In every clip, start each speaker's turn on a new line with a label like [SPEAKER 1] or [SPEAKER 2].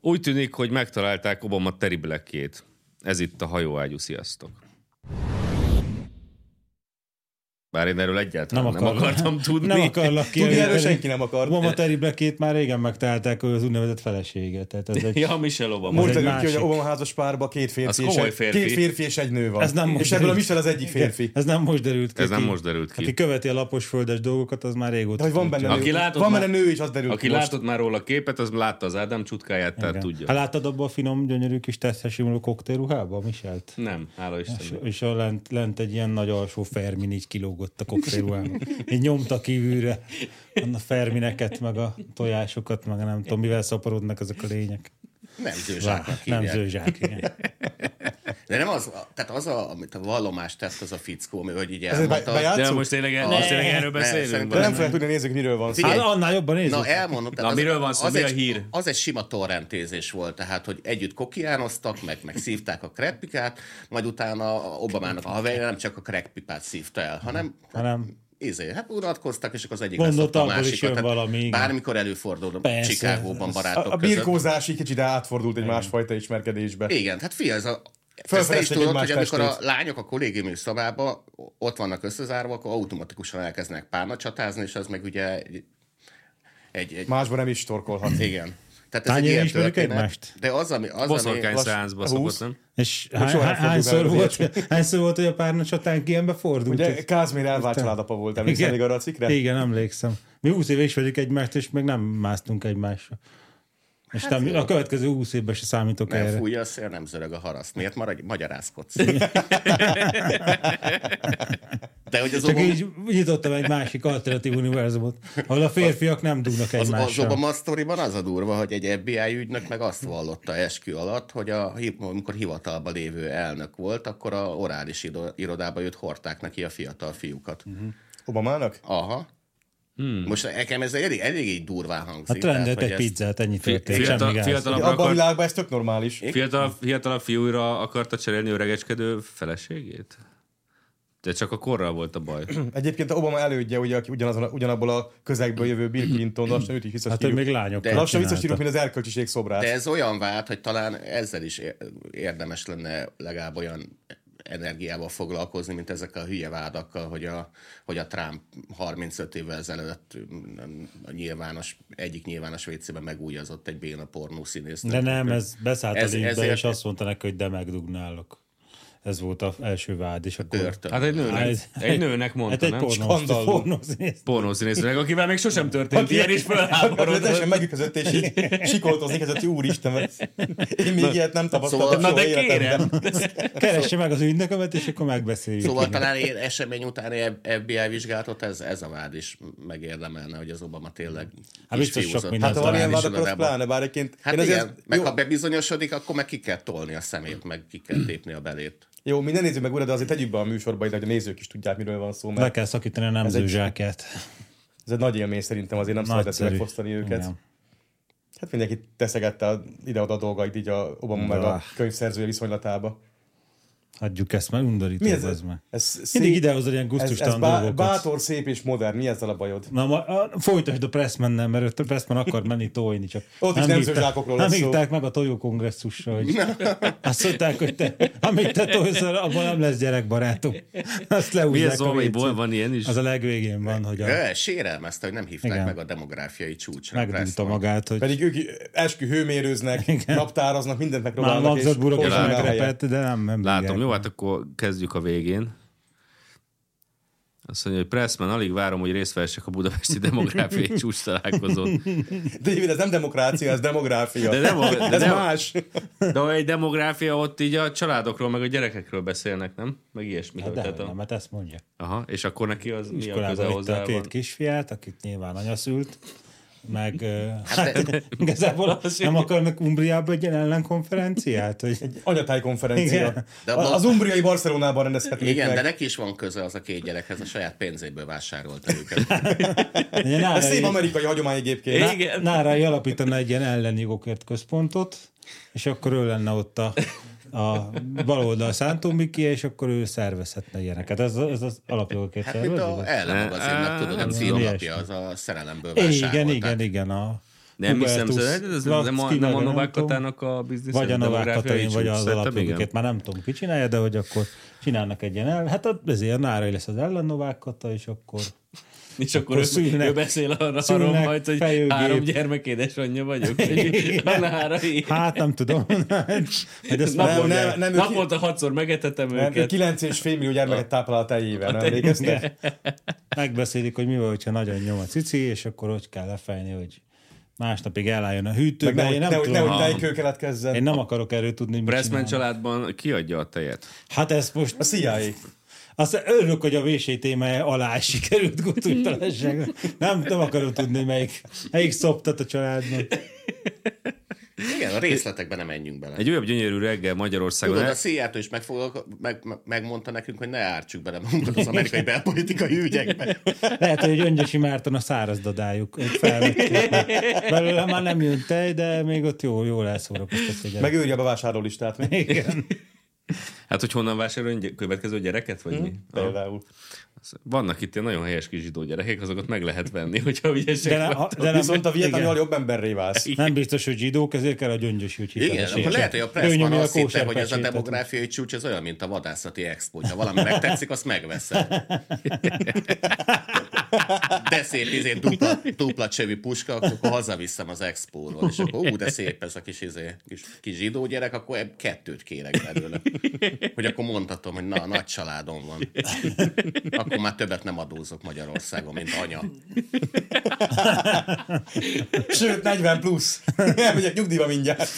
[SPEAKER 1] Úgy tűnik, hogy megtalálták Obama Terry Blackjét. Ez itt a hajóágyú, sziasztok. Bár én erről egyáltalán nem,
[SPEAKER 2] Nem
[SPEAKER 1] nem
[SPEAKER 2] akarlak.
[SPEAKER 1] akartam tudni.
[SPEAKER 2] Nem akarlak ki.
[SPEAKER 3] Tudni erről senki nem akar.
[SPEAKER 2] Obama Terry Blackét már régen megtalálták, hogy az úgynevezett felesége. Tehát ez egy...
[SPEAKER 1] Ja, Michelle Obama.
[SPEAKER 2] Most-
[SPEAKER 3] Múlt
[SPEAKER 2] egy
[SPEAKER 3] előtt ki, hogy
[SPEAKER 2] másik.
[SPEAKER 3] a Obama házas párba két
[SPEAKER 1] Az
[SPEAKER 3] férfi, és
[SPEAKER 1] komoly
[SPEAKER 3] egy,
[SPEAKER 1] férfi.
[SPEAKER 3] két férfi és egy nő van.
[SPEAKER 2] Ez nem
[SPEAKER 3] és
[SPEAKER 2] most
[SPEAKER 3] ebből a
[SPEAKER 2] derült-
[SPEAKER 3] Michel az egyik férfi.
[SPEAKER 2] Ez nem most derült ki.
[SPEAKER 1] Ez nem
[SPEAKER 2] ki-
[SPEAKER 1] most derült ki.
[SPEAKER 2] Aki követi a lapos földes dolgokat, az már régóta.
[SPEAKER 3] De hogy van benne,
[SPEAKER 2] tudja.
[SPEAKER 1] Aki
[SPEAKER 3] nő,
[SPEAKER 1] látott
[SPEAKER 3] van
[SPEAKER 1] már-
[SPEAKER 3] benne nő is, az derül
[SPEAKER 1] Aki
[SPEAKER 3] ki most.
[SPEAKER 1] látott már róla a képet, az látta az Ádám csutkáját, tehát
[SPEAKER 2] Igen.
[SPEAKER 1] tudja.
[SPEAKER 2] Ha láttad abba a finom, gyönyörű kis tesztesülő koktélruhába, Michelt?
[SPEAKER 1] Nem, hála
[SPEAKER 2] És,
[SPEAKER 1] Istennek.
[SPEAKER 2] és a lent, lent, egy ilyen nagy alsó Fermin így kilógott a koktélruhába. Így nyomta kívülre a Fermineket, meg a tojásokat, meg nem tudom, mivel szaporodnak ezek a lények.
[SPEAKER 4] Nem
[SPEAKER 2] Lá,
[SPEAKER 4] zsőzsáknak
[SPEAKER 2] nem
[SPEAKER 4] hívják.
[SPEAKER 2] zőzsák, igen.
[SPEAKER 4] De nem az, tehát az, a, amit a vallomást tesz, az a fickó, ami hogy így
[SPEAKER 3] Ez egy be-
[SPEAKER 4] elmondta. hogy-
[SPEAKER 1] De
[SPEAKER 3] bejátszó?
[SPEAKER 1] most tényleg,
[SPEAKER 4] Ah,
[SPEAKER 1] most tényleg
[SPEAKER 4] ne,
[SPEAKER 1] erről
[SPEAKER 4] ne,
[SPEAKER 1] beszélünk?
[SPEAKER 4] szerintem
[SPEAKER 3] De
[SPEAKER 1] vagy?
[SPEAKER 3] nem fogják tudni nézzük, miről van szó.
[SPEAKER 4] Figyelj,
[SPEAKER 2] Hát annál jobban nézzük.
[SPEAKER 4] Na, elmondom.
[SPEAKER 1] Na, miről van szó? Mi a
[SPEAKER 4] egy,
[SPEAKER 1] hír?
[SPEAKER 4] Az egy sima torrentézés volt, tehát, hogy együtt kokiánoztak, meg, meg szívták a krekpikát, majd utána Obamának a haverja nem csak a krekpipát szívta el, hanem,
[SPEAKER 2] Hanem
[SPEAKER 4] izé, hát unatkoztak, és akkor az egyik
[SPEAKER 2] Gondolta,
[SPEAKER 4] leszopta a
[SPEAKER 2] abból is
[SPEAKER 4] másikat.
[SPEAKER 2] jön
[SPEAKER 4] Tehát
[SPEAKER 2] valami, igen.
[SPEAKER 4] Bármikor előfordul
[SPEAKER 2] Persze.
[SPEAKER 4] Csikágóban barátok
[SPEAKER 3] A, a
[SPEAKER 4] között.
[SPEAKER 3] birkózás így kicsit átfordult egy másfajta ismerkedésbe.
[SPEAKER 4] Igen, hát fia, ez a... Ezt te is
[SPEAKER 3] Felfedezték
[SPEAKER 4] tudod,
[SPEAKER 3] egymás
[SPEAKER 4] hogy amikor a
[SPEAKER 3] testét.
[SPEAKER 4] lányok a kollégiumi szobába ott vannak összezárva, akkor automatikusan elkezdenek párna csatázni, és az meg ugye egy... egy, egy
[SPEAKER 3] Másban nem is torkolhat.
[SPEAKER 4] igen. Tehát ez
[SPEAKER 2] Hányan
[SPEAKER 4] egy ilyen
[SPEAKER 2] ismerjük
[SPEAKER 4] történet.
[SPEAKER 2] egymást?
[SPEAKER 4] De az, ami... Az, ami
[SPEAKER 1] Boszorkány
[SPEAKER 3] lass-
[SPEAKER 1] szánszba
[SPEAKER 3] húsz.
[SPEAKER 1] szokott, nem?
[SPEAKER 2] és
[SPEAKER 3] Még
[SPEAKER 2] hány,
[SPEAKER 3] soha nem
[SPEAKER 2] hány,
[SPEAKER 3] fordul
[SPEAKER 2] hányszor,
[SPEAKER 3] elő az
[SPEAKER 2] volt, hányszor volt, hogy a párna csatánk ilyenbe fordult?
[SPEAKER 3] Ugye Kázmér elvált családapa volt, emlékszel még arra a cikkre?
[SPEAKER 2] Igen, emlékszem. Mi 20 éve ismerjük egymást, és még nem másztunk egymásra. És
[SPEAKER 4] Hát
[SPEAKER 2] hát nem,
[SPEAKER 4] jó.
[SPEAKER 2] a következő 20 évben se számítok
[SPEAKER 4] nem
[SPEAKER 2] erre.
[SPEAKER 4] fújja a szél, nem zörög a haraszt. Miért maradj, magyarázkodsz? De hogy az
[SPEAKER 2] Csak
[SPEAKER 4] Obama-
[SPEAKER 2] így nyitottam egy másik alternatív univerzumot, ahol a férfiak nem dugnak
[SPEAKER 4] Az, az
[SPEAKER 2] egymással.
[SPEAKER 4] Obama sztoriban az a durva, hogy egy FBI ügynök meg azt vallotta eskü alatt, hogy a, hi- amikor hivatalba lévő elnök volt, akkor a orális ido- irodába jött hordták neki a fiatal fiúkat.
[SPEAKER 2] Mhm.
[SPEAKER 3] Obamának?
[SPEAKER 4] Aha. Hmm. Most nekem ez elég, elég így durván
[SPEAKER 2] Hát
[SPEAKER 4] hangzik.
[SPEAKER 2] rendelt
[SPEAKER 4] hogy
[SPEAKER 2] egy
[SPEAKER 4] ezt-
[SPEAKER 2] pizzát, ennyi történt,
[SPEAKER 1] fiatal-
[SPEAKER 2] semmi gáz.
[SPEAKER 1] fiatal-
[SPEAKER 3] Abban a világban ez tök normális.
[SPEAKER 1] Fiatal, fiatalabb fiúra akarta cserélni öregecskedő feleségét? De csak a korral volt a baj.
[SPEAKER 3] Egyébként Obama elődje, ugye, aki ugyanazon, ugyanabból a közegből jövő Bill Clinton, lassan őt is
[SPEAKER 2] Hát ő még
[SPEAKER 3] visszaszírjuk.
[SPEAKER 2] lányokkal
[SPEAKER 4] De-
[SPEAKER 3] Lassan visszasírjuk,
[SPEAKER 2] csinálta.
[SPEAKER 3] mint az erkölcsiség szobrát.
[SPEAKER 4] De ez olyan vált, hogy talán ezzel is é- érdemes lenne legalább olyan energiával foglalkozni, mint ezek a hülye vádakkal, hogy a, hogy a Trump 35 évvel ezelőtt mm, a nyilvános, egyik nyilvános vécében megújazott egy béna pornó színésznőt.
[SPEAKER 2] De nem, ez beszállt az
[SPEAKER 4] Ez-
[SPEAKER 2] ügybe,
[SPEAKER 4] ezért-
[SPEAKER 2] és azt mondta neki, hogy de megdugnálok. Ez volt az első vád, és akkor...
[SPEAKER 4] Börtön.
[SPEAKER 1] Hát egy nőnek,
[SPEAKER 2] Ez-
[SPEAKER 1] egy nőnek
[SPEAKER 2] Hát
[SPEAKER 1] mondta,
[SPEAKER 2] egy
[SPEAKER 1] nem?
[SPEAKER 2] pornósztal- pornószínész.
[SPEAKER 1] Pornószínésznek, akivel még sosem történt ilyen, és
[SPEAKER 3] Hát, teljesen
[SPEAKER 1] fölháborodott.
[SPEAKER 3] megütközött, és így sikoltozni kezdett, hogy úristen, mert én még ilyet nem tapasztaltam
[SPEAKER 4] Szóval-
[SPEAKER 3] soha
[SPEAKER 1] Na de
[SPEAKER 3] életemben. Hát,
[SPEAKER 1] kérem!
[SPEAKER 3] Szóval-
[SPEAKER 2] Keresse meg az ügynökömet, és akkor megbeszéljük.
[SPEAKER 4] Szóval talán ilyen esemény utáni FBI vizsgálatot, ez, ez a vád is megérdemelne, hogy az Obama tényleg
[SPEAKER 2] Hát
[SPEAKER 4] is
[SPEAKER 2] biztos sok
[SPEAKER 4] fiúzott.
[SPEAKER 2] mindent
[SPEAKER 3] Hát ha
[SPEAKER 2] talán
[SPEAKER 3] valamilyen
[SPEAKER 2] is
[SPEAKER 3] vád, akkor az
[SPEAKER 4] irodában.
[SPEAKER 3] pláne, bár egyébként...
[SPEAKER 4] Hát
[SPEAKER 3] én
[SPEAKER 4] igen,
[SPEAKER 3] azért-
[SPEAKER 4] meg
[SPEAKER 3] jó,
[SPEAKER 4] ha bebizonyosodik, akkor meg ki kell tolni a szemét, meg ki kell tépni a belét.
[SPEAKER 3] Jó, mi ne nézzük meg újra, de azért tegyük be a műsorba, ide, hogy a nézők is tudják, miről van szó,
[SPEAKER 2] Le
[SPEAKER 3] mert
[SPEAKER 2] kell szakítani a nemző
[SPEAKER 3] egy-
[SPEAKER 2] zsákját.
[SPEAKER 3] ez egy nagy élmény szerintem, azért nem szabad ettől
[SPEAKER 2] Nagyszerű.
[SPEAKER 3] megfosztani őket.
[SPEAKER 2] Igen.
[SPEAKER 3] Hát mindenki teszegette a- ide-oda a dolgait, így a Obama meg a
[SPEAKER 2] Ah.
[SPEAKER 3] könyvszerzője viszonylatába.
[SPEAKER 2] Hagyjuk ezt már, undorító
[SPEAKER 3] Mi
[SPEAKER 2] ez,
[SPEAKER 3] ez?
[SPEAKER 2] ez már.
[SPEAKER 3] Ez
[SPEAKER 2] Mindig
[SPEAKER 3] szép-
[SPEAKER 2] idehozod ilyen
[SPEAKER 3] Ez, ez
[SPEAKER 2] gusztustalan
[SPEAKER 3] bá,
[SPEAKER 2] dolgokat.
[SPEAKER 3] bátor, szép és modern, mi ezzel a bajod?
[SPEAKER 2] Na, ma, a, folytasd a Pressmannel, mert a Pressman akar menni tojni, csak
[SPEAKER 3] Ott is
[SPEAKER 2] nem
[SPEAKER 3] nemző
[SPEAKER 2] hívták-
[SPEAKER 3] zsákokról
[SPEAKER 2] Nem
[SPEAKER 3] lesz szó.
[SPEAKER 2] hívták meg a tojókongresszusra, hogy azt mondták, hogy te, amíg te tojsz, abban nem lesz gyerekbarátom. Azt
[SPEAKER 1] Mi
[SPEAKER 2] leúzzák
[SPEAKER 1] ez
[SPEAKER 2] a
[SPEAKER 1] valamiból
[SPEAKER 2] vécén.
[SPEAKER 1] van ilyen is?
[SPEAKER 2] Az a legvégén van, hogy a,
[SPEAKER 4] Ja. Sérelmezte, hogy nem hívták
[SPEAKER 2] Igen.
[SPEAKER 4] meg a demográfiai csúcsra.
[SPEAKER 2] megdúlta
[SPEAKER 4] Preston.
[SPEAKER 2] magát, hogy
[SPEAKER 3] Pedig ők eskü hőmérőznek,
[SPEAKER 2] Igen.
[SPEAKER 3] naptároznak, mindent
[SPEAKER 2] már
[SPEAKER 3] megpróbálnak. és
[SPEAKER 2] magzatburok is
[SPEAKER 3] hozzanak rá helyet.
[SPEAKER 2] megrepett, de nem. nem
[SPEAKER 1] Látom,
[SPEAKER 2] bírják.
[SPEAKER 1] jó, hát akkor kezdjük a végén. Azt mondja, hogy Pressman, alig várom, hogy részt vehessek a budapesti demográfiai csúcs találkozón.
[SPEAKER 3] David, ez nem demokrácia, ez demográfia.
[SPEAKER 1] De nem, de
[SPEAKER 3] ez
[SPEAKER 1] nem,
[SPEAKER 3] más.
[SPEAKER 1] De ha egy demográfia, ott így a családokról, meg a gyerekekről beszélnek, nem? Meg ilyesmi.
[SPEAKER 2] Hát
[SPEAKER 1] Tehát
[SPEAKER 2] de,
[SPEAKER 1] a...
[SPEAKER 2] nem, hát ezt mondja.
[SPEAKER 1] Aha, és akkor neki az mi a köze
[SPEAKER 2] Iskolában vitte
[SPEAKER 1] hozzá
[SPEAKER 2] a két
[SPEAKER 1] van?
[SPEAKER 2] kisfiát, akit nyilván anya szült, meg ö, hát,
[SPEAKER 4] de-
[SPEAKER 2] igazából nem akarnak Umbriába egy ilyen ellenkonferenciát? Hogy,
[SPEAKER 3] Anyatáj konferencia.
[SPEAKER 2] Igen.
[SPEAKER 4] De
[SPEAKER 3] A- Az umbriai Barcelonában rendezhetnék
[SPEAKER 4] Igen,
[SPEAKER 3] meg.
[SPEAKER 4] de neki is van köze az a két gyerekhez, a saját pénzéből vásárolta őket.
[SPEAKER 2] hogy nára,
[SPEAKER 3] Ez szép amerikai hagyomány egyébként.
[SPEAKER 1] Igen.
[SPEAKER 2] ná, nára alapítana egy ilyen ellenjogokért központot, és akkor ő lenne ott a, a baloldal Szántó Miki, és akkor ő szervezhetne ilyeneket. Ez, ez az alapjogokért
[SPEAKER 4] Hát mint
[SPEAKER 2] szervezi?
[SPEAKER 4] a
[SPEAKER 2] vagy?
[SPEAKER 4] ellenmagazinnak, tudod, a címlapja,
[SPEAKER 2] ilyesmi.
[SPEAKER 4] az a szerelemből
[SPEAKER 2] Igen,
[SPEAKER 4] vásárolták.
[SPEAKER 2] igen, igen. A,
[SPEAKER 1] Nem hiszem,
[SPEAKER 2] Hubertus,
[SPEAKER 1] ez, ez nem, a,
[SPEAKER 2] Lackiner,
[SPEAKER 1] nem a Novák
[SPEAKER 2] tudom.
[SPEAKER 1] Katának a biznisz.
[SPEAKER 2] Vagy a Novák Katalin, vagy az
[SPEAKER 1] igen.
[SPEAKER 2] alapjogiket, már nem tudom, ki csinálja, de hogy akkor csinálnak egy ilyen el, hát ezért a nárai lesz az ellen Novák Kata, és akkor
[SPEAKER 1] És akkor,
[SPEAKER 2] Akkor
[SPEAKER 1] ő,
[SPEAKER 2] szülnek-
[SPEAKER 1] ő beszél arra,
[SPEAKER 2] szülnek,
[SPEAKER 1] arról majd, hogy
[SPEAKER 2] fejőgép.
[SPEAKER 1] három gyermek édesanyja vagyok. hogy a nárai.
[SPEAKER 2] hát nem tudom, hogy ezt
[SPEAKER 1] Naponta-
[SPEAKER 2] nem,
[SPEAKER 3] nem, nem, nem, ő ki-
[SPEAKER 1] Naponta hatszor megetetem
[SPEAKER 3] Mert
[SPEAKER 1] őket.
[SPEAKER 3] 9 és fél millió gyermeket táplál a tejével, nem emlékeztek?
[SPEAKER 2] megbeszélik, hogy mi van, hogyha nagyon nyom a cici, és akkor hogy kell lefejni, hogy másnapig elálljon a hűtő,
[SPEAKER 3] Meg
[SPEAKER 2] de én
[SPEAKER 3] nehogy,
[SPEAKER 2] nem
[SPEAKER 3] nehogy,
[SPEAKER 2] tudom.
[SPEAKER 3] nehogy nejkő keletkezzen.
[SPEAKER 2] én nem akarok erről tudni, hogy mit
[SPEAKER 1] Pressman
[SPEAKER 2] csinál.
[SPEAKER 1] családban kiadja a tejet.
[SPEAKER 2] Hát ez most...
[SPEAKER 3] A CIA.
[SPEAKER 2] Azt örülök, hogy a WC témája alá is sikerült gutújtalanság. Nem, nem akarom tudni, melyik, melyik szoptat a családban.
[SPEAKER 4] Igen, a részletekben nem menjünk bele.
[SPEAKER 1] Egy olyan gyönyörű reggel Magyarországon.
[SPEAKER 4] Tudod, a
[SPEAKER 1] el-
[SPEAKER 4] Szijjártó is megfoglalko- meg, meg, megmondta nekünk, hogy ne ártsuk bele magunkat az amerikai belpolitikai ügyekbe.
[SPEAKER 2] Lehet, hogy Öngyösi Márton a száraz dadájuk. Ők felvették. Belőle már nem jön tej, de még ott jó, jól elszórakoztat. Meg...
[SPEAKER 3] Megőrje a bevásárlólistát még
[SPEAKER 2] Igen.
[SPEAKER 1] Hát, hogy honnan vásároljon gy- következő gyereket, vagy mi? Aha.
[SPEAKER 3] például.
[SPEAKER 1] Vannak itt ilyen nagyon helyes kis zsidó gyerekek, azokat meg lehet venni, hogyha ügyesek
[SPEAKER 2] De, ne,
[SPEAKER 1] vagy.
[SPEAKER 2] a, de nem,
[SPEAKER 3] Viszont a vietnamival
[SPEAKER 2] igen.
[SPEAKER 3] jobb emberré válsz.
[SPEAKER 2] nem biztos, hogy zsidók, ezért kell a gyöngyösi, hogy
[SPEAKER 4] Igen,
[SPEAKER 2] hitelesítse.
[SPEAKER 4] akkor lehet, hogy a
[SPEAKER 2] Ő
[SPEAKER 4] Pressman
[SPEAKER 2] nyomja
[SPEAKER 4] azt hitte, hogy ez a
[SPEAKER 2] kóserpecsétet.
[SPEAKER 4] demográfiai csúcs, ez olyan, mint a vadászati expo. Ha valami megtetszik, azt megveszed. De szép, izé, dupla, dupla csövű puska, akkor hazaviszem az expóról. És akkor, ú, de szép ez a kis, izé, kis, kis zsidó gyerek, akkor ebb- kettőt kérek belőle. Hogy akkor mondhatom, hogy na, nagy családom van. Akkor már többet nem adózok Magyarországon, mint anya.
[SPEAKER 3] Sőt, 40 plusz. Elmegyek nyugdíjba mindjárt.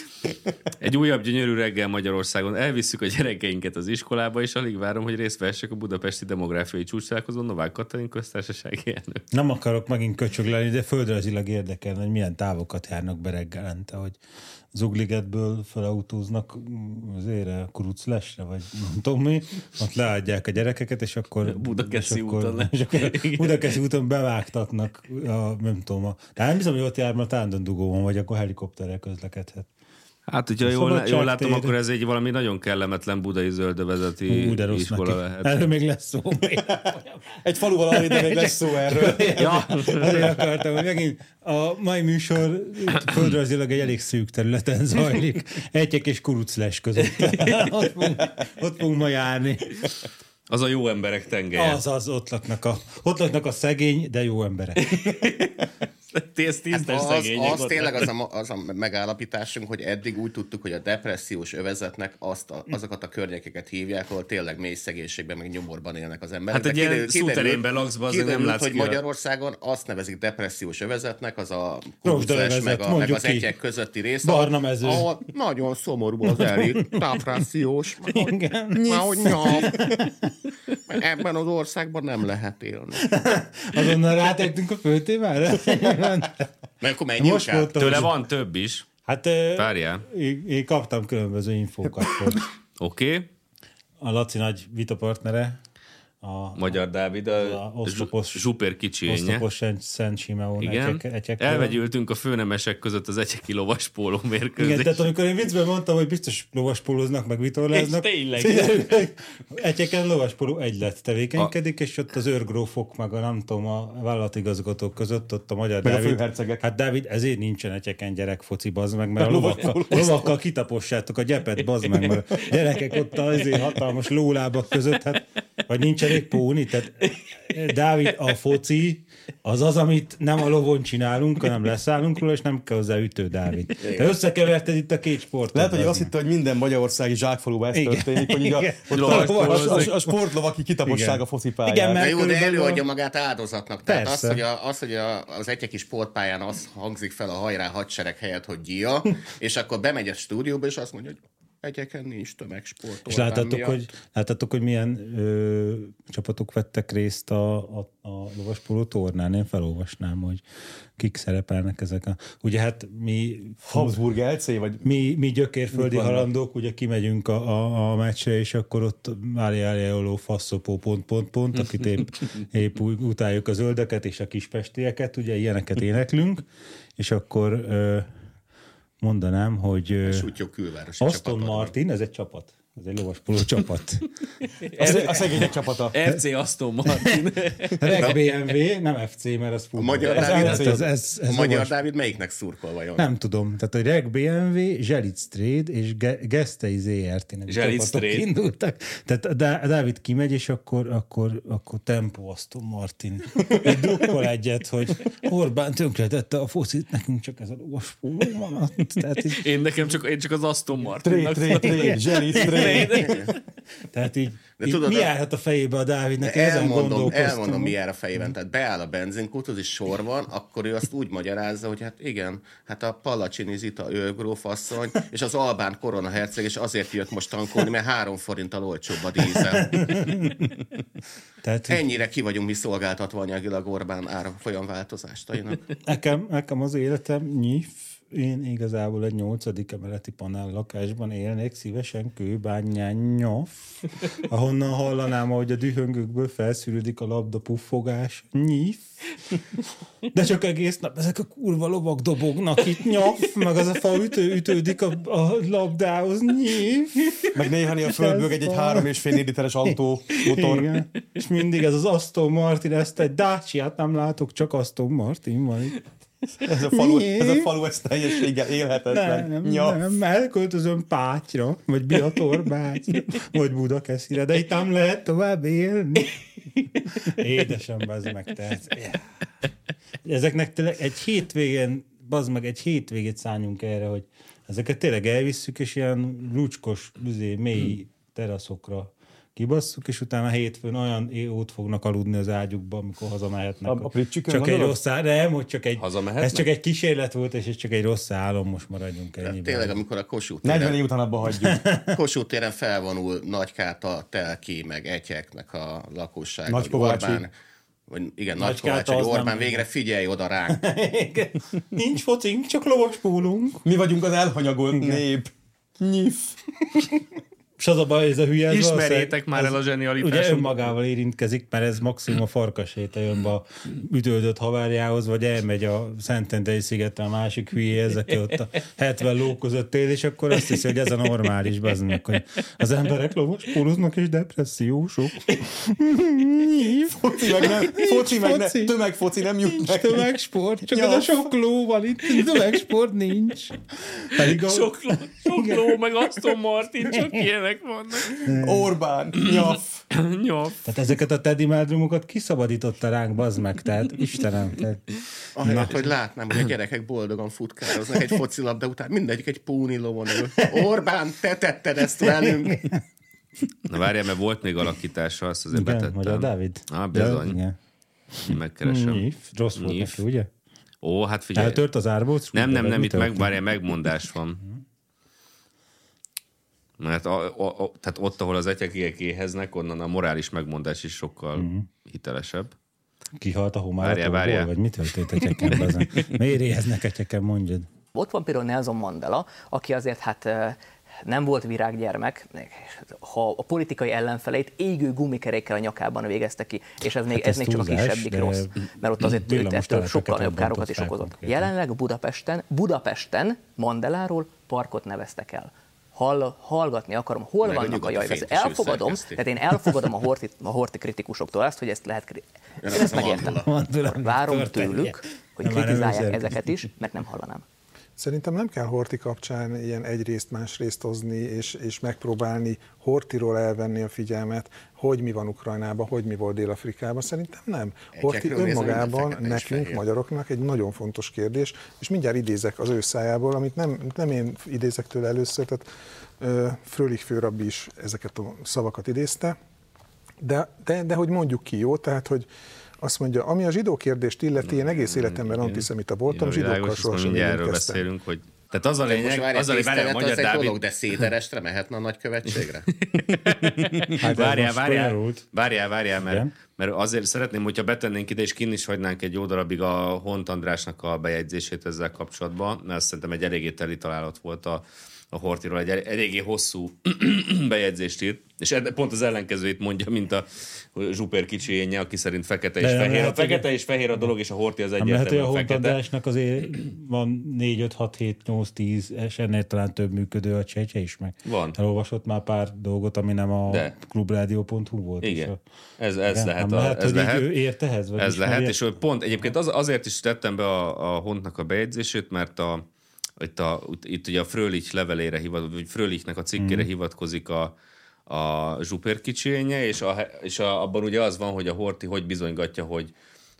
[SPEAKER 1] Egy újabb gyönyörű reggel Magyarországon. Elvisszük a gyerekeinket az iskolába, és alig várom, hogy részt vehessek a budapesti demográfiai csúcsálkozón Novák Katalin köztársasági elnök.
[SPEAKER 2] Nem akarok megint köcsöglelni, de földrajzilag érdekelne, hogy milyen távokat járnak be reggelente, hogy Zugligetből felautóznak mm, az ére Kuruclesre, vagy nem tudom mi, ott leadják a gyerekeket, és akkor...
[SPEAKER 1] Budakeszi
[SPEAKER 2] és akkor-
[SPEAKER 1] úton le-
[SPEAKER 2] És akkor
[SPEAKER 1] Igen.
[SPEAKER 2] Budakeszi úton bevágtatnak, a, nem tudom, a, de nem hiszem, hogy ott jár, mert tándondugóban vagy, akkor helikopterrel közlekedhet.
[SPEAKER 1] Hát, hogyha jól,
[SPEAKER 2] Szabadság
[SPEAKER 1] jól látom,
[SPEAKER 2] tér.
[SPEAKER 1] akkor ez egy valami nagyon kellemetlen budai zöldövezeti
[SPEAKER 2] Ú, de rossz neki.
[SPEAKER 1] iskola lehet.
[SPEAKER 2] Erről még lesz szó. még.
[SPEAKER 3] Egy faluval alig, de még lesz szó erről.
[SPEAKER 1] Ja,
[SPEAKER 2] Azért akartam, hogy megint a mai műsor földrajzilag egy elég szűk területen zajlik. Egyek és kurucles között. ott, fogunk, ott fogunk ma járni.
[SPEAKER 1] az a jó emberek tengelye.
[SPEAKER 2] Az az, ott laknak a, ott laknak a szegény, de jó emberek.
[SPEAKER 1] Tíz,
[SPEAKER 2] Hát
[SPEAKER 1] tízes
[SPEAKER 4] Hát Az,
[SPEAKER 1] szegények.
[SPEAKER 4] az
[SPEAKER 1] ott
[SPEAKER 4] tényleg az a, ma- az a megállapításunk, hogy eddig úgy tudtuk, hogy a depressziós övezetnek azt
[SPEAKER 1] Hm.
[SPEAKER 4] a, azokat a környékeket hívják, ahol tényleg mély szegénységben, meg nyomorban élnek az emberek.
[SPEAKER 1] Hát egy
[SPEAKER 4] De
[SPEAKER 1] ilyen
[SPEAKER 4] kiderül- kiderült-
[SPEAKER 1] szúterénben laksz be, azért nem
[SPEAKER 4] kiderült,
[SPEAKER 1] látsz
[SPEAKER 4] hogy
[SPEAKER 1] ki a-
[SPEAKER 4] Magyarországon azt nevezik depressziós övezetnek, az a
[SPEAKER 2] övezet,
[SPEAKER 4] kurucás, meg, a, meg
[SPEAKER 2] mondjuk
[SPEAKER 4] az
[SPEAKER 2] ki.
[SPEAKER 4] egyek közötti rész.
[SPEAKER 2] Barna
[SPEAKER 4] ahol-
[SPEAKER 2] mező.
[SPEAKER 4] Ahol nagyon szomorú az elit, depressziós, meg hogy- már hogy nyom. Ebben az országban nem lehet élni.
[SPEAKER 2] Azonnal rátettünk a fő témára.
[SPEAKER 4] Mert akkor menjünk
[SPEAKER 2] Most
[SPEAKER 4] át.
[SPEAKER 2] voltam.
[SPEAKER 1] Tőle van több is.
[SPEAKER 2] Hát ö,
[SPEAKER 1] Várjál.
[SPEAKER 2] én, én kaptam különböző infókat. hogy
[SPEAKER 1] Oké. Okay.
[SPEAKER 2] A Laci nagy vitapartnere, a
[SPEAKER 1] Magyar Dávid, a,
[SPEAKER 2] A oszlopos-
[SPEAKER 1] zsu- zsupér kicsénye.
[SPEAKER 2] Osztopos Szent- Szent Simeon
[SPEAKER 1] Igen.
[SPEAKER 2] egyek, egyekről.
[SPEAKER 1] Elvegyültünk a főnemesek között az egyeki lovas póló
[SPEAKER 2] Igen,
[SPEAKER 1] mérkőzés.
[SPEAKER 2] tehát amikor én viccben mondtam, hogy biztos lovaspólóznak, meg vitorláznak.
[SPEAKER 1] És tényleg.
[SPEAKER 2] Egyeken lovaspóló egy lett tevékenykedik, és ott az őrgrófok, meg a nem tudom, a vállalatigazgatók között, ott a magyar
[SPEAKER 3] Meg a
[SPEAKER 2] Dávid.
[SPEAKER 3] főhercegek.
[SPEAKER 2] Hát Dávid, ezért nincsen egyeken gyerek foci, bazd meg, mert a lovakkal, lovakkal kitapossátok a gyepet, bazd meg, mert a gyerekek ott azért hatalmas lólábak között, hát, vagy nincs elég póni, tehát Dávid, a foci az az, amit nem a lovon csinálunk, hanem leszállunk róla, és nem kell hozzá ütő, Dávid. Te összekeverted itt a két sportot.
[SPEAKER 3] Lehet, hogy
[SPEAKER 2] bazd
[SPEAKER 3] azt
[SPEAKER 2] meg.
[SPEAKER 3] hitte, hogy minden magyarországi zsákfaluban ez
[SPEAKER 2] Igen.
[SPEAKER 3] történik, hogy így a,
[SPEAKER 2] Igen.
[SPEAKER 3] ott
[SPEAKER 1] Lovas
[SPEAKER 3] a, a,
[SPEAKER 1] pólózik.
[SPEAKER 3] a, a sportlovak kitapossák
[SPEAKER 2] Igen.
[SPEAKER 3] a focipályán.
[SPEAKER 2] Igen,
[SPEAKER 4] Na
[SPEAKER 2] mert-
[SPEAKER 4] jó, de
[SPEAKER 2] körülbelül-
[SPEAKER 4] előadja magát áldozatnak. Tehát
[SPEAKER 2] Persze.
[SPEAKER 4] az, hogy, a, az, hogy a, az egyeki sportpályán az hangzik fel a hajrá hadsereg helyett, hogy dia, és akkor bemegy a stúdióba, és azt mondja, hogy egyeken nincs tömegsport.
[SPEAKER 2] És
[SPEAKER 4] Orbán
[SPEAKER 2] láttátok,
[SPEAKER 4] miatt.
[SPEAKER 2] hogy, láttátok, hogy milyen ö, csapatok vettek részt a, a, a lovaspoló tornán? Én felolvasnám, hogy kik szerepelnek ezek a... Ugye hát mi...
[SPEAKER 3] Habsburg LC, vagy
[SPEAKER 2] Mi, mi gyökérföldi
[SPEAKER 3] Mit vannak?
[SPEAKER 2] halandók, ugye kimegyünk a, a, a meccsre, és akkor ott Mária Elioló faszopó pont, pont, pont, akit épp, épp úgy utáljuk a zöldeket és a kispestieket, ugye ilyeneket éneklünk, és akkor ö, mondanám, hogy ö,
[SPEAKER 4] Sutyó külvárosi
[SPEAKER 2] Aston
[SPEAKER 4] csapatod.
[SPEAKER 2] Martin, ez egy csapat. Ez egy lovaspoló csapat.
[SPEAKER 3] A, a szegények csapata.
[SPEAKER 1] FC Aston Martin.
[SPEAKER 2] Reg BMW, nem FC, mert az futball.
[SPEAKER 4] Magyar
[SPEAKER 2] ez,
[SPEAKER 4] Dávid-
[SPEAKER 2] ez, ez, ez,
[SPEAKER 4] A
[SPEAKER 2] ez Hát,
[SPEAKER 4] magyar
[SPEAKER 2] lovas-
[SPEAKER 4] Dávid melyiknek szurkol vajon?
[SPEAKER 2] Nem tudom. Tehát, hogy Reg BMW, Zselic Trade és Ge- Gesztei ZRT nevű
[SPEAKER 1] Zselic
[SPEAKER 2] csapatok
[SPEAKER 1] Trade.
[SPEAKER 2] indultak. Tehát a Dá- Dávid kimegy, és akkor, akkor, akkor tempó Aston Martin. Egy drukkol egyet, hogy Orbán tönkretette a focit, nekünk csak ez a lovas póló van. Tehát így,
[SPEAKER 1] Én nekem csak, én csak az Aston
[SPEAKER 3] Tré,
[SPEAKER 1] Martinnak.
[SPEAKER 3] tré, tré, zseli, tré.
[SPEAKER 2] tehát így,
[SPEAKER 4] De
[SPEAKER 2] így
[SPEAKER 4] tudod,
[SPEAKER 2] mi
[SPEAKER 4] a-
[SPEAKER 2] járhat a fejébe a Dávidnek? Ezen
[SPEAKER 4] elmondom,
[SPEAKER 2] gondolkoztam.
[SPEAKER 4] elmondom, mi jár a fejében. Tehát beáll a benzinkúthoz, és sor van, akkor ő azt úgy magyarázza, hogy hát igen, hát a Palacsini Zita őrgróf asszony, és az Albán Korona herceg, és azért jött most tankolni, mert három forinttal olcsóbb a dízel.
[SPEAKER 2] Tehát, így-
[SPEAKER 4] Ennyire ki vagyunk mi szolgáltatva anyagilag Orbán árfolyam változásainak.
[SPEAKER 2] Nekem, nekem az életem nyif, én igazából egy nyolcadik emeleti panel lakásban élnék, szívesen kőbányán nyaf, ahonnan hallanám, ahogy a dühöngőkből felszűrődik a labda puffogás, nyif, de csak egész nap ezek a kurva lovak dobognak itt, nyaf, meg az a fa ütő, ütődik a, a labdához, nyif.
[SPEAKER 3] Meg néha a földből egy, egy három és fél literes autó, motor.
[SPEAKER 2] Igen. És mindig ez az Aston Martin, ezt egy Dacia-t nem látok, csak Aston Martin van itt.
[SPEAKER 3] Ez a falu, ez a falu, ez teljességgel élhetetlen.
[SPEAKER 2] Nem,
[SPEAKER 3] Ja.
[SPEAKER 2] nem, elköltözöm Pátyra, vagy Biatorbátyra, vagy Budakeszire, de itt nem lehet tovább élni. Édesem, bazd meg, tehát. Ezeknek tényleg egy hétvégén, bazd meg, egy hétvégét szálljunk erre, hogy ezeket tényleg elvisszük, és ilyen lucskos, üzé, mély teraszokra kibasszuk, és utána hétfőn olyan ót fognak aludni az ágyukba, amikor hazamehetnek.
[SPEAKER 3] A- a pricsikön
[SPEAKER 2] csak egy
[SPEAKER 3] gondolod?
[SPEAKER 2] rossz ál... nem, hogy csak egy,
[SPEAKER 1] Hazamehetnek?
[SPEAKER 2] ez csak egy kísérlet volt, és ez csak egy rossz álom, most maradjunk ennyiben.
[SPEAKER 4] Tényleg, amikor a Kossuth
[SPEAKER 3] 40
[SPEAKER 4] téren,
[SPEAKER 3] év után abba hagyjuk.
[SPEAKER 4] Kossuth téren felvonul Nagykáta, Telki, meg Egyeknek a lakosság,
[SPEAKER 3] Nagy
[SPEAKER 4] hogy
[SPEAKER 3] Kovácsi.
[SPEAKER 4] Orbán, vagy igen, Nagy,
[SPEAKER 2] Nagykáta
[SPEAKER 4] Kovács, hogy
[SPEAKER 2] az nem-
[SPEAKER 4] Orbán végre figyelj oda ránk.
[SPEAKER 2] Nincs focink, csak lovaspólunk.
[SPEAKER 3] Mi vagyunk az elhanyagolt nép. Nyif.
[SPEAKER 2] És az a baj, ez a hülye. ez
[SPEAKER 1] Ismerjétek
[SPEAKER 2] valószínűleg-
[SPEAKER 1] már el a
[SPEAKER 2] Ugye
[SPEAKER 1] zsenialitásunkat.
[SPEAKER 2] önmagával érintkezik, mert ez maximum a farkaséta jön be a üdöldött haverjához, vagy elmegy a Szentendrei szigetre a másik hülyéhez, aki ott a 70 ló között él, és akkor azt hiszi, hogy ez a normális baznak, hogy az emberek lovos póloznak és depressziósok.
[SPEAKER 3] Foci meg nem, foci meg nem,
[SPEAKER 2] Foci.
[SPEAKER 3] tömegfoci nem jut
[SPEAKER 2] Nincs
[SPEAKER 3] neki.
[SPEAKER 2] tömegsport, csak ez a
[SPEAKER 3] Ja.
[SPEAKER 2] sok ló van itt, tömegsport nincs. Pedig a,
[SPEAKER 1] Sok ló, sok ló, meg Aston Martin, csak ilyenek vannak.
[SPEAKER 3] Orbán, nyaf.
[SPEAKER 1] Nyap.
[SPEAKER 2] Tehát ezeket a Teddy Meldrumokat kiszabadította ránk, bazd meg, tehát Istenem. Tehát.
[SPEAKER 4] Ahelyett, hogy látnám, hogy a gyerekek boldogan futkároznak egy focilabda után, mindegyik egy púni lovon ül. Orbán, te tetted ezt velünk!
[SPEAKER 1] Na várjál, mert volt még alakítása, azt azért
[SPEAKER 2] Igen,
[SPEAKER 1] betettem.
[SPEAKER 2] magyar Dávid?
[SPEAKER 1] Á, bizony.
[SPEAKER 2] Ja, igen.
[SPEAKER 1] Megkeresem.
[SPEAKER 2] Nyif, rossz volt
[SPEAKER 1] Nyif.
[SPEAKER 2] neki, ugye?
[SPEAKER 1] Ó, hát figyelj.
[SPEAKER 2] Eltört az árbóc?
[SPEAKER 1] Nem, nem,
[SPEAKER 2] Vagy
[SPEAKER 1] nem,
[SPEAKER 2] mi
[SPEAKER 1] itt
[SPEAKER 2] történt?
[SPEAKER 1] meg, várjál, megmondás van. Mert a, a, a, tehát ott, ahol az egyekiek éheznek, onnan a morális megmondás is sokkal
[SPEAKER 2] Mhm.
[SPEAKER 1] hitelesebb.
[SPEAKER 2] Kihalt a
[SPEAKER 1] Várjál,
[SPEAKER 2] homár
[SPEAKER 1] várjál.
[SPEAKER 2] vagy mi történt a csekken, bazen? Miért éheznek a csekken, mondjad?
[SPEAKER 5] Ott van például Nelson Mandela, aki azért hát ö, nem volt virággyermek, ha a politikai ellenfeleit égő gumikerékkel a nyakában végezte ki, és ez még,
[SPEAKER 2] Hát
[SPEAKER 5] ez
[SPEAKER 2] ez
[SPEAKER 5] még csak a
[SPEAKER 2] túlzás,
[SPEAKER 5] kisebbik
[SPEAKER 2] de
[SPEAKER 5] rossz, mert ott azért őt
[SPEAKER 2] villamos
[SPEAKER 5] ettől sokkal
[SPEAKER 2] telepeket
[SPEAKER 5] nagyobb károkat is
[SPEAKER 2] robbantották
[SPEAKER 5] okozott.
[SPEAKER 2] konkrétan.
[SPEAKER 5] Jelenleg Budapesten, Budapesten Mandeláról parkot neveztek el. Hall, hallgatni akarom, hol
[SPEAKER 4] Meg a
[SPEAKER 5] vannak a
[SPEAKER 4] nyugati
[SPEAKER 5] jajvesz.
[SPEAKER 4] fényt is
[SPEAKER 5] Elfogadom,
[SPEAKER 4] őszerkezték.
[SPEAKER 5] tehát én elfogadom a horti, a horti kritikusoktól azt, hogy ezt lehet... Kri- én
[SPEAKER 4] az
[SPEAKER 5] ezt
[SPEAKER 4] a
[SPEAKER 5] megértem.
[SPEAKER 4] Mandela.
[SPEAKER 2] Mandela,
[SPEAKER 5] Akkor Várom
[SPEAKER 2] történje.
[SPEAKER 5] tőlük, hogy
[SPEAKER 2] Na, már nem
[SPEAKER 5] kritizálják
[SPEAKER 2] őszerkezik.
[SPEAKER 5] ezeket is, mert nem hallanám.
[SPEAKER 6] Szerintem nem kell Horti kapcsán ilyen egyrészt másrészt hozni, és, és megpróbálni Hortiról elvenni a figyelmet, hogy mi van Ukrajnában, hogy mi volt Dél-Afrikában. Szerintem nem. Horti
[SPEAKER 4] gyakran nézem,
[SPEAKER 6] önmagában
[SPEAKER 4] minden fekete és
[SPEAKER 6] nekünk,
[SPEAKER 4] fehér.
[SPEAKER 6] magyaroknak egy nagyon fontos kérdés, és mindjárt idézek az ő szájából, amit nem, nem én idézek tőle először, tehát ö, Frölich főrabbi is ezeket a szavakat idézte, de, de, de hogy mondjuk ki, jó? Tehát, hogy azt mondja, ami a zsidó kérdést illeti, én egész életemben antiszemita voltam,
[SPEAKER 1] Jól
[SPEAKER 6] zsidókkal
[SPEAKER 1] Hmm, világos, most
[SPEAKER 6] sohasem
[SPEAKER 1] mindjárt erről
[SPEAKER 6] érintkeztem.
[SPEAKER 1] beszélünk, hogy... Tehát az a
[SPEAKER 4] Most
[SPEAKER 1] lényeg,
[SPEAKER 4] várjál,
[SPEAKER 1] az a lényeg, várjál,
[SPEAKER 4] tisztelet az
[SPEAKER 1] magyar
[SPEAKER 4] egy dolog,
[SPEAKER 1] Dávid,
[SPEAKER 4] de széderestre mehetne a nagykövetségre?
[SPEAKER 2] Hát ez
[SPEAKER 1] várjál,
[SPEAKER 2] Hát most
[SPEAKER 1] várjál,
[SPEAKER 2] bonyolult.
[SPEAKER 1] várjál, várjál, mert
[SPEAKER 2] Igen.
[SPEAKER 1] Mert azért szeretném, hogyha betennénk ide, és kin is hagynánk egy jó darabig a Hont Andrásnak a bejegyzését ezzel kapcsolatban, mert azt szerintem egy eléggé teli találat volt a, a Hortiról, egy el- eléggé hosszú bejegyzést írt, és ed- pont az ellenkezőjét mondja, mint a Zsuper kicsiénje, aki szerint fekete és
[SPEAKER 2] De nem
[SPEAKER 1] fehér.
[SPEAKER 2] lehet,
[SPEAKER 1] a fekete és fehér a dolog, és a Horti az
[SPEAKER 2] Nem lehet, hogy a
[SPEAKER 1] egyértelműen fekete.
[SPEAKER 2] hontadásnak azért van 4, 5, 6, 7, 8, 10, és ennél talán több működő a csejtje is meg.
[SPEAKER 1] Van.
[SPEAKER 2] Elolvasott már pár dolgot, ami nem a
[SPEAKER 1] De.
[SPEAKER 2] De. klubrádió.hu volt. és
[SPEAKER 1] Igen.
[SPEAKER 2] a-
[SPEAKER 1] Ez, ez
[SPEAKER 2] Igen,
[SPEAKER 1] lehet.
[SPEAKER 2] nem
[SPEAKER 1] A,
[SPEAKER 2] lehet,
[SPEAKER 1] ez
[SPEAKER 2] hogy így
[SPEAKER 1] lehet.
[SPEAKER 2] ő ért ehhez, vagy
[SPEAKER 1] ez
[SPEAKER 2] ismeri
[SPEAKER 1] lehet,
[SPEAKER 2] ezt?
[SPEAKER 1] és hogy pont egyébként az, azért is tettem be a, a Hontnak a bejegyzését, mert a, itt, a, itt ugye a Frölich levelére hivatkozik, vagy Frölichnek a cikkére
[SPEAKER 2] Mhm.
[SPEAKER 1] mm. hivatkozik a, a Zsuper kicsénye, és, a, és a, abban ugye az van, hogy a Horti hogy bizonygatja, hogy,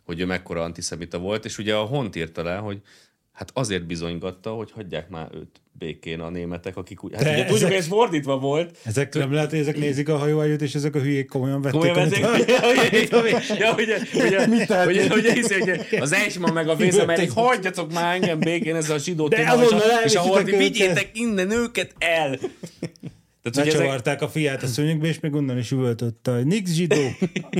[SPEAKER 1] hogy ő mekkora antiszemita volt, és ugye a Hont írta le, hogy hát azért bizonygatta, hogy hagyják már őt békén a németek, akik úgy... Hát
[SPEAKER 2] De
[SPEAKER 1] ugye tudjuk,
[SPEAKER 2] ezek-
[SPEAKER 1] hogy ez fordítva volt,
[SPEAKER 2] Ezek nem lehet, hogy ezek nézik a hajóágyút, és ezek a hülyék komolyan vették.
[SPEAKER 1] Komolyan
[SPEAKER 2] amit-
[SPEAKER 1] ezek, ja, ugye, ugye, ugye, ugye, ugye, hiszi, ugye, az Esma meg a Vézamerik, hagyjatok már engem békén ezzel a zsidó témával, és
[SPEAKER 2] azonnal
[SPEAKER 1] a, és a
[SPEAKER 2] elviszitek
[SPEAKER 1] hordi,
[SPEAKER 2] őket.
[SPEAKER 1] vigyétek innen őket el. Tehát, hogy ezek,
[SPEAKER 2] Becsavarták a fiát a szőnyegbe, és még onnan is üvöltötte, hogy nix zsidó,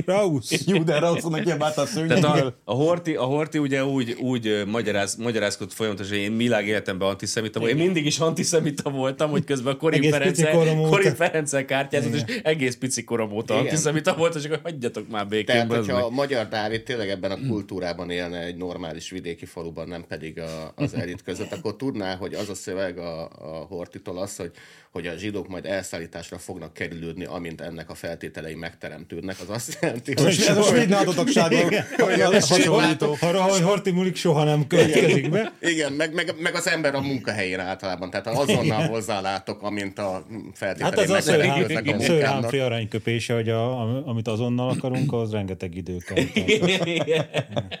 [SPEAKER 2] Raus.
[SPEAKER 3] Juden Rausonnak kiabált a szőnyegről.
[SPEAKER 1] tehát a, a, horti, a horti ugye úgy, úgy ö, magyaráz, magyarázkodott folyamatosan, hogy én világ életemben antiszemita voltam. Én mindig is antiszemita voltam, hogy közben a Korin
[SPEAKER 2] Egész pici
[SPEAKER 1] Ferenccel,
[SPEAKER 2] korom óta.
[SPEAKER 1] Korin Ferenccel kártyázott, és egész pici korom óta
[SPEAKER 4] Igen.
[SPEAKER 1] antiszemita volt, és akkor hagyjatok már békén.
[SPEAKER 4] Tehát,
[SPEAKER 1] bazd
[SPEAKER 4] hogyha
[SPEAKER 1] meg.
[SPEAKER 4] a magyar Dávid tényleg ebben a kultúrában élne egy normális vidéki faluban, nem pedig a, az elit között, akkor tudná, hogy az a szöveg a, a Hortitól az, hogy, hogy a zsidók majd elszállításra fognak kerülődni, amint ennek a feltételei megteremtődnek. Az azt jelenti, hogy...
[SPEAKER 3] Ez a svéd nádatagságról hasonlító.
[SPEAKER 2] Arra, hogy Horti Mulik soha nem következik be.
[SPEAKER 4] Igen, meg, meg, meg, az ember a munkahelyén általában, tehát azonnal hozzálátok, amint a
[SPEAKER 2] Hát
[SPEAKER 4] feltételei
[SPEAKER 2] az hát, a
[SPEAKER 4] megteremtődnek a
[SPEAKER 2] Sir
[SPEAKER 4] munkának.
[SPEAKER 2] Humphrey aranyköpése, hogy a, am- amit azonnal akarunk, az rengeteg idő kell. Tehát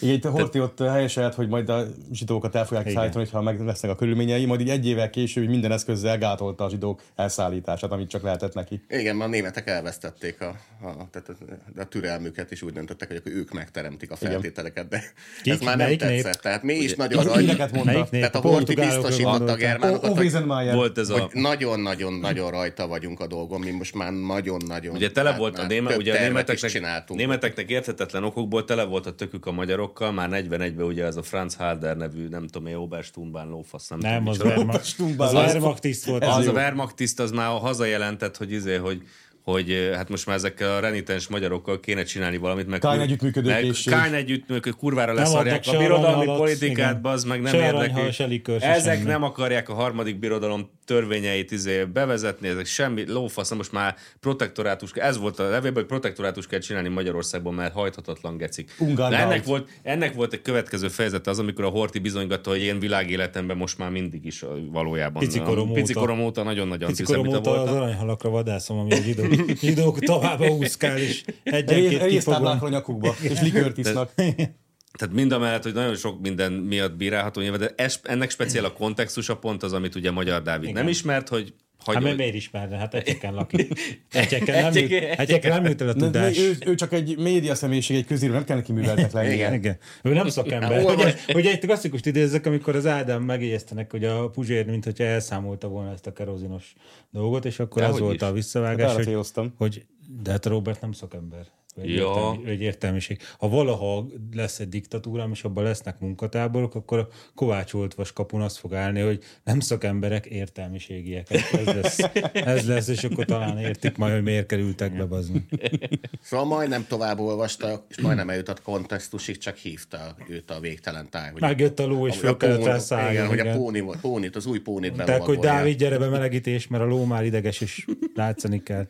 [SPEAKER 3] Igen, itt a Horti ott helyeselt, hogy majd a zsidókat el fogják szállítani, hogyha meg lesznek a körülményei, majd így egy évvel később minden eszközzel gátolta a zsidók elszállítását, amit csak lehetett neki.
[SPEAKER 4] Igen, mert a németek elvesztették a, a, tehát a, a türelmüket, és úgy döntöttek, hogy akkor ők megteremtik a feltételeket, de
[SPEAKER 2] Kik?
[SPEAKER 4] ez már nem
[SPEAKER 2] Melyik
[SPEAKER 4] tetszett.
[SPEAKER 2] nép?
[SPEAKER 4] Tehát mi is nagyon
[SPEAKER 3] Az íreket
[SPEAKER 4] rajta,
[SPEAKER 3] mondta.
[SPEAKER 2] Melyik nép?
[SPEAKER 4] tehát a
[SPEAKER 2] A
[SPEAKER 4] Horti
[SPEAKER 2] portugálokra
[SPEAKER 4] biztosította a
[SPEAKER 2] gondoltam.
[SPEAKER 4] germánokat, hogy-
[SPEAKER 3] Ovézenmájer.
[SPEAKER 1] Volt ez a...
[SPEAKER 4] hogy nagyon-nagyon-nagyon rajta vagyunk a dolgon, mi most már nagyon-nagyon...
[SPEAKER 1] Ugye tele
[SPEAKER 4] hát
[SPEAKER 1] volt a,
[SPEAKER 4] már
[SPEAKER 1] néme,
[SPEAKER 4] több
[SPEAKER 1] ugye a
[SPEAKER 4] tervet is
[SPEAKER 1] németeknek,
[SPEAKER 4] csináltunk.
[SPEAKER 1] németeknek érthetetlen okokból tele volt a tökük a magyarokkal, már 41-ben ugye ez a Franz Halder nevű, nem tudom én, Oberstumbán lófasz, nem,
[SPEAKER 2] Nem,
[SPEAKER 1] tudom,
[SPEAKER 2] az
[SPEAKER 1] micsoda.
[SPEAKER 2] Wehrmacht.
[SPEAKER 3] Stumbál.
[SPEAKER 2] Az Wehrmacht tiszt volt.
[SPEAKER 1] az
[SPEAKER 2] Az
[SPEAKER 1] a Wehrmacht tiszt, az már hazajelentett, hogy izé, hogy hogy eh, hát most már ezekkel a renitens magyarokkal kéne csinálni valamit, meg
[SPEAKER 3] Kájn együttműködőkészség.
[SPEAKER 1] Kány együttműködő, kurvára
[SPEAKER 2] Nem
[SPEAKER 1] leszarják
[SPEAKER 2] adnak
[SPEAKER 1] a
[SPEAKER 2] se
[SPEAKER 1] birodalmi
[SPEAKER 2] aranyhalat,
[SPEAKER 1] politikát,
[SPEAKER 2] igen.
[SPEAKER 1] bazd meg nem
[SPEAKER 2] Se aranyhal, se
[SPEAKER 1] érdekli.
[SPEAKER 2] likőr, se
[SPEAKER 1] Ezek
[SPEAKER 2] semmi.
[SPEAKER 1] nem akarják a harmadik birodalom törvényeit izé bevezetni, ezek semmi lófasz, most már protektorátus, ez volt a levélben, hogy protektorátus kell csinálni Magyarországban, mert hajthatatlan gecik.
[SPEAKER 3] Ungarn
[SPEAKER 1] Na, ennek,
[SPEAKER 3] out.
[SPEAKER 1] volt, ennek volt egy következő fejezete az, amikor a Horti bizonygatta, hogy én világéletemben most már mindig is eh, valójában.
[SPEAKER 2] Pici korom óta.
[SPEAKER 1] Pici korom óta nagyon nagy
[SPEAKER 2] Picikorom
[SPEAKER 1] antiszemita
[SPEAKER 2] óta az
[SPEAKER 1] voltam.
[SPEAKER 2] aranyhalakra vadászom, ami a zsidó, zsidók tovább úszkál, és
[SPEAKER 3] Rész-
[SPEAKER 2] egyenként kifogom.
[SPEAKER 3] Résztáblákra nyakukba, és likőrt isznak.
[SPEAKER 1] Tehát mind a mellett, hogy nagyon sok minden miatt bírálható nyilván, de es, ennek speciál a kontextusa pont az, amit ugye Magyar Dávid Igen. nem ismert, hogy
[SPEAKER 2] Hát
[SPEAKER 1] hagyom,
[SPEAKER 2] mert miért ismerne? Hát egyeken lakik. Egyeken nem, jut, egyeken nem jut el a
[SPEAKER 3] De- de
[SPEAKER 2] tudás.
[SPEAKER 3] Ő, ő, csak egy média személyiség, egy közíró, nem kell neki műveltek lenni.
[SPEAKER 4] Igen.
[SPEAKER 2] Igen. Ő nem szakember.
[SPEAKER 4] Na,
[SPEAKER 2] Ugye,
[SPEAKER 4] olvas.
[SPEAKER 2] ugye egy klasszikust idézzek, amikor az Ádám megjegyeztenek, hogy a Puzsér, mint hogyha elszámolta volna ezt a kerozinos dolgot, és akkor az
[SPEAKER 1] Dehogy
[SPEAKER 2] volt
[SPEAKER 1] is.
[SPEAKER 2] a visszavágás,
[SPEAKER 3] Hát arra
[SPEAKER 2] hogy,
[SPEAKER 3] céloztam.
[SPEAKER 2] hogy de hát Robert nem szakember. Ő Egy,
[SPEAKER 1] Ja.
[SPEAKER 2] értelmi, ő egy értelmiség. Ha valaha lesz egy diktatúrám, és abban lesznek munkatáborok, akkor a Kovács Oltvas kapun azt fog állni, hogy nem szakemberek, értelmiségiek. Ez lesz, ez lesz és akkor talán értik majd, hogy miért kerültek be bazni.
[SPEAKER 4] Szóval majdnem tovább olvasta, és majdnem eljutott kontextusig, csak hívta őt a végtelen táj. Hogy
[SPEAKER 2] Megjött a ló, és
[SPEAKER 4] a
[SPEAKER 2] föl kellett
[SPEAKER 4] póni-
[SPEAKER 2] rá szállni,
[SPEAKER 4] Igen, hogy a póni, pónit, az új pónit
[SPEAKER 2] Tehát, hogy
[SPEAKER 4] belovagolja.
[SPEAKER 2] Dávid, gyere be melegítés, mert a ló már ideges, és látszani kell.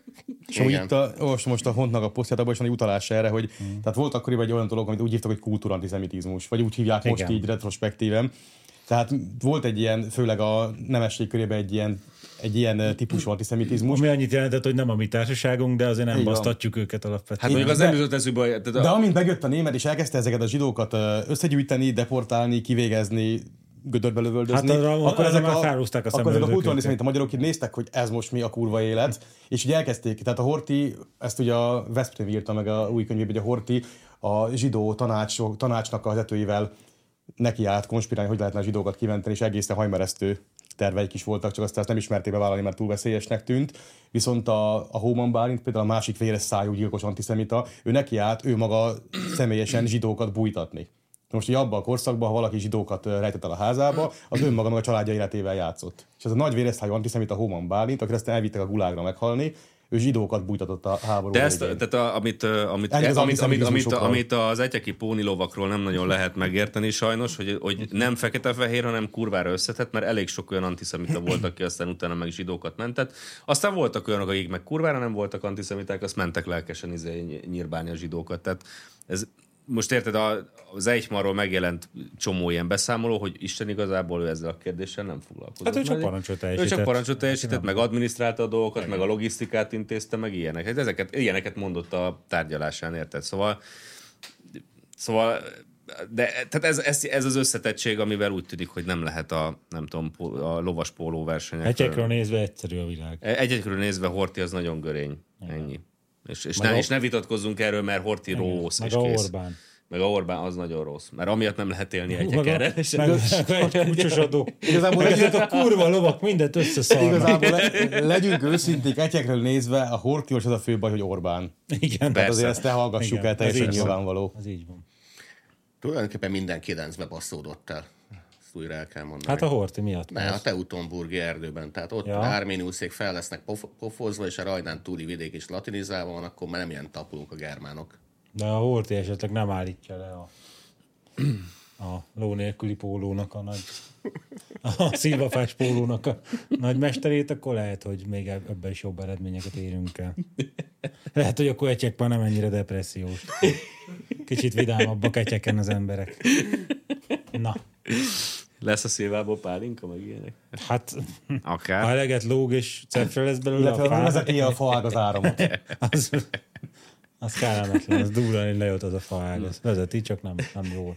[SPEAKER 3] És amúgy
[SPEAKER 4] Igen.
[SPEAKER 3] itt a, olvastam most a Hontnak a posztját, abban is van egy utalás erre, hogy mm. tehát volt akkoriban egy olyan dolog, amit úgy hívtak, hogy kultúrantiszemitizmus, vagy úgy hívják most
[SPEAKER 2] Igen.
[SPEAKER 3] így retrospektíven. Tehát volt egy ilyen, főleg a nemesség körében egy ilyen, egy ilyen eh, típusú antiszemitizmus.
[SPEAKER 2] Ami annyit jelentett, hogy nem a mi társaságunk, de azért nem
[SPEAKER 3] Így van.
[SPEAKER 2] basztatjuk őket alapvetően.
[SPEAKER 1] Hát mondjuk az
[SPEAKER 3] de-
[SPEAKER 1] nem jutott eszükbe, hogy- tehát
[SPEAKER 3] De
[SPEAKER 1] a-
[SPEAKER 3] amint megjött a német, és elkezdte ezeket a zsidókat ö, összegyűjteni, deportálni, kivégezni, gödörbe lövöldözni,
[SPEAKER 2] Hát arra- arra már felhúzták a
[SPEAKER 3] akkor ezek a
[SPEAKER 2] szemöldöküket.
[SPEAKER 3] kultúrani szerint a magyarok így néztek, hogy ez most mi a kurva élet, és így elkezdték. Tehát a Horti, ezt ugye a Veszprém írta meg a új könyvében, hogy a Horti a zsidó tanácsok, tanácsnak a vezetőivel neki állt konspirálni, hogy lehetne a zsidókat kiventeni, és egészen hajmeresztő terveik is voltak, csak azt ezt nem ismerték bevállalni, mert túl veszélyesnek tűnt. Viszont a, a Hóman Bálint, például a másik véres szájú gyilkos antiszemita, ő neki állt, ő maga személyesen zsidókat bújtatni. Most, hogy abban a korszakban, ha valaki zsidókat rejtett el a házába, az önmaga meg a családja életével játszott. És ez a nagy véreszthájú antiszemita Hóman Bálint, akit aztán elvittek a gulágra meghalni, ő zsidókat bújtatott a háború
[SPEAKER 1] De ezt, tehát a, amit, ö, amit,
[SPEAKER 3] Elég
[SPEAKER 1] ez,
[SPEAKER 3] az
[SPEAKER 1] amit, amit, amit,
[SPEAKER 3] antiszemitizmusokkal.
[SPEAKER 1] amit az egyeki póni lovakról nem nagyon lehet megérteni sajnos, hogy, hogy nem fekete-fehér, hanem kurvára összetett, mert elég sok olyan antiszemita volt, aki aztán utána meg zsidókat mentett. Aztán voltak olyanok, akik meg kurvára nem voltak antiszemiták, azt mentek lelkesen izé, ny- nyírbálni a zsidókat. Tehát ez, most érted, a- az Eichmannról megjelent csomó ilyen beszámoló, hogy Isten igazából ő ezzel a kérdéssel nem foglalkozott.
[SPEAKER 2] Hát ő csak
[SPEAKER 1] Nagy-
[SPEAKER 2] parancsot
[SPEAKER 1] Ő csak
[SPEAKER 2] teljesített.
[SPEAKER 1] parancsot teljesített, meg adminisztrálta a dolgokat, meg a logisztikát intézte, meg ilyenek. Hát ezeket, ilyeneket mondott a tárgyalásán, érted? Szóval, szóval de tehát ez, ez, ez, az összetettség, amivel úgy tűnik, hogy nem lehet a, nem tudom, pó- a lovas póló versenyek.
[SPEAKER 2] Egyekről nézve egyszerű a világ.
[SPEAKER 1] Egyekről nézve Horti az nagyon görény. Ennyi. És, és,
[SPEAKER 2] Meg
[SPEAKER 1] ne,
[SPEAKER 2] a-
[SPEAKER 1] és ne vitatkozzunk erről, mert Horti rossz,
[SPEAKER 2] Meg
[SPEAKER 1] és
[SPEAKER 2] a
[SPEAKER 1] kész.
[SPEAKER 2] Orbán.
[SPEAKER 1] Meg a Orbán az nagyon rossz, mert amiatt nem lehet élni
[SPEAKER 2] Meg a,
[SPEAKER 1] egyekkel. És-
[SPEAKER 2] meg a kucsos adó.
[SPEAKER 3] Igazából
[SPEAKER 2] Meg
[SPEAKER 3] egy-
[SPEAKER 2] ezek a kurva lovak mindent összeszarnak.
[SPEAKER 3] Igazából le, legyünk őszinték, egyekről nézve a hortilos az a fő baj, hogy Orbán.
[SPEAKER 2] Igen.
[SPEAKER 1] Persze.
[SPEAKER 3] Azért ezt ne hallgassuk
[SPEAKER 2] Igen,
[SPEAKER 3] el, teljesen
[SPEAKER 2] ez így van.
[SPEAKER 3] nyilvánvaló.
[SPEAKER 2] Ez így van.
[SPEAKER 4] Tulajdonképpen minden kilencbe basszódott el. Ezt újra el kell mondani.
[SPEAKER 2] Hát a Horti miatt.
[SPEAKER 4] Ne, a Teutonburgi erdőben. Tehát ott
[SPEAKER 2] Ja.
[SPEAKER 4] ja. árméniuszék fel lesznek pof- pofozva, és a Rajnán túli vidék is latinizálva van, akkor már nem ilyen tapulunk a germánok.
[SPEAKER 2] De a Horti esetleg nem állítja le a, a ló nélküli pólónak a nagy a szilvafás pólónak a nagy mesterét, akkor lehet, hogy még eb- ebben is jobb eredményeket érünk el. Lehet, hogy akkor egyek már nem ennyire depressziós. Kicsit vidámabbak egyeken az emberek. Na,
[SPEAKER 1] Lesz a szilvából pálinka, meg ilyenek.
[SPEAKER 2] hát ha
[SPEAKER 1] Akár.
[SPEAKER 2] eleget lóg és cepfre lesz belőle a
[SPEAKER 3] Illetve
[SPEAKER 2] fáz,
[SPEAKER 3] vezeti a faág az áramot.
[SPEAKER 2] az, az kellemetlen, az durrani lejött az a faág, az vezeti, csak nem, nem jól.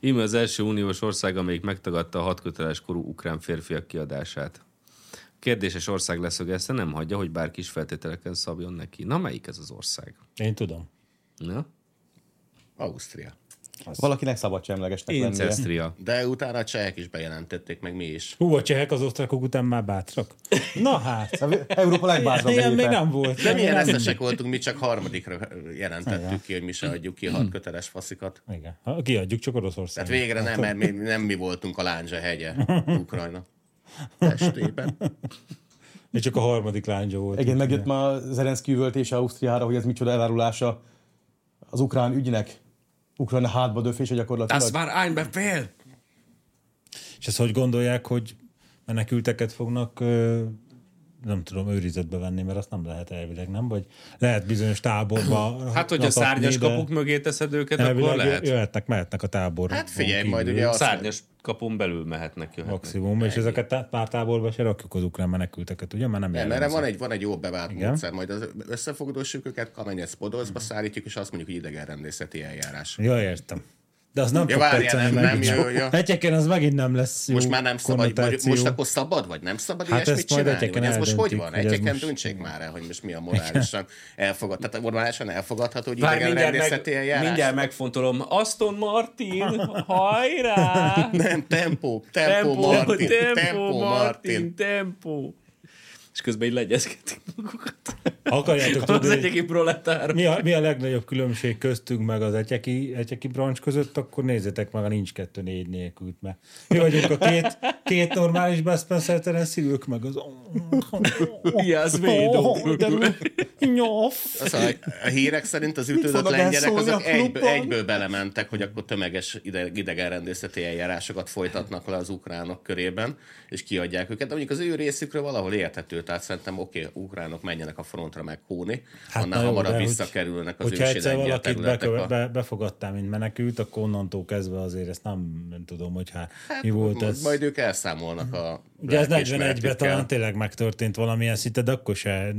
[SPEAKER 1] Íme az első uniós ország, amelyik megtagadta a hatköteles korú ukrán férfiak kiadását. Kérdéses ország leszögezte, nem hagyja, hogy bárki is feltételeken szabjon neki. Na, melyik ez az ország?
[SPEAKER 2] Én tudom.
[SPEAKER 1] Na?
[SPEAKER 4] Ausztria.
[SPEAKER 3] Valakinek szabad semlegesnek lennie.
[SPEAKER 1] Incestria.
[SPEAKER 4] De utána a csehek is bejelentették, meg mi is.
[SPEAKER 2] Hú, a csehek az osztrákok után már bátrak. Na hát,
[SPEAKER 3] Európa legbátrabb
[SPEAKER 2] ilyen még
[SPEAKER 3] népe.
[SPEAKER 2] nem volt.
[SPEAKER 4] De milyen eszesek voltunk, mi csak harmadikra jelentettük ki, hogy mi se adjuk ki a hat köteles faszikat.
[SPEAKER 2] Igen, ha kiadjuk csak
[SPEAKER 4] Tehát
[SPEAKER 2] Oroszországot.
[SPEAKER 4] végre nem, mert mi, nem mi voltunk a Lándzsa hegye Ukrajna testében.
[SPEAKER 2] És csak a harmadik lányja volt.
[SPEAKER 3] Igen, megjött már Zelenszky üvöltése Ausztriára, hogy ez micsoda elárulása az ukrán ügynek. Ukrán hátba döfése gyakorlatilag.
[SPEAKER 1] Das war ein Befehl!
[SPEAKER 2] És ezt hogy gondolják, hogy menekülteket fognak ö, nem tudom, őrizetbe venni, mert azt nem lehet elvileg, nem? Vagy lehet bizonyos táborba
[SPEAKER 1] Hát, hogy a
[SPEAKER 2] rakatni,
[SPEAKER 1] szárnyas
[SPEAKER 2] de
[SPEAKER 1] kapuk mögé teszed őket,
[SPEAKER 2] elvileg
[SPEAKER 1] akkor lehet.
[SPEAKER 2] Jöhetnek, mehetnek a táborba.
[SPEAKER 4] Hát figyelj, majd ugye azt,
[SPEAKER 1] Szárnyas kapun belül mehetnek, jöhetnek.
[SPEAKER 2] Maximum, és ezeket tá- pár táborba se rakjuk az ukrán menekülteket, ugye? Mert nem,
[SPEAKER 4] Nem,
[SPEAKER 2] jellemző.
[SPEAKER 4] erre van egy, van egy jó bevált
[SPEAKER 2] Igen.
[SPEAKER 4] Igen. módszer, majd az összefogdósjuk őket, kamenyec podolcba szállítjuk, és azt mondjuk, hogy idegenrendészeti eljárás.
[SPEAKER 2] Ja, értem. De az nem
[SPEAKER 4] Ja,
[SPEAKER 2] fog
[SPEAKER 4] várjál,
[SPEAKER 2] tetszeni
[SPEAKER 4] nem-
[SPEAKER 2] megint.
[SPEAKER 4] nem jó, ja.
[SPEAKER 2] Egyeken az megint nem lesz jó
[SPEAKER 4] Most már nem szabad, vagy,
[SPEAKER 2] konnotáció.
[SPEAKER 4] most akkor szabad, vagy nem szabad
[SPEAKER 2] Hát
[SPEAKER 4] hát ilyesmit
[SPEAKER 2] ezt majd
[SPEAKER 4] csinálni?
[SPEAKER 2] egyeken
[SPEAKER 4] Vagy ez most hogy
[SPEAKER 2] eldöntik,
[SPEAKER 4] van?
[SPEAKER 2] hogy ez
[SPEAKER 4] Egyeken
[SPEAKER 2] most-
[SPEAKER 4] döntsék már el, hogy most mi a morálisan elfogad, tehát normálisan elfogadható, hogy
[SPEAKER 1] Vár,
[SPEAKER 4] idegenrendészeti eljárás.
[SPEAKER 1] mindjárt megfontolom. Aston Martin, hajrá!
[SPEAKER 4] Nem, tempó, tempó, Martin, tempó, Martin.
[SPEAKER 1] tempó. És közben így legyezgetik magukat.
[SPEAKER 2] Akarjátok
[SPEAKER 1] Az
[SPEAKER 2] tudni,
[SPEAKER 1] egyik proletár.
[SPEAKER 2] mi a, mi a legnagyobb különbség köztünk meg az egyeki, egyeki brancs között, akkor nézzétek meg a nincs kettő négy nélkül, mert mi vagyunk a két, két normális Best Spencer szívők, meg az...
[SPEAKER 1] Yes, we do.
[SPEAKER 2] de nyof.
[SPEAKER 4] Szóval a hírek szerint az ütődött
[SPEAKER 3] fognak
[SPEAKER 4] lengyelek
[SPEAKER 3] elszólni
[SPEAKER 4] azok
[SPEAKER 3] a klubban?
[SPEAKER 4] egyből, egyből belementek, hogy akkor tömeges ide- idegenrendészeti eljárásokat folytatnak le az ukránok körében, és kiadják őket. De mondjuk az ő részükről valahol érthető, tehát szerintem oké, ukránok menjenek a frontra meg hóni, hát annál hamarabb visszakerülnek az
[SPEAKER 2] Hogyha
[SPEAKER 4] ősi
[SPEAKER 2] egyszer
[SPEAKER 4] lengyel
[SPEAKER 2] valakit
[SPEAKER 4] területek.
[SPEAKER 2] beköve,
[SPEAKER 4] a-
[SPEAKER 2] be, befogadtál, mint menekült, akkor onnantól kezdve azért ezt nem, nem tudom, hogy hát, mi volt
[SPEAKER 4] Majd-
[SPEAKER 2] ez.
[SPEAKER 4] Majd ők elszámolnak a
[SPEAKER 2] Ugye ez
[SPEAKER 4] lelkiismeretükkel.
[SPEAKER 2] 41-ben talán tényleg megtörtént valamilyen szinte, de akkor se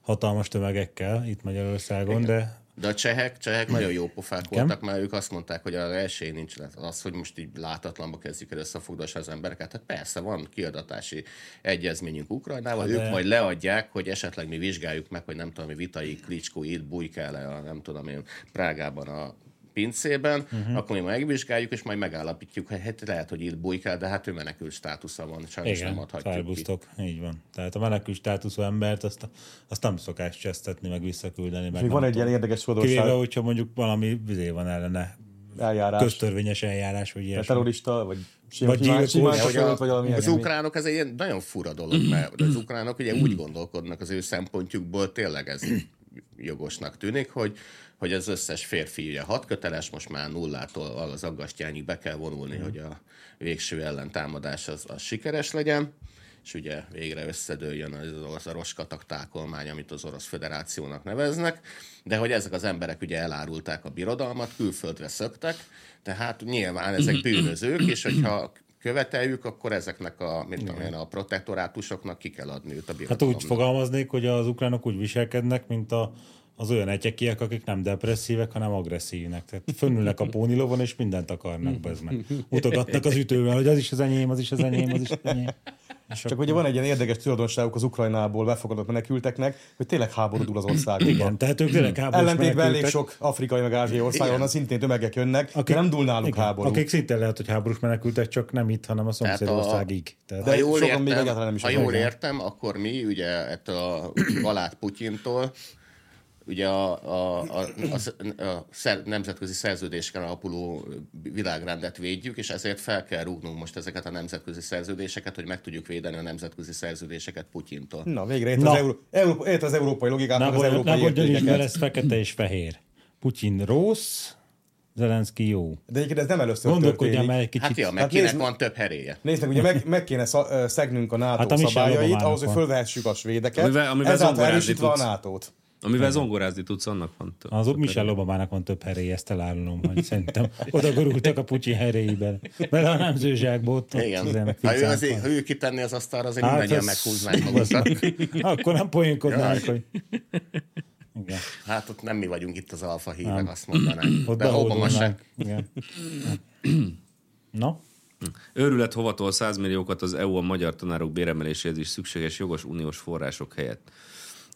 [SPEAKER 2] hatalmas tömegekkel itt Magyarországon, Igen. de
[SPEAKER 4] De a csehek, csehek nagyon jó pofák voltak, mert ők azt mondták, hogy arra esély nincs lehet. Az, hogy most így látatlanba kezdjük el összefogdalni az embereket, hát persze van kiadatási egyezményünk Ukrajnával, ők majd leadják, hogy esetleg mi vizsgáljuk meg, hogy nem tudom, mi vitai Klicskó itt bujkál le, a, nem tudom én, Prágában a pincében, uh-huh. akkor mi megvizsgáljuk, és majd megállapítjuk, hogy hát lehet, hogy itt bujkál, de hát ő menekül státusza van, sajnos
[SPEAKER 2] Igen,
[SPEAKER 4] nem adhatjuk ki.
[SPEAKER 2] felbusztok, így van. Tehát a menekül státuszú embert azt, azt nem szokás csesztetni, meg visszaküldeni. Meg
[SPEAKER 3] Még
[SPEAKER 2] nem
[SPEAKER 3] van egy
[SPEAKER 2] tudom.
[SPEAKER 3] ilyen érdekes
[SPEAKER 2] Kivéve,
[SPEAKER 3] sodorság
[SPEAKER 2] hogyha mondjuk valami vizé van ellene,
[SPEAKER 3] eljárás.
[SPEAKER 2] köztörvényes eljárás, vagy
[SPEAKER 3] Te
[SPEAKER 2] ilyesmi.
[SPEAKER 3] terrorista, vagy
[SPEAKER 2] Vagy
[SPEAKER 3] simán
[SPEAKER 2] gyilkos.
[SPEAKER 3] simán
[SPEAKER 2] Ja,
[SPEAKER 4] hogy
[SPEAKER 3] kapcsolat, vagy valami
[SPEAKER 4] az
[SPEAKER 3] ilyesmi.
[SPEAKER 4] ukránok ez egy ilyen nagyon fura dolog, mert az ukránok ugye úgy gondolkodnak az ő szempontjukból, tényleg ez jogosnak tűnik, hogy, hogy az összes férfi ugye hat köteles, most már nullától az aggastyánig be kell vonulni, hogy a végső ellentámadás az, az sikeres legyen és ugye végre összedőljön az, az a roskatak tákolmány, amit az Orosz Föderációnak neveznek, de hogy ezek az emberek ugye elárulták a birodalmat, külföldre szöktek, tehát nyilván ezek bűnözők, és hogyha követeljük, akkor ezeknek a, mint tudom én, a protektorátusoknak ki kell adni őt a
[SPEAKER 2] Hát
[SPEAKER 4] birodalomnak.
[SPEAKER 2] úgy fogalmaznék, hogy az ukránok úgy viselkednek, mint a, az olyan egyekiek, akik nem depresszívek, hanem agresszívnek. Tehát fönnülnek a pónilovon, és mindent akarnak be meg. Utogatnak az ütővel, hogy az is az enyém, az is az enyém, az is az enyém. És
[SPEAKER 3] Csak ugye van egy ilyen érdekes tulajdonságuk az Ukrajnából befogadott menekülteknek, hogy tényleg háborúdul az országukba.
[SPEAKER 2] igen, tehát ők tényleg háborús
[SPEAKER 3] Ellentétben elég
[SPEAKER 2] menekültek.
[SPEAKER 3] sok afrikai meg ázsiai ország, onnan szintén tömegek jönnek, de
[SPEAKER 2] Akik-
[SPEAKER 3] nem dúl náluk
[SPEAKER 2] igen,
[SPEAKER 3] háború.
[SPEAKER 2] Akik szinte lehet, hogy háborús menekültek, csak nem itt, hanem a szomszédországig. Tehát,
[SPEAKER 4] ha
[SPEAKER 3] De
[SPEAKER 4] jól,
[SPEAKER 3] sokan még
[SPEAKER 4] értem,
[SPEAKER 3] egyáltalán nem is
[SPEAKER 4] ha
[SPEAKER 3] akarják.
[SPEAKER 4] jól értem, akkor mi ugye ettől a Galát Putyintól, ugye a, a, a, a, a szer, nemzetközi szerződéseken alapuló világrendet védjük, és ezért fel kell rúgnunk most ezeket a nemzetközi szerződéseket, hogy meg tudjuk védeni a nemzetközi szerződéseket Putyintól.
[SPEAKER 3] Na, végre ért
[SPEAKER 2] Na.
[SPEAKER 3] az, Euró- Euró- ért az európai logikát, meg az
[SPEAKER 2] Nágor-
[SPEAKER 3] európai
[SPEAKER 2] Nágor György is, mert
[SPEAKER 3] értékeket.
[SPEAKER 2] ez fekete és fehér. Putyin rossz, Zelenszky jó.
[SPEAKER 3] De egyébként ez nem először
[SPEAKER 2] Gondolkodjál
[SPEAKER 3] történik.
[SPEAKER 2] már egy
[SPEAKER 4] Hát
[SPEAKER 2] kicsit.
[SPEAKER 4] ja, meg
[SPEAKER 3] Hát
[SPEAKER 4] kinek
[SPEAKER 3] nézd-
[SPEAKER 4] van több heréje.
[SPEAKER 3] Nézd meg, ugye meg, meg kéne szá- ö, szegnünk a NATO
[SPEAKER 2] Hát a Michel
[SPEAKER 3] szabályait,
[SPEAKER 2] Obamának
[SPEAKER 3] ahhoz, hogy
[SPEAKER 2] van.
[SPEAKER 3] fölvehessük a svédeket,
[SPEAKER 1] Amivel- amivel
[SPEAKER 3] ezáltal
[SPEAKER 1] zongorázni
[SPEAKER 3] erősítve a
[SPEAKER 1] tudsz.
[SPEAKER 3] NATO-t.
[SPEAKER 1] Amivel zongorázni tudsz, annak van több.
[SPEAKER 2] Az Michel Obamának van több heréje, ezt elárulom, hogy szerintem oda gorultak a Putyin heréiben. Mert a nemzőzsákból ott ott az
[SPEAKER 4] Igen.
[SPEAKER 2] ilyenek
[SPEAKER 4] Ha ő,
[SPEAKER 2] ficáltak.
[SPEAKER 4] azért, ha ő kitenni az asztalra, azért
[SPEAKER 2] Hát
[SPEAKER 4] mindannyian
[SPEAKER 2] ez-
[SPEAKER 4] meghúznánk magunkat.
[SPEAKER 2] Akkor nem poénkodnánk, hogy... Igen,
[SPEAKER 4] Hát ott nem mi vagyunk itt az alfa hívek, azt mondanánk.
[SPEAKER 2] ott
[SPEAKER 4] De Obama se.
[SPEAKER 2] behódolnánk. Igen. Na,
[SPEAKER 1] Őrület hovatol 100 milliókat az EU a magyar tanárok béremeléséhez is szükséges jogos uniós források helyett.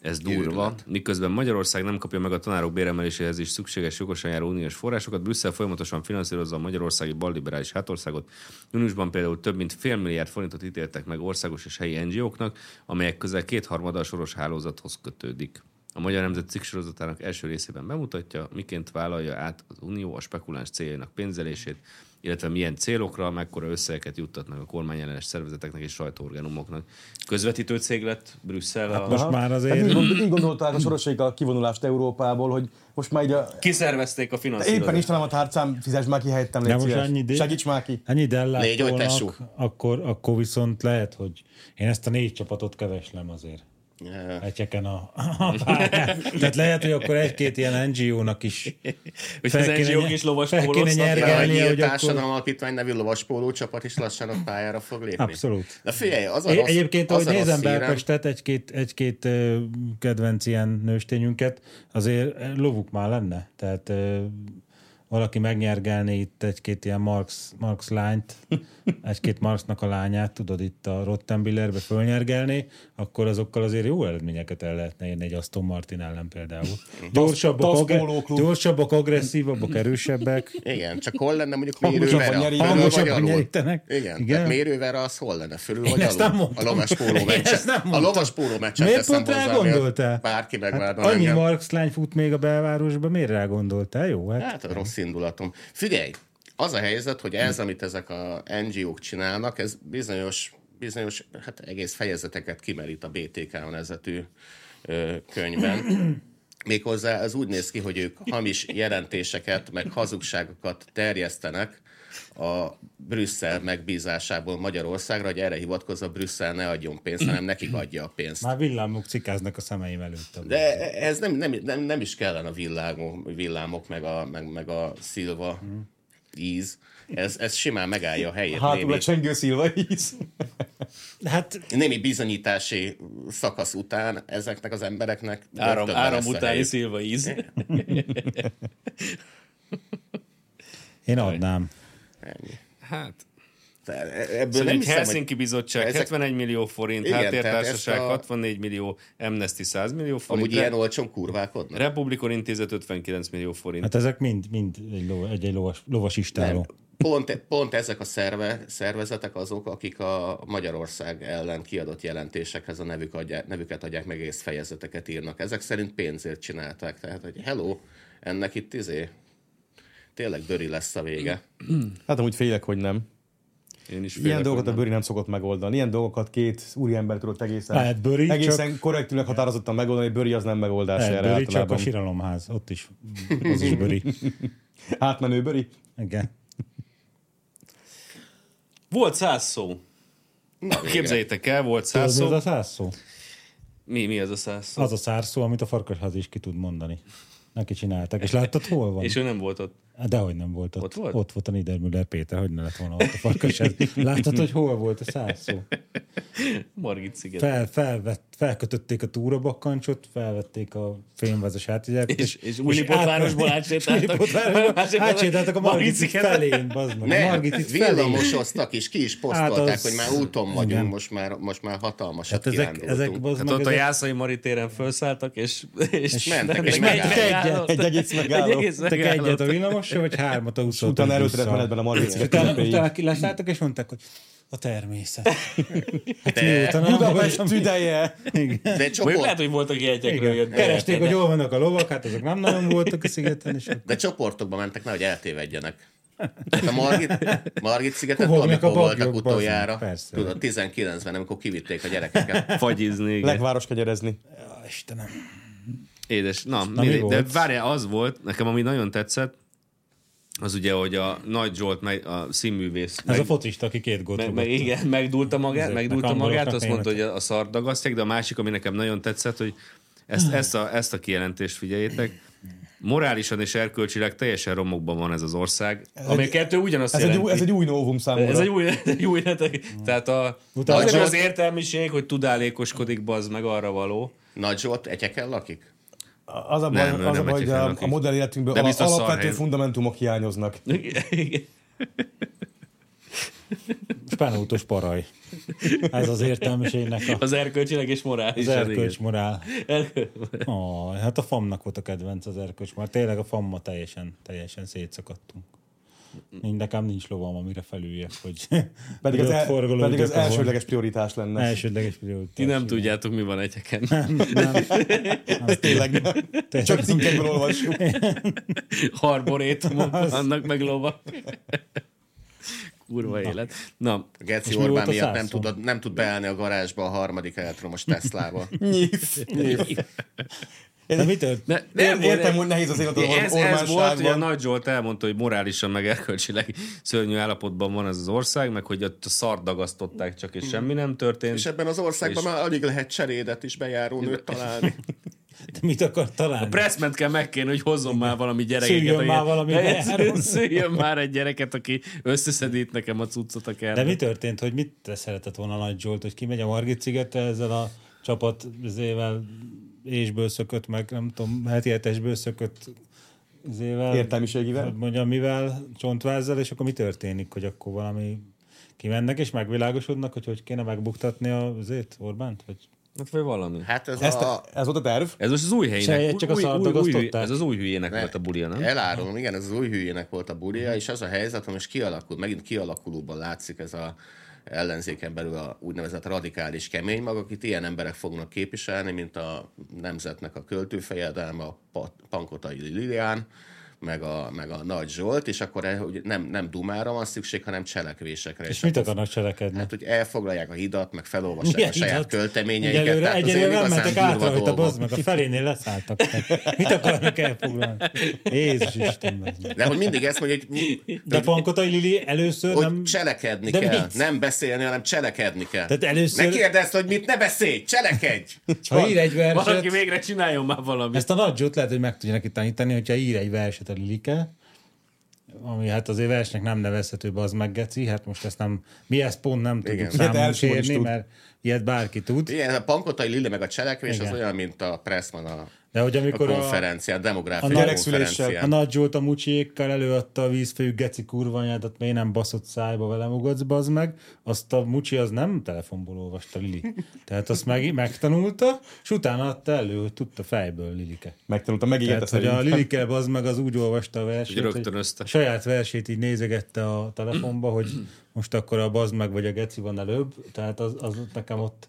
[SPEAKER 1] Ez durva. Miközben Magyarország nem kapja meg a tanárok béremeléséhez is szükséges jogosan járó uniós forrásokat, Brüsszel folyamatosan finanszírozza a magyarországi balliberális hátországot. Júniusban például több mint fél milliárd forintot ítéltek meg országos és helyi NGO-knak, amelyek közel kétharmada a soros hálózathoz kötődik. A Magyar Nemzet cikksorozatának első részében bemutatja, miként vállalja át az Unió a spekuláns céljainak pénzelését, illetve milyen célokra, mekkora összegeket juttatnak a kormány ellenes szervezeteknek és sajtóorganumoknak. Közvetítő cég lett Brüsszel. a...
[SPEAKER 2] most már
[SPEAKER 3] Hát
[SPEAKER 2] azért...
[SPEAKER 3] így, gond, így gondolták a sorosaik a kivonulást Európából, hogy most már így a...
[SPEAKER 1] Kiszervezték a
[SPEAKER 3] Éppen
[SPEAKER 1] finanszírozást.
[SPEAKER 3] Istenem a tárcám, fizes már ki helyettem,
[SPEAKER 2] De
[SPEAKER 3] légy
[SPEAKER 2] most
[SPEAKER 3] szíves.
[SPEAKER 2] annyi idő,
[SPEAKER 3] Segíts már ki.
[SPEAKER 2] Ennyi
[SPEAKER 4] Légy, hogy tesó.
[SPEAKER 2] ellátolnak, akkor, akkor viszont lehet, hogy én ezt a négy csapatot keveslem azért. Egyeken a, a pályán. Tehát lehet, hogy akkor egy-két ilyen NGO-nak is
[SPEAKER 1] Hogy
[SPEAKER 2] fel
[SPEAKER 1] az
[SPEAKER 2] kéne
[SPEAKER 1] NGO-k
[SPEAKER 2] nye-
[SPEAKER 1] is lovas
[SPEAKER 2] fel kéne
[SPEAKER 1] pólóznak?
[SPEAKER 4] Ja, a
[SPEAKER 2] nyergelni,
[SPEAKER 4] nyílt
[SPEAKER 2] hogy akkor...
[SPEAKER 4] társadalom alapítvány nevű lovaspóló csapat is lassan a pályára fog lépni.
[SPEAKER 2] Abszolút.
[SPEAKER 4] De figyelj, az a
[SPEAKER 2] Egy,
[SPEAKER 4] rossz,
[SPEAKER 2] egyébként,
[SPEAKER 4] az
[SPEAKER 2] ahogy
[SPEAKER 4] a rossz
[SPEAKER 2] nézem
[SPEAKER 4] hírem-
[SPEAKER 2] Belpestet, egy-két, egy-két ö, kedvenc ilyen nőstényünket, azért ö, lovuk már lenne. Tehát ö, valaki megnyergelni itt egy-két ilyen Marx, Marx lányt, egy-két Marxnak a lányát, tudod, itt a Rottenbillerbe fölnyergelni, akkor azokkal azért jó eredményeket el lehetne érni egy Aston Martin ellen például. Gyorsabbak,
[SPEAKER 3] Tasz-
[SPEAKER 2] agre-
[SPEAKER 3] pólóklub.
[SPEAKER 2] gyorsabbak agresszívabbak, erősebbek,
[SPEAKER 4] Igen, csak hol lenne mondjuk
[SPEAKER 3] Hangosabban
[SPEAKER 4] mérővera?
[SPEAKER 3] nyeri-
[SPEAKER 4] Fölül vagy
[SPEAKER 2] hangosabban
[SPEAKER 4] alul?
[SPEAKER 2] nyerítenek.
[SPEAKER 4] Igen,
[SPEAKER 2] Igen.
[SPEAKER 4] igen. mérővera az hol lenne? Fölül
[SPEAKER 2] Én
[SPEAKER 4] vagy
[SPEAKER 2] ezt
[SPEAKER 4] alul?
[SPEAKER 2] nem mondtam.
[SPEAKER 4] A lovas póló
[SPEAKER 2] Én ezt nem
[SPEAKER 4] meccset. A
[SPEAKER 2] mondtam.
[SPEAKER 4] lovas póló meccset
[SPEAKER 2] Miért
[SPEAKER 4] teszem
[SPEAKER 2] pont rá
[SPEAKER 4] hozzá, miért
[SPEAKER 2] gondoltál?
[SPEAKER 4] Bárki
[SPEAKER 2] Hát
[SPEAKER 4] megvádol
[SPEAKER 2] annyi
[SPEAKER 4] engem.
[SPEAKER 2] Marx lány fut még a belvárosba, miért rá gondoltál? Jó, hát
[SPEAKER 4] Hát a rossz indulatom. Figyelj, az a helyzet, hogy ez, amit ezek a NGO-k csinálnak, ez bizonyos, bizonyos hát egész fejezeteket kimerít a BTK nevezetű ö, könyvben. Méghozzá ez úgy néz ki, hogy ők hamis jelentéseket, meg hazugságokat terjesztenek a Brüsszel megbízásából Magyarországra, hogy erre hivatkozva Brüsszel ne adjon pénzt, hanem nekik adja a pénzt.
[SPEAKER 2] Már villámok cikáznak a szemeim előtt.
[SPEAKER 4] De ez nem, nem, nem, nem is kellene a villámok, villámok meg, a, meg, meg a szilva íz. Ez, ez simán megállja a helyét.
[SPEAKER 3] Hátul a
[SPEAKER 4] némi,
[SPEAKER 3] csengő szilva íz.
[SPEAKER 2] Hát
[SPEAKER 4] némi bizonyítási szakasz után ezeknek az embereknek
[SPEAKER 1] Áram,
[SPEAKER 4] rögtön
[SPEAKER 1] áram
[SPEAKER 4] lesz a
[SPEAKER 1] utáni
[SPEAKER 4] helyük.
[SPEAKER 1] szilva íz.
[SPEAKER 4] Hát,
[SPEAKER 2] én adnám.
[SPEAKER 1] Hát,
[SPEAKER 4] Tehát e- ebből
[SPEAKER 1] Szóval
[SPEAKER 4] nem
[SPEAKER 1] egy
[SPEAKER 4] hiszem, hogy-
[SPEAKER 1] Helsinki Bizottság
[SPEAKER 4] ezek-
[SPEAKER 1] 71 millió forint,
[SPEAKER 4] Igen,
[SPEAKER 1] háttértársaság
[SPEAKER 4] tehát ezt a-
[SPEAKER 1] 64 millió, Amnesty 100 millió forint,
[SPEAKER 4] Amúgy ilyen olcsón kurvákodnak.
[SPEAKER 1] Republikon Intézet 59 millió forint.
[SPEAKER 2] Hát ezek mind, mind egy, ló, egy, egy lovas, lovas istáló.
[SPEAKER 4] Pont, pont ezek a szerve, szervezetek azok, akik a Magyarország ellen kiadott jelentésekhez a nevük adják, nevüket adják, meg észfejezeteket írnak. Ezek szerint pénzért csinálták. Tehát, hogy hello, ennek itt izé, tényleg döri lesz a vége.
[SPEAKER 3] Hát amúgy félek, hogy nem.
[SPEAKER 2] Hát,
[SPEAKER 1] Én is
[SPEAKER 3] Ilyen
[SPEAKER 1] félek,
[SPEAKER 3] dolgokat
[SPEAKER 1] hogy
[SPEAKER 3] a bőri nem szokott megoldani. Ilyen dolgokat két úriember tudott egészen,
[SPEAKER 2] Hát Böri
[SPEAKER 3] egészen korrektülnek határozottan megoldani. Bőri az nem megoldás
[SPEAKER 2] Hát,
[SPEAKER 3] erre
[SPEAKER 2] bőri csak a
[SPEAKER 3] általában.
[SPEAKER 2] síralomház, ott is. Az is bőri.
[SPEAKER 3] Átmenő Bőri?
[SPEAKER 2] Igen.
[SPEAKER 1] Volt száz szó. Na, Képzeljétek el, volt száz
[SPEAKER 2] Az, az
[SPEAKER 1] szó.
[SPEAKER 2] a száz szó?
[SPEAKER 1] Mi, mi az a száz szó?
[SPEAKER 2] Az a szárszó, amit a farkasház is ki tud mondani. Neki csinálták. És láttad, hol van?
[SPEAKER 1] És ő nem volt ott.
[SPEAKER 2] Dehogy nem volt ott.
[SPEAKER 1] Ott volt?
[SPEAKER 2] Ott volt a Niedermüller Péter, hogy ne lett volna ott a farkasház. Láttad, hogy hol volt a száz szó?
[SPEAKER 1] Margit sziget.
[SPEAKER 2] Fel, felvett, felkötötték a túrabakkancsot, felvették a fémvázas hátizsákot,
[SPEAKER 1] És- és Unipotvárosból átsétáltak. Átsétáltak
[SPEAKER 2] átsétáltak a Margit
[SPEAKER 1] Margit
[SPEAKER 2] sziget
[SPEAKER 1] szigetre.
[SPEAKER 2] felén, bazd meg. A
[SPEAKER 4] Nem,
[SPEAKER 2] Margit
[SPEAKER 1] hát
[SPEAKER 2] itt felén.
[SPEAKER 4] villamosoztak is, ki is posztolták,
[SPEAKER 2] Hát az-
[SPEAKER 4] hogy már úton
[SPEAKER 2] igen.
[SPEAKER 4] vagyunk, most már, most már hatalmasat
[SPEAKER 2] Hát
[SPEAKER 4] hát
[SPEAKER 2] ezek, ezek, bazd
[SPEAKER 1] Hát
[SPEAKER 2] meg,
[SPEAKER 1] ott a
[SPEAKER 2] ezek
[SPEAKER 1] Jászai Mari téren felszálltak, és, és, és
[SPEAKER 4] mentek egy
[SPEAKER 2] megálló.
[SPEAKER 3] Egy egész megálló.
[SPEAKER 1] Egy egész
[SPEAKER 2] Te
[SPEAKER 1] megálló.
[SPEAKER 2] egyet a villamosra, vagy hármat a
[SPEAKER 3] És utána előtörött
[SPEAKER 2] busszal?
[SPEAKER 3] menetben a Margit
[SPEAKER 2] És
[SPEAKER 3] sziget
[SPEAKER 2] utána,
[SPEAKER 3] közepéig.
[SPEAKER 2] utána kilátálltak, és mondták, hogy a természet. Hát mióta nem
[SPEAKER 3] Budapest
[SPEAKER 2] voltam-
[SPEAKER 3] tüdeje!
[SPEAKER 4] De
[SPEAKER 1] Mondjuk
[SPEAKER 4] csoport,
[SPEAKER 1] lehet, hogy voltak jegyekről jött.
[SPEAKER 2] Igen.
[SPEAKER 1] be.
[SPEAKER 2] Keresték, hogy hol vannak a lovak, hát azok nem nagyon voltak a szigeten, és
[SPEAKER 4] De csoportokba mentek, nehogy eltévedjenek. Tehát a Margit, Margit szigeten tudom,
[SPEAKER 2] Kuhognak
[SPEAKER 4] mikor
[SPEAKER 2] a
[SPEAKER 4] voltak
[SPEAKER 2] baglyok,
[SPEAKER 4] utoljára.
[SPEAKER 2] bazd meg, persze.
[SPEAKER 4] Tudod, 19-ben, amikor kivitték a gyerekeket.
[SPEAKER 1] Fagyizni, igen.
[SPEAKER 3] Legváros kegyerezni.
[SPEAKER 2] Ja, Istenem.
[SPEAKER 1] Édes, na,
[SPEAKER 2] Na,
[SPEAKER 1] na
[SPEAKER 2] mi
[SPEAKER 1] mindegy, de
[SPEAKER 2] volt?
[SPEAKER 1] várjál, az volt, nekem ami nagyon tetszett, az ugye, hogy a Nagy Zsolt, meg, a színművész,
[SPEAKER 2] Ez
[SPEAKER 1] meg,
[SPEAKER 2] a focista, aki két gólt
[SPEAKER 1] meg,
[SPEAKER 2] rúgott.
[SPEAKER 1] meg, igen, megdúlta magát,
[SPEAKER 2] Ezeknek
[SPEAKER 1] megdúlta magát
[SPEAKER 2] angoloknak
[SPEAKER 1] azt mondta, hogy
[SPEAKER 2] németek.
[SPEAKER 1] a a szart dagasztják, de a másik, ami nekem nagyon tetszett, hogy ezt, ezt, a, ezt a kijelentést figyeljétek, morálisan és erkölcsileg teljesen romokban van ez az ország, ami a kettő ugyanazt
[SPEAKER 3] Ez egy,
[SPEAKER 1] jelenti.
[SPEAKER 3] új- ez egy új novum számomra.
[SPEAKER 1] Ez egy új, ez egy új tehát a,
[SPEAKER 2] Utána
[SPEAKER 1] az,
[SPEAKER 2] csak-
[SPEAKER 1] az értelmiség, hogy tudálékoskodik, bazd meg arra való.
[SPEAKER 4] Nagy Zsolt egyeken lakik?
[SPEAKER 3] Az a baj,
[SPEAKER 1] Nem, ő
[SPEAKER 3] az a,
[SPEAKER 1] nem
[SPEAKER 3] baj
[SPEAKER 1] egy
[SPEAKER 3] hogy a,
[SPEAKER 1] fennak
[SPEAKER 3] a
[SPEAKER 1] is.
[SPEAKER 3] modern életünkből
[SPEAKER 1] De
[SPEAKER 3] ala,
[SPEAKER 1] biztos
[SPEAKER 3] alapvető
[SPEAKER 1] szarhely.
[SPEAKER 3] fundamentumok hiányoznak.
[SPEAKER 1] Igen.
[SPEAKER 2] Spánultos paraj. Ez az értelmiségnek a
[SPEAKER 1] Az erkölcsileg és morális.
[SPEAKER 2] az erkölcs morál. Ó, hát a famnak volt a kedvenc az erkölcs már. Tényleg a famma teljesen, teljesen szétszakadtunk. Én nekem nincs lovam, amire felüljek, hogy hogy
[SPEAKER 3] Pedig az,
[SPEAKER 2] ott
[SPEAKER 3] el,
[SPEAKER 2] forgolódjak,
[SPEAKER 3] pedig az
[SPEAKER 2] ahol-
[SPEAKER 3] elsődleges prioritás lenne.
[SPEAKER 2] Elsődleges prioritás.
[SPEAKER 1] Ti nem tudjátok, mi van egyeken.
[SPEAKER 3] Tényleg nem.
[SPEAKER 2] Tényleg.
[SPEAKER 3] Csak cikkekből olvassuk.
[SPEAKER 1] Arborétumok vannak meg lova. Kurva élet. Na,
[SPEAKER 4] A Geci
[SPEAKER 2] És mi volt
[SPEAKER 4] Orbán
[SPEAKER 2] a
[SPEAKER 4] miatt nem,
[SPEAKER 2] százszor?
[SPEAKER 4] tudod, nem tud beállni a garázsba a harmadik elektromos Teslába.
[SPEAKER 3] Nyif, nyif.
[SPEAKER 2] De mi tört?
[SPEAKER 1] ne,
[SPEAKER 3] Én értem, hogy nehéz az élet az
[SPEAKER 1] ez, ez volt, hogy a
[SPEAKER 3] ormánságban.
[SPEAKER 1] Nagy Zsolt elmondta, hogy morálisan meg erkölcsileg szörnyű állapotban van ez az ország, meg hogy ott a szart dagasztották csak, és semmi nem történt.
[SPEAKER 4] És ebben az országban már alig lehet cserédet is bejáró nőt találni.
[SPEAKER 2] Te mit akar találni?
[SPEAKER 1] Pressment kell megkérni, hogy hozzon már valami gyereket.
[SPEAKER 2] Szüljön
[SPEAKER 1] aki-
[SPEAKER 2] már valami
[SPEAKER 1] Ne-
[SPEAKER 2] gyereket.
[SPEAKER 1] Szüljön már egy gyereket, aki összeszedít nekem a cuccot a
[SPEAKER 2] De
[SPEAKER 1] kertben.
[SPEAKER 3] Hát,
[SPEAKER 2] mi történt, hogy mit te szeretett volna Nagy Zsolt, hogy kimegy a Margit szigetre ezzel a csapat zével ésből szökött, meg nem tudom, heti hetesből szökött zével.
[SPEAKER 3] Értelmiségivel?
[SPEAKER 2] Hogy mondjam, mivel, csontvázzal, és akkor mi történik, hogy akkor valami kimennek és megvilágosodnak, hogy hogy kéne megbuktatni a zét, Orbánt? Vagy...
[SPEAKER 1] Hát vagy valami.
[SPEAKER 4] Hát ez
[SPEAKER 3] Ezt,
[SPEAKER 4] a...
[SPEAKER 3] ez volt a terv.
[SPEAKER 1] Ez most az új helyének.
[SPEAKER 2] Sejjed, csak a
[SPEAKER 1] új,
[SPEAKER 2] szart
[SPEAKER 1] új, új, új,
[SPEAKER 2] dagasztották.
[SPEAKER 1] ez az új hülyének volt a bulia, nem?
[SPEAKER 4] Elárulom, igen, ez az új hülyének volt a
[SPEAKER 2] Mhm.
[SPEAKER 4] bulia, és az a helyzet, hogy most kialakul, megint kialakulóban látszik ez a ellenzéken belül a úgynevezett radikális kemény mag, akit ilyen emberek fognak képviselni, mint a nemzetnek a költőfejedelme, a Pat- Pankotai Lilián, meg a, meg a Nagy Zsolt, és akkor e- hogy nem, nem dumára van szükség, hanem cselekvésekre.
[SPEAKER 2] És mit akarnak cselekedni?
[SPEAKER 4] Hát, hogy elfoglalják a hidat, meg felolvassák
[SPEAKER 2] Milyen
[SPEAKER 4] a saját
[SPEAKER 2] hidat?
[SPEAKER 4] költeményeiket.
[SPEAKER 2] Egyelőre,
[SPEAKER 4] azért
[SPEAKER 2] egyelőre nem
[SPEAKER 4] igazán
[SPEAKER 2] mentek
[SPEAKER 4] durva
[SPEAKER 2] át rajta,
[SPEAKER 4] dolgok.
[SPEAKER 2] bazd meg, a felénél leszálltak. Mit akarnak elfoglalni? Jézus Isten, bazd meg.
[SPEAKER 4] De hogy mindig ezt mondja, hogy
[SPEAKER 2] De Pankotai Lili először
[SPEAKER 4] hogy
[SPEAKER 2] nem...
[SPEAKER 4] cselekedni
[SPEAKER 2] De
[SPEAKER 4] kell.
[SPEAKER 2] mit?
[SPEAKER 4] Nem beszélni, hanem cselekedni kell.
[SPEAKER 2] Tehát először-
[SPEAKER 4] Ne kérdezd, hogy mit, ne beszélj, cselekedj!
[SPEAKER 2] Ha ír egy verset,
[SPEAKER 1] Valaki végre csináljon már valamit.
[SPEAKER 2] ezt a nagy zsot lehet, hogy meg tudja neki tanítani, hogyha ír egy verset a Lilike, ami hát azért versnek nem nevezhető az meg geci, hát most ezt nem, mi ezt pont nem tudjuk
[SPEAKER 4] Ilyet
[SPEAKER 2] számon
[SPEAKER 3] Elsőn is
[SPEAKER 2] kérni,
[SPEAKER 3] tud.
[SPEAKER 2] mert ilyet bárki tud.
[SPEAKER 4] Igen, a pankotai lille meg a cselekvés
[SPEAKER 2] Igen.
[SPEAKER 4] az olyan, mint a Pressman a
[SPEAKER 2] De De hogy amikor
[SPEAKER 4] a
[SPEAKER 2] a-
[SPEAKER 4] konferenciát, demográfiai
[SPEAKER 2] a
[SPEAKER 4] konferenciát.
[SPEAKER 2] A nagy Zsolt a mucsiékkal előadta a vízfejű geci kurvanyádat, miért nem baszott szájba velem ugatsz, bazd meg. Azt a mucsi az nem telefonból olvasta Lili. Tehát azt meg, megtanulta, és utána adta elő, hogy tudta fejből Lilike.
[SPEAKER 3] Megtanultam, megígérte
[SPEAKER 2] Tehát, hogy a
[SPEAKER 3] szerintem.
[SPEAKER 2] Lilike bazd meg az úgy olvasta a versét,
[SPEAKER 1] Hogy rögtön
[SPEAKER 2] hogy
[SPEAKER 1] össze.
[SPEAKER 2] a saját versét így nézegette a telefonba, hogy most akkor a bazd meg vagy a geci van előbb. Tehát az, az nekem ott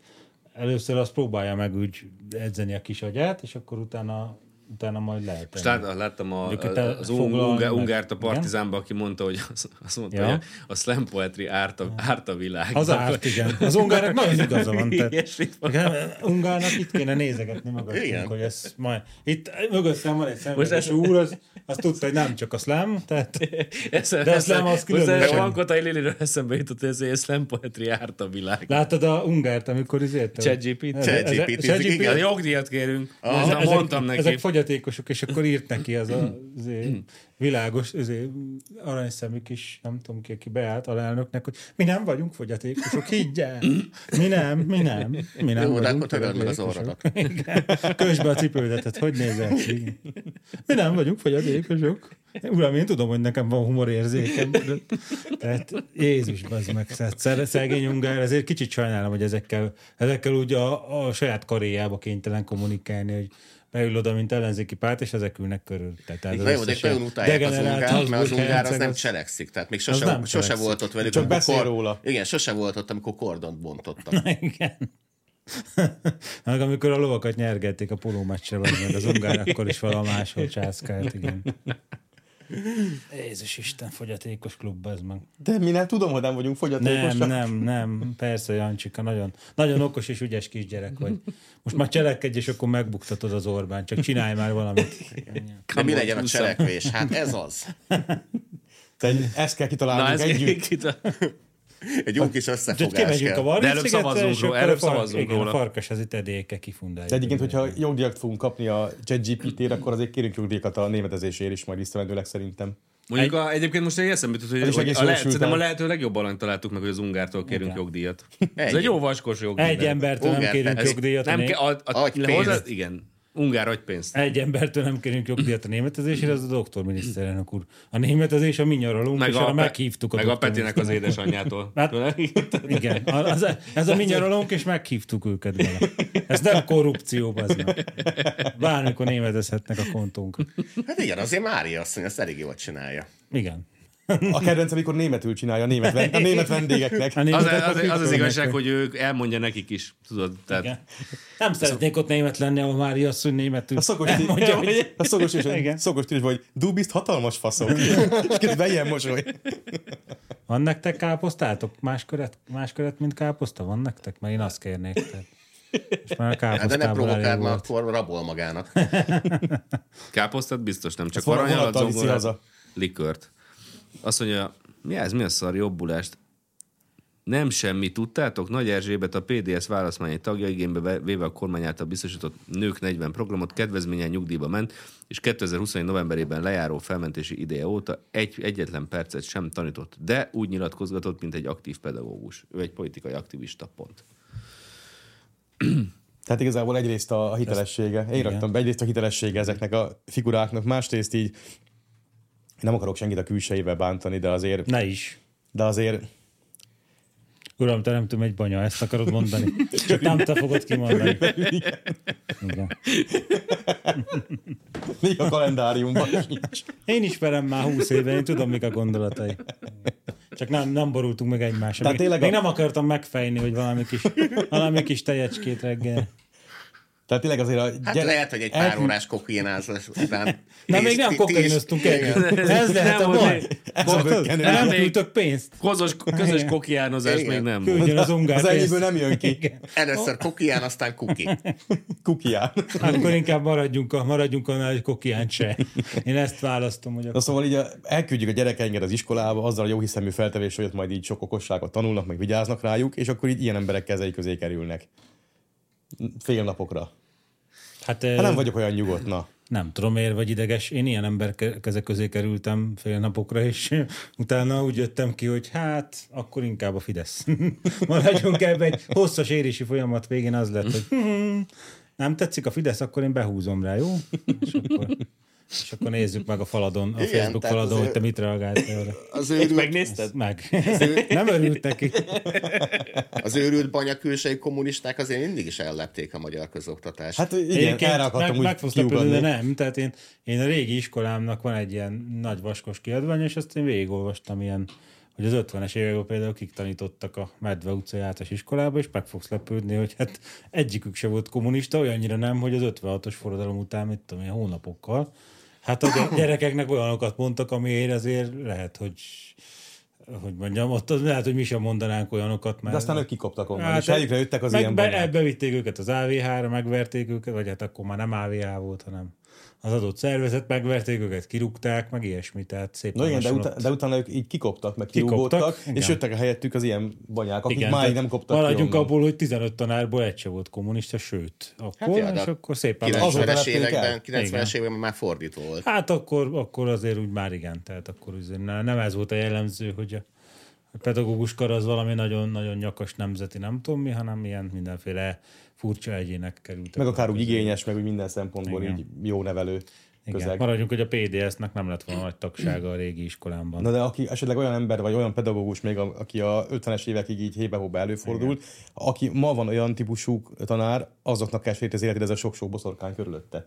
[SPEAKER 2] először azt próbálja meg úgy edzeni a kis agyát, és akkor utána, utána majd lehet.
[SPEAKER 1] Most lát, láttam a,
[SPEAKER 2] Mondjuk, hogy te
[SPEAKER 1] az un-
[SPEAKER 2] foglalj
[SPEAKER 1] unga,
[SPEAKER 2] meg.
[SPEAKER 1] ungárt a partizánba, aki mondta, hogy az, azt mondta,
[SPEAKER 2] Ja.
[SPEAKER 1] ja. hogy a slam poetry árt a, árt a világ.
[SPEAKER 2] Az árt, igen. Az ungárnak nagyon igaza van. Tehát,
[SPEAKER 1] Ilyesmit
[SPEAKER 2] igen, ungárnak itt kéne nézegetni magad,
[SPEAKER 4] Igen.
[SPEAKER 2] hogy ez majd... Itt mögöttem van egy szemben,
[SPEAKER 1] Most ez-
[SPEAKER 2] és úr, az, az tudta, hogy nem csak a szlám, tehát
[SPEAKER 1] Ez,
[SPEAKER 2] De a slam az különösen.
[SPEAKER 1] A Vankotai Liliről eszembe jutott, hogy ez egy slam poetry árt a világ.
[SPEAKER 2] láttad a ungárt, amikor izért...
[SPEAKER 1] ChatGPT.
[SPEAKER 4] ChatGPT,
[SPEAKER 1] Igen,
[SPEAKER 4] igen.
[SPEAKER 1] jogdíjat kérünk. Ah,
[SPEAKER 2] ezek,
[SPEAKER 1] mondtam neki.
[SPEAKER 2] ezek fogyatékosok, és akkor írt neki az a azé, világos, azé, aranyszemű kis, nem tudom ki, aki beállt alelnöknek, hogy mi nem vagyunk fogyatékosok, higgy el! Mi nem, mi nem, mi nem
[SPEAKER 4] Jó, de
[SPEAKER 2] vagyunk
[SPEAKER 4] akkor töröld meg az
[SPEAKER 2] fogyatékosok."
[SPEAKER 4] orrodat.
[SPEAKER 2] Igen. Kösd be a cipődetet, hogy nézel ki? Mi nem vagyunk fogyatékosok. Uram, én tudom, hogy nekem van humorérzékem. de- Tehát Jézus, bazd meg, tehát szer- szegény ungár, ezért kicsit sajnálom, hogy ezekkel, ezekkel úgy a, a saját karéjába kénytelen kommunikálni, hogy beül oda, mint ellenzéki párt, és ezek ülnek körül. Tehát az
[SPEAKER 4] Na jó, de
[SPEAKER 2] összes
[SPEAKER 4] nagyon
[SPEAKER 2] ilyen
[SPEAKER 4] utálják az
[SPEAKER 2] degenerált
[SPEAKER 4] ungárt, mert az
[SPEAKER 2] Habsburg
[SPEAKER 4] ungár az
[SPEAKER 2] herceg,
[SPEAKER 4] nem
[SPEAKER 2] az-
[SPEAKER 4] cselekszik. Tehát még
[SPEAKER 2] nem
[SPEAKER 4] sose, sose
[SPEAKER 2] cselekszik.
[SPEAKER 4] volt ott velük.
[SPEAKER 3] Csak
[SPEAKER 4] amikor
[SPEAKER 3] beszél róla.
[SPEAKER 4] Igen, sose volt ott, amikor kordont bontottak.
[SPEAKER 2] Igen. Meg amikor a lovakat nyergették a póló meccsre, vagy meg az ungár, akkor is valahol máshol császkált, igen. Jézus Isten, fogyatékos klub ez meg.
[SPEAKER 3] De mi nem tudom, hogy nem vagyunk
[SPEAKER 2] Nem,
[SPEAKER 3] fogyatékosak.
[SPEAKER 2] nem, nem, persze Jancsika, nagyon, nagyon okos és ügyes kisgyerek vagy. Most már cselekedj, és akkor megbuktatod az Orbán, csak csinálj már valamit.
[SPEAKER 4] De mi
[SPEAKER 1] Come on,
[SPEAKER 4] legyen a
[SPEAKER 1] úszom.
[SPEAKER 4] cselekvés? Hát ez az.
[SPEAKER 3] Te- Ezt kell
[SPEAKER 1] Na,
[SPEAKER 3] kitalálnunk
[SPEAKER 1] ez
[SPEAKER 3] együtt.
[SPEAKER 1] együtt.
[SPEAKER 4] Egy jó kis
[SPEAKER 2] Úgyhogy
[SPEAKER 4] összefogás
[SPEAKER 2] kimegyünk a
[SPEAKER 4] kell.
[SPEAKER 1] De előbb
[SPEAKER 2] Varga-szigetre,
[SPEAKER 1] szavazzunk
[SPEAKER 2] és
[SPEAKER 1] róla,
[SPEAKER 2] akkor
[SPEAKER 1] előbb
[SPEAKER 2] a fark-
[SPEAKER 1] szavazzunk
[SPEAKER 2] igen, a
[SPEAKER 1] róla.
[SPEAKER 2] farkas az itt edéke kifundálja.
[SPEAKER 3] De egyébként, hogyha jogdíjat fogunk kapni a ChatGPT-re, akkor azért kérünk jogdíjakat a németezésért is, majd visszavendőleg szerintem.
[SPEAKER 1] Mondjuk a, egyébként most egy eszembe jutott,
[SPEAKER 3] Ez
[SPEAKER 1] hogy,
[SPEAKER 3] is
[SPEAKER 1] hogy
[SPEAKER 3] egész
[SPEAKER 1] a,
[SPEAKER 3] jól
[SPEAKER 1] lehet,
[SPEAKER 3] sült
[SPEAKER 1] szerintem a
[SPEAKER 3] el.
[SPEAKER 1] lehető legjobb alany találtuk meg, hogy az ungártól kérünk
[SPEAKER 2] Igen.
[SPEAKER 1] jogdíjat. Ez
[SPEAKER 4] Ennyi.
[SPEAKER 1] egy jó vaskos jogdíj.
[SPEAKER 2] Egy embertől nem
[SPEAKER 4] Ungár,
[SPEAKER 2] kérünk
[SPEAKER 4] ez
[SPEAKER 2] jogdíjat. a
[SPEAKER 1] Nem
[SPEAKER 2] né-
[SPEAKER 1] ke, a, a,
[SPEAKER 4] Adj
[SPEAKER 1] a, hozzá,
[SPEAKER 4] pénzt.
[SPEAKER 1] igen. Ungár adj pénzt.
[SPEAKER 2] Egy embertől nem kérünk jogdíjat a németezésére, az a doktor miniszterelnök úr. A németezés a mi nyaralunk, meg és a, arra
[SPEAKER 1] Pe-
[SPEAKER 2] meghívtuk a
[SPEAKER 1] meg a
[SPEAKER 2] doktor
[SPEAKER 1] Petinek az édesanyjától.
[SPEAKER 2] Hát- miniszterelnök. Igen, a- az, ez a mi nyaralunk, és meghívtuk őket vele. Ez nem korrupció, bazd meg. Bármikor németezhetnek a kontónkra.
[SPEAKER 4] Hát igen, azért Mária asszony azt elég jól csinálja.
[SPEAKER 2] Igen.
[SPEAKER 3] A kedvenc, amikor németül csinálja a német, ven- a német vendégeknek.
[SPEAKER 2] A
[SPEAKER 1] Az,
[SPEAKER 2] németek
[SPEAKER 1] az, az, az az
[SPEAKER 2] hűtölnek,
[SPEAKER 1] igazság,
[SPEAKER 2] hogy-
[SPEAKER 1] hogy ők elmondja nekik is, tudod. Tehát,
[SPEAKER 2] Igen. Nem szeretnék ott német lenni, ahol Mária asszony németül.
[SPEAKER 3] A szokos,
[SPEAKER 2] elmondja, hogy-
[SPEAKER 3] a szokos,
[SPEAKER 2] Igen.
[SPEAKER 3] szokos stílus, vagy du bist hatalmas faszom. És közben ilyen mosoly.
[SPEAKER 2] Van nektek káposztátok? Más köret, más köret, mint káposzta? Van nektek? Mert én azt kérnék. Tehát. Most már a
[SPEAKER 4] Hát de ne
[SPEAKER 2] káposztából elég
[SPEAKER 4] provokál, mert
[SPEAKER 2] volt.
[SPEAKER 4] akkor rabol magának.
[SPEAKER 1] Káposztát biztos nem, csak
[SPEAKER 3] Ezt vonat-
[SPEAKER 1] aranyal,
[SPEAKER 3] vonattal viszi haza.
[SPEAKER 1] likört. Azt mondja, mi ez, mi a szar jobbulást? Nem semmi, tudtátok? Nagy Erzsébet a PDS válaszmányi tagja igénybe ve- véve a kormány által biztosított Nők 40 programot kedvezményen nyugdíjba ment, és 2021. novemberében lejáró felmentési ideje óta egy, egyetlen percet sem tanított, de úgy nyilatkozgatott, mint egy aktív pedagógus. Ő egy politikai aktivista, pont.
[SPEAKER 3] Tehát igazából egyrészt a a hitelessége. Én raktam be egyrészt a hitelessége ezeknek a figuráknak, másrészt így nem akarok senkit a külsejével bántani, de azért,
[SPEAKER 2] Ne is.
[SPEAKER 3] de azért
[SPEAKER 2] Uram, te nem tudom, egy banya, ezt akarod mondani. Csak nem te fogod kimondani. Igen.
[SPEAKER 3] még a kalendáriumban sincs.
[SPEAKER 2] Én ismerem már húsz éve, én tudom, mik a gondolatai. Csak nem, nem borultunk meg egymásra. Még,
[SPEAKER 3] Tehát tényleg
[SPEAKER 2] még
[SPEAKER 3] a-
[SPEAKER 2] nem akartam megfejni, hogy valami kis, valami kis tejecskét reggel.
[SPEAKER 3] Tehát tényleg azért a
[SPEAKER 4] Hát
[SPEAKER 3] gyere-
[SPEAKER 4] lehet, hogy egy pár órás kokainázás után...
[SPEAKER 2] Na,
[SPEAKER 4] tíz-
[SPEAKER 2] még nem
[SPEAKER 4] tíz-
[SPEAKER 2] kokainoztunk együtt. Ez lehet a
[SPEAKER 1] Nem,
[SPEAKER 2] baj.
[SPEAKER 1] hogy-
[SPEAKER 3] Ez a
[SPEAKER 2] Tudod,
[SPEAKER 3] bökkenő.
[SPEAKER 2] Nem
[SPEAKER 1] Még-
[SPEAKER 2] küldtök pénzt.
[SPEAKER 1] Közös, közös kokiánozás
[SPEAKER 4] Igen.
[SPEAKER 1] még nem volt.
[SPEAKER 2] Küldjön az ungár
[SPEAKER 3] Az
[SPEAKER 2] pénzt.
[SPEAKER 3] enyéből nem jön ki.
[SPEAKER 2] Igen.
[SPEAKER 4] Először kokián, aztán kuki.
[SPEAKER 3] Kukián.
[SPEAKER 2] Akkor inkább maradjunk, a, maradjunk annál, hogy kokián se. Én ezt választom, hogy
[SPEAKER 3] Na
[SPEAKER 2] akkor...
[SPEAKER 3] szóval így a, elküldjük a gyerekeinket az iskolába, azzal a jó hiszemű feltevés, hogy ott majd így sok okosságot tanulnak, meg vigyáznak rájuk, és akkor így ilyen emberek kezei közé kerülnek. Fél napokra.
[SPEAKER 2] Hát,
[SPEAKER 3] Hát nem vagyok olyan nyugodt, na.
[SPEAKER 2] Nem tudom, miért vagy ideges. Én ilyen ember ke- keze közé kerültem fél napokra, és utána úgy jöttem ki, hogy hát, akkor inkább a Fidesz. Maradjunk ebben egy hosszas érési folyamat végén az lett, hogy "Hmm, nem tetszik a Fidesz, akkor én behúzom rá, jó? És akkor, és akkor nézzük meg a faladon, a
[SPEAKER 4] Igen,
[SPEAKER 2] Igen, Facebook
[SPEAKER 4] tehát
[SPEAKER 2] faladon,
[SPEAKER 4] azért-
[SPEAKER 2] hogy te mit reagálsz arra.
[SPEAKER 4] Az
[SPEAKER 7] Ezt
[SPEAKER 4] őrült,
[SPEAKER 7] megnézted?
[SPEAKER 2] Meg. Nem örült neki.
[SPEAKER 4] az őrült banyakülsei kommunisták azért mindig is ellepték a magyar közoktatást. Hát,
[SPEAKER 3] Hát igen,
[SPEAKER 2] Egyébként
[SPEAKER 3] erre akartam
[SPEAKER 2] meg,
[SPEAKER 3] úgy
[SPEAKER 2] meg fogsz lepődni, de nem. Tehát én, én a régi iskolámnak van egy ilyen nagy vaskos kiadvány, és azt én végigolvastam ilyen, hogy az 50-es években például kik tanítottak a Medve utcai általános iskolába, és meg fogsz lepődni, hogy hát egyikük se volt kommunista, olyannyira nem, hogy az 56-os forradalom után, mit tudom én, hónapokkal. Hát a gy- gyerekeknek olyanokat mondtak, amiért azért lehet, hogy hogy mondjam, ott az lehet, hogy mi sem mondanánk olyanokat, mert...
[SPEAKER 3] De aztán ők kikoptak onnan,
[SPEAKER 2] Hát,
[SPEAKER 3] és helyükre jöttek az
[SPEAKER 2] meg
[SPEAKER 3] ilyen
[SPEAKER 2] be,
[SPEAKER 3] banyák.
[SPEAKER 2] Ebbe vitték őket az AVH-ra, megverték őket, vagy hát akkor már nem AVH volt, hanem az adott szervezet, megverték őket, kirúgták, meg ilyesmi, tehát szépen
[SPEAKER 3] Na igen, de,
[SPEAKER 2] lassan
[SPEAKER 3] utána,
[SPEAKER 2] ott-
[SPEAKER 3] de utána ők így kikoptak, meg
[SPEAKER 2] Kikoptak,
[SPEAKER 3] kirúgódtak, és
[SPEAKER 2] igen.
[SPEAKER 3] jöttek a helyettük az ilyen banyák, akik
[SPEAKER 2] Igen,
[SPEAKER 3] máig
[SPEAKER 2] tehát
[SPEAKER 3] nem koptak ki
[SPEAKER 2] Maradjunk
[SPEAKER 3] onnan.
[SPEAKER 2] abból, hogy 15 tanárból egy se volt kommunista, sőt,
[SPEAKER 4] Hát
[SPEAKER 2] akkor,
[SPEAKER 4] ja, de
[SPEAKER 2] és akkor szépen lassan-
[SPEAKER 3] azóta
[SPEAKER 4] 90-es
[SPEAKER 3] lepték el.
[SPEAKER 4] években, 90-es években már fordító volt.
[SPEAKER 2] Hát akkor, akkor azért úgy már igen, tehát akkor azért ne- nem ez volt a jellemző, hogy a a pedagógus kar az valami nagyon-nagyon nyakas nemzeti, nem tudom mi, hanem ilyen mindenféle furcsa egyének kerültek.
[SPEAKER 3] Meg akár
[SPEAKER 2] oda
[SPEAKER 3] úgy
[SPEAKER 2] közé.
[SPEAKER 3] igényes, meg úgy minden szempontból
[SPEAKER 2] Igen.
[SPEAKER 3] így jó nevelő
[SPEAKER 2] Igen,
[SPEAKER 3] közeg.
[SPEAKER 2] maradjunk, hogy a PDS-nek nem lett volna nagy tagsága a régi iskolámban.
[SPEAKER 3] Na de aki esetleg olyan ember, vagy olyan pedagógus még, a- aki a 50-es évekig így hébe-hóba előfordult, aki ma van olyan típusú tanár, azoknak kell segíteni az életét ez a sok-sok boszorkány körülötte.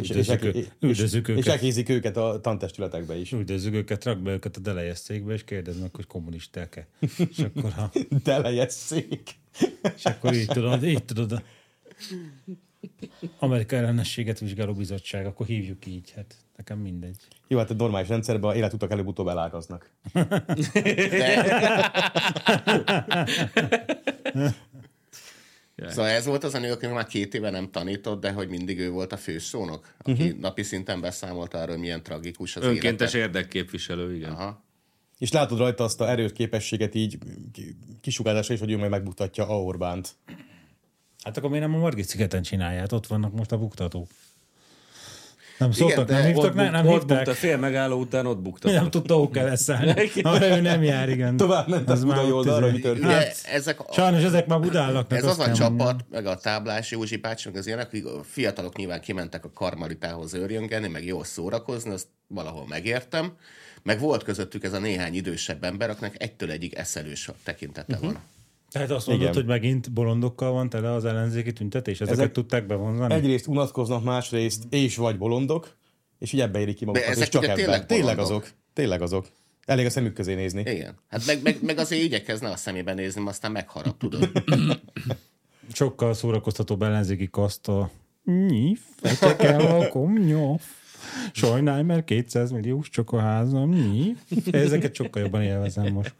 [SPEAKER 3] És, és,
[SPEAKER 2] Üldözzük ő-
[SPEAKER 3] és,
[SPEAKER 2] üldözzük
[SPEAKER 3] és
[SPEAKER 2] őket. Hm.
[SPEAKER 3] elkézik őket a tantestületekbe is.
[SPEAKER 2] Üldözzük őket, rakd be őket a delejesztékbe, és kérdezd meg, hogy kommunisták-e. És akkor, ha,
[SPEAKER 3] Telejesszék.
[SPEAKER 2] és akkor így tudod, így tudod a Amerika ellenességet vizsgáló bizottság, akkor hívjuk így, hát nekem mindegy.
[SPEAKER 3] Jó, hát a normális rendszerben a életutak előbb-utóbb elágaznak.
[SPEAKER 4] De... Szóval ez volt az a nő, aki már két éve nem tanított, de hogy mindig ő volt a főszónok, aki uh-huh. napi szinten beszámolt arról, milyen tragikus az
[SPEAKER 1] Önkéntes
[SPEAKER 4] élete.
[SPEAKER 1] érdekképviselő, igen.
[SPEAKER 4] Aha.
[SPEAKER 3] És látod rajta azt a erős képességet így ki- kisugárzása is, hogy ő majd megbuktatja a Orbánt.
[SPEAKER 2] Hát akkor miért nem a Margit szigeten csinálják? Ott vannak most a buktatók. Nem szóltak,
[SPEAKER 4] de
[SPEAKER 2] nem
[SPEAKER 4] ott
[SPEAKER 2] hívtak,
[SPEAKER 7] Ott,
[SPEAKER 2] nem, nem
[SPEAKER 7] ott
[SPEAKER 2] hívták.
[SPEAKER 7] bukta, fél megálló után ott bukta.
[SPEAKER 2] Nem tudta, hol kell leszállni. Amire ő nem jár, igen.
[SPEAKER 3] Tovább ment az budai oldalra, hogy történt.
[SPEAKER 4] Ugye ezek a-
[SPEAKER 2] izé- Sajnos ezek már budállaknak.
[SPEAKER 4] Ez az a csapat, meg a táblás Józsi bácsi, meg az ilyenek, akik a fiatalok nyilván kimentek a karmalitához őrjöngeni, meg jól szórakozni, azt valahol megértem. Meg volt közöttük ez a néhány idősebb ember, akinek egytől egyig eszelős a tekintete van.
[SPEAKER 2] Tehát azt mondod,
[SPEAKER 3] Igen.
[SPEAKER 2] hogy megint bolondokkal van tele az ellenzéki tüntetés? Ezeket
[SPEAKER 3] Ezek-
[SPEAKER 2] Ezek... tudták bevonzani?
[SPEAKER 3] Egyrészt unatkoznak, másrészt és vagy bolondok, és így ebbe érik ki magukat,
[SPEAKER 4] Mm. ezek
[SPEAKER 3] és csak
[SPEAKER 4] ugye
[SPEAKER 3] ebben.
[SPEAKER 4] tényleg
[SPEAKER 3] tényleg
[SPEAKER 4] bolondok.
[SPEAKER 3] azok. Tényleg azok. Elég a szemük közé nézni.
[SPEAKER 4] Igen. Hát meg, meg, meg azért igyekezne a szemébe nézni, mert aztán megharap, tudod.
[SPEAKER 2] Sokkal szórakoztatóbb ellenzéki kaszt a nyif, vetek el a komnyof. Sajnálj, mert 200 milliós csak a házam, nyif. Ezeket sokkal jobban élvezem most.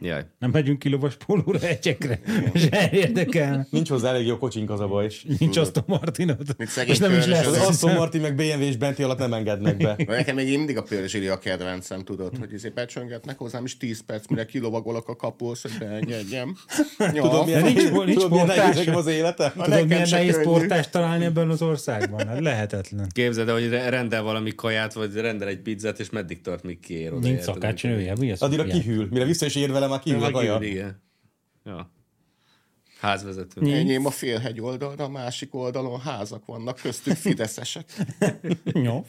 [SPEAKER 1] Jaj.
[SPEAKER 2] Nem megyünk ki lovas pólóra egyekre, és érdekel.
[SPEAKER 3] Nincs hozzá elég jó kocsink az a baj.
[SPEAKER 2] Nincs azt a Martinot.
[SPEAKER 4] Mint szegény
[SPEAKER 2] És nem is
[SPEAKER 4] körös
[SPEAKER 2] lesz.
[SPEAKER 3] Az
[SPEAKER 4] Azt
[SPEAKER 3] Aston Martin meg BMW és Benti alatt nem engednek be.
[SPEAKER 4] Mert Nekem még mindig a pörzsili a kedvencem, tudod, hogy ezért becsöngetnek hozzám is 10 perc, mire kilovagolok a kapuhoz, hogy beengedjem. Ja.
[SPEAKER 3] Tudom, milyen,
[SPEAKER 2] nincs-
[SPEAKER 3] tudom,
[SPEAKER 2] nincs
[SPEAKER 3] milyen nehéz
[SPEAKER 2] portás.
[SPEAKER 3] nekem az életem?
[SPEAKER 2] Tudod,
[SPEAKER 4] nekem
[SPEAKER 2] milyen
[SPEAKER 4] se
[SPEAKER 2] nehéz
[SPEAKER 4] könnyű.
[SPEAKER 2] portást találni ebben az országban? Hát lehetetlen.
[SPEAKER 1] Képzeld el, hogy re- rendel valami kaját, vagy rendel egy pizzát, és meddig tart, míg kiér oda.
[SPEAKER 2] Nincs
[SPEAKER 1] érted?
[SPEAKER 2] szakácsnője, mi az?
[SPEAKER 3] Addigra
[SPEAKER 2] ilyen?
[SPEAKER 3] kihűl. Mire vissza is ér vele, már kihűl a
[SPEAKER 1] Meg
[SPEAKER 3] kaja.
[SPEAKER 1] jön, igen. Ja. Házvezető.
[SPEAKER 4] Enyém a félhegy oldalra, a másik oldalon házak vannak, köztük fideszesek.
[SPEAKER 2] Nyom.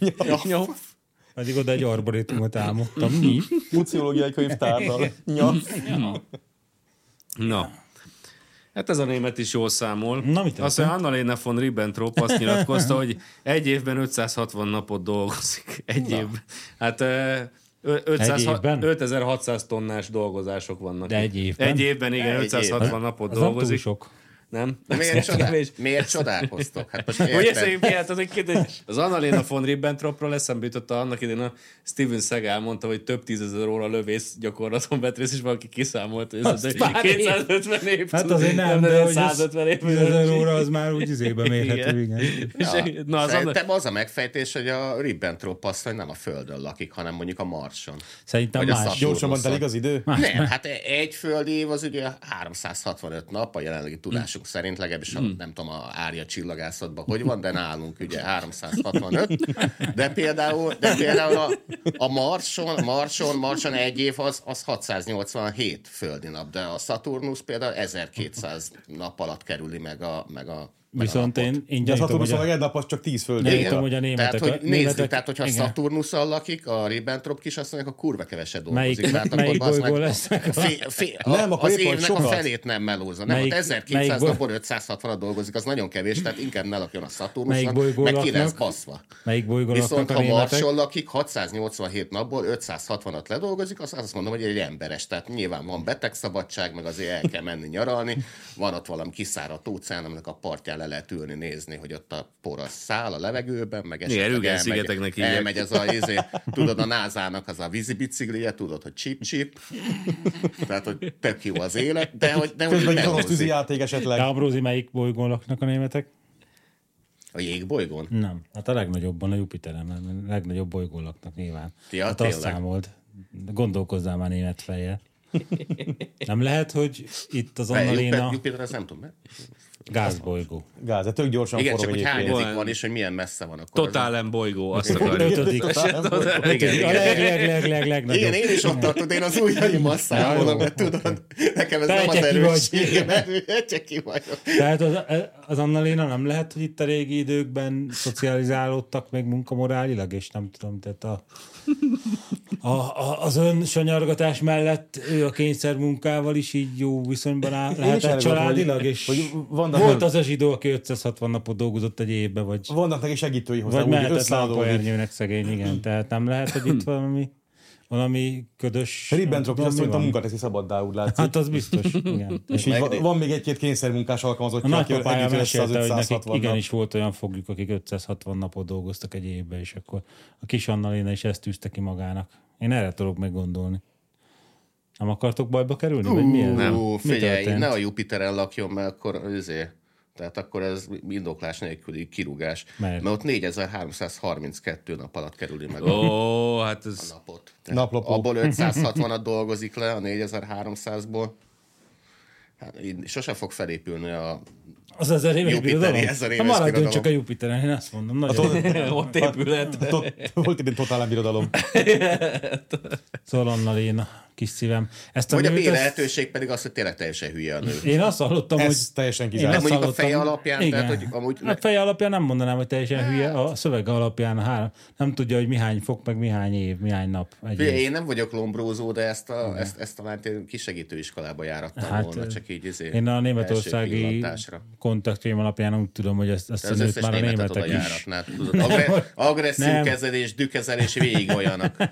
[SPEAKER 2] Addig oda egy arborétumot álmodtam. Mi?
[SPEAKER 3] Muciológiai könyvtárral. Nyaf.
[SPEAKER 1] Na. Hát ez a német is jól számol.
[SPEAKER 2] Na, mit
[SPEAKER 1] azt mondja, Annalena von Ribbentrop azt nyilatkozta, hogy egy évben 560 napot dolgozik. Egy évben. Hát ö, ö, 500,
[SPEAKER 2] Egy évben?
[SPEAKER 1] 5600 tonnás dolgozások vannak.
[SPEAKER 2] De egy évben?
[SPEAKER 1] Egy évben, igen,
[SPEAKER 4] Egy
[SPEAKER 1] 560 napot
[SPEAKER 2] Az nem túl
[SPEAKER 1] dolgozik.
[SPEAKER 2] sok.
[SPEAKER 1] Nem?
[SPEAKER 4] Miért, csodál... Miért csodálkoztok? Hát most
[SPEAKER 1] Hogy
[SPEAKER 4] érted?
[SPEAKER 1] eszébe hát az egy kérdés. Az Annalena von Ribbentropról eszembe jutott annak idén a Steven Seagal mondta, hogy több tízezer óra lövész gyakorlaton vett részt, és valaki kiszámolt, hogy ez
[SPEAKER 2] Azt már
[SPEAKER 1] 250 év.
[SPEAKER 2] Hát
[SPEAKER 1] tudod,
[SPEAKER 2] azért nem,
[SPEAKER 1] ez
[SPEAKER 2] de hogy az
[SPEAKER 1] 150 év.
[SPEAKER 2] 10 óra az már úgy izébe mérhető,
[SPEAKER 1] Igen.
[SPEAKER 2] igen.
[SPEAKER 1] És- Na, az Anna-
[SPEAKER 4] Szerintem az a megfejtés, hogy a Ribbentrop asszony nem a Földön lakik, hanem mondjuk a Marson.
[SPEAKER 2] Szerintem
[SPEAKER 4] Vagy a
[SPEAKER 2] más.
[SPEAKER 4] szab-
[SPEAKER 3] Gyorsabban
[SPEAKER 4] Hosszan.
[SPEAKER 3] telik az idő?
[SPEAKER 4] Nem, hát egy földi év az ugye 365 nap a jelenlegi tudásuk tudásunk szerint, legalábbis hmm. nem tudom, a árja csillagászatban hogy van, de nálunk ugye 365, de például, de például a, a Marson, Marson, Marson egy év az, az 687 földi nap, de a Saturnus például 1200 nap alatt kerüli meg a, meg a meg
[SPEAKER 2] Viszont
[SPEAKER 4] a napot.
[SPEAKER 2] én, én
[SPEAKER 3] De az
[SPEAKER 2] gyanítom,
[SPEAKER 3] hatóban
[SPEAKER 2] hogy a,
[SPEAKER 3] szóval egy nap az csak 10 föld.
[SPEAKER 2] gyanítom,
[SPEAKER 4] Igen.
[SPEAKER 2] hogy a németek...
[SPEAKER 4] Tehát, hogy
[SPEAKER 2] a,
[SPEAKER 4] nézzük,
[SPEAKER 2] németek
[SPEAKER 4] tehát hogyha
[SPEAKER 2] igen.
[SPEAKER 4] Saturnussal lakik, a Ribbentrop kisasszonynak a kurva keveset
[SPEAKER 2] Melyik-
[SPEAKER 4] dolgozik. tehát
[SPEAKER 2] melyik
[SPEAKER 4] akkor bazd
[SPEAKER 2] bolygó lesz meg a-
[SPEAKER 4] Fél, fél, a,
[SPEAKER 3] Nem,
[SPEAKER 4] nem,
[SPEAKER 3] akkor
[SPEAKER 4] az
[SPEAKER 3] épp, hogy
[SPEAKER 4] évnek a
[SPEAKER 3] sokat.
[SPEAKER 4] felét nem melózza. Nem,
[SPEAKER 2] Melyik-
[SPEAKER 4] ott 1200
[SPEAKER 2] melyik bol-
[SPEAKER 4] napon 560 dolgozik, az nagyon kevés, tehát inkább ne lakjon a
[SPEAKER 2] Melyik
[SPEAKER 4] Saturnuson,
[SPEAKER 2] bolygó
[SPEAKER 4] meg ki lesz
[SPEAKER 2] laknak?
[SPEAKER 4] baszva.
[SPEAKER 2] Melyik bolygón
[SPEAKER 4] Viszont
[SPEAKER 2] laknak a
[SPEAKER 4] ha
[SPEAKER 2] németek?
[SPEAKER 4] Marson lakik, 687 napból 560-at ledolgozik, azt, azt mondom, hogy egy emberes. Tehát nyilván van betegszabadság, meg azért el kell menni nyaralni. Van ott valami kiszáradt óceán, aminek a partján le lehet ülni, nézni, hogy ott a por az száll a levegőben, meg esetleg
[SPEAKER 1] Rügen
[SPEAKER 4] elmegy-
[SPEAKER 1] szigeteknek hívják.
[SPEAKER 4] elmegy ez a, izé, tudod, a NASA-nak az a vízi biciklije, tudod, hogy csip-csip. Tehát, hogy tök jó az élet, de hogy, de hogy
[SPEAKER 3] Közben egy
[SPEAKER 4] melózik.
[SPEAKER 3] orosz tűzijáték
[SPEAKER 2] De
[SPEAKER 3] esetleg.
[SPEAKER 2] Ambrózi, melyik bolygón laknak a németek?
[SPEAKER 4] A jégbolygón?
[SPEAKER 2] Nem, hát a legnagyobban a Jupiteren, mert a legnagyobb bolygón laknak nyilván.
[SPEAKER 4] Ja,
[SPEAKER 2] hát azt
[SPEAKER 4] tényleg.
[SPEAKER 2] számolt. Gondolkozzál már német fejjel. Nem lehet, hogy itt az
[SPEAKER 4] Be-
[SPEAKER 2] Annalina
[SPEAKER 4] Jupiter- Jupiter, ezt nem tudom. mert-
[SPEAKER 2] gázbolygó.
[SPEAKER 3] Gáz, de tök gyorsan
[SPEAKER 4] Igen, csak
[SPEAKER 3] forog
[SPEAKER 4] hogy
[SPEAKER 3] egyébként.
[SPEAKER 4] hányadik van, és hogy milyen messze van akkor. az-
[SPEAKER 1] Totálem bolygó, azt akarjuk.
[SPEAKER 2] Ötödik.
[SPEAKER 4] Igen,
[SPEAKER 2] A
[SPEAKER 4] igen.
[SPEAKER 2] leg, leg, leg, leg, legnagyobb.
[SPEAKER 4] Igen, én is ott tartod, én az ujjaimmal számolom,
[SPEAKER 2] Ja,
[SPEAKER 4] mert tudod, nekem ez
[SPEAKER 2] Te
[SPEAKER 4] nem az
[SPEAKER 2] egyeki
[SPEAKER 4] erősségem, mert ki vagyok.
[SPEAKER 2] Tehát az, az Annalina nem lehet, hogy itt a régi időkben szocializálódtak még munkamorálilag, és nem tudom, tehát a, a, a, az önsanyargatás mellett ő a kényszer munkával is így jó viszonyban áll, lehetett
[SPEAKER 3] elgondolom,
[SPEAKER 2] családilag,
[SPEAKER 3] hogy-
[SPEAKER 2] és
[SPEAKER 3] hogy vannak-
[SPEAKER 2] volt az a zsidó, aki 560 napot dolgozott egy évbe, vagy,
[SPEAKER 3] Vannak neki segítői hozzá,
[SPEAKER 2] vagy
[SPEAKER 3] úgy
[SPEAKER 2] mehetett
[SPEAKER 3] összeállódik.
[SPEAKER 2] lampaernyőnek szegény, igen. Tehát nem lehet, hogy itt valami, valami ködös...
[SPEAKER 3] Ribbentrop
[SPEAKER 2] nem
[SPEAKER 3] azt
[SPEAKER 2] tudom, mi
[SPEAKER 3] mondta,
[SPEAKER 2] van.
[SPEAKER 3] munkát teszi szabaddá, úgy látszik.
[SPEAKER 2] Hát az biztos, igen.
[SPEAKER 3] és így
[SPEAKER 4] Megnéz-
[SPEAKER 3] van, van még egy-két kényszermunkás alkalmazott,
[SPEAKER 2] A
[SPEAKER 3] aki ott
[SPEAKER 2] nagypapája
[SPEAKER 3] együtt össze az
[SPEAKER 2] mesélte, hogy nekik
[SPEAKER 3] 560 nap.
[SPEAKER 2] igenis volt olyan fogjuk, akik 560 napot dolgoztak egy évben, és akkor a kis Annalina is ezt tűzte ki magának. Én erre tudok meggondolni. Nem akartok bajba kerülni? vagy mi ez?
[SPEAKER 4] Ú,
[SPEAKER 2] Mi
[SPEAKER 4] figyelj,
[SPEAKER 2] történt?
[SPEAKER 4] ne a Jupiteren lakjon, mert akkor azért, tehát akkor ez indoklás nélküli kirúgás.
[SPEAKER 2] Mert?
[SPEAKER 4] Mert, ott 4332 nap alatt kerüli meg a
[SPEAKER 1] Ó, hát ez...
[SPEAKER 4] napot.
[SPEAKER 3] Naplopó.
[SPEAKER 4] Abból 560-at dolgozik le a 4300-ból. Hát így sose fog felépülni a...
[SPEAKER 2] Az ezer éves
[SPEAKER 4] Jupiteri,
[SPEAKER 2] birodalom?
[SPEAKER 4] ezer
[SPEAKER 2] Ha
[SPEAKER 4] éves
[SPEAKER 2] maradjon
[SPEAKER 4] birodalom.
[SPEAKER 2] csak a Jupiteren, én azt mondom. Nagyon.
[SPEAKER 7] Ott épület.
[SPEAKER 3] Tot- Hát Volt egy totál birodalom.
[SPEAKER 2] Szóval Annalina, kis szívem. Ezt a
[SPEAKER 4] Vagy a
[SPEAKER 2] művet,
[SPEAKER 4] B
[SPEAKER 2] ezt-
[SPEAKER 4] lehetőség pedig az, hogy tényleg teljesen hülye a nő.
[SPEAKER 2] Én azt hallottam, hogy...
[SPEAKER 3] Ez teljesen
[SPEAKER 2] Én
[SPEAKER 3] kizárt.
[SPEAKER 4] De
[SPEAKER 2] azt
[SPEAKER 4] mondjuk a
[SPEAKER 2] hallottam-
[SPEAKER 4] feje alapján,
[SPEAKER 2] Igen.
[SPEAKER 4] tehát, hogy amúgy- Hát.
[SPEAKER 2] A feje alapján nem mondanám, hogy teljesen hülye, a szöveg alapján a három. Nem tudja, hogy mihány fok, meg mihány év, mihány nap. Egy
[SPEAKER 4] Figyelj,
[SPEAKER 2] év.
[SPEAKER 4] én nem vagyok lombrózó, de ezt a, ezt, ezt talán én kisegítő iskolába járattam
[SPEAKER 2] Hát,
[SPEAKER 4] hát, volna, csak így azért
[SPEAKER 2] Én a
[SPEAKER 4] első
[SPEAKER 2] németországi
[SPEAKER 4] pillantásra.
[SPEAKER 2] kontaktfilm alapján úgy tudom, hogy ezt, ezt
[SPEAKER 4] De az
[SPEAKER 2] az őt
[SPEAKER 4] összes
[SPEAKER 2] már a
[SPEAKER 4] németet oda
[SPEAKER 2] németek is.
[SPEAKER 4] járatnád. Tudod, agre- agresszív
[SPEAKER 2] Nem.
[SPEAKER 4] kezelés, dühkezelés végig olyanak.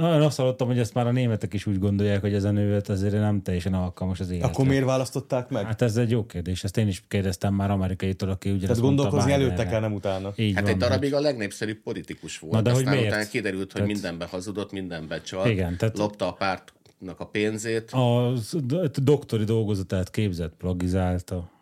[SPEAKER 2] Olyan azt hallottam, hogy ezt már a németek is úgy gondolják, hogy ez a nőt azért nem teljesen alkalmas az életre.
[SPEAKER 3] Akkor miért választották meg?
[SPEAKER 2] Hát ez egy jó kérdés, ezt én is kérdeztem már amerikaitól, aki ugye.
[SPEAKER 3] Tehát gondolkozni előtte kell, nem utána.
[SPEAKER 2] Így
[SPEAKER 4] Hát
[SPEAKER 2] van.
[SPEAKER 4] egy darabig a legnépszerűbb politikus volt.
[SPEAKER 2] Na, de hogy
[SPEAKER 4] Aztán
[SPEAKER 2] miért?
[SPEAKER 4] utána kiderült, hogy mindenbe hazudott, mindenbe csal,
[SPEAKER 2] Igen, tehát- Ah,
[SPEAKER 4] lopta a pártnak a pénzét.
[SPEAKER 2] A d- doktori dolgozatát képzett, plagizálta.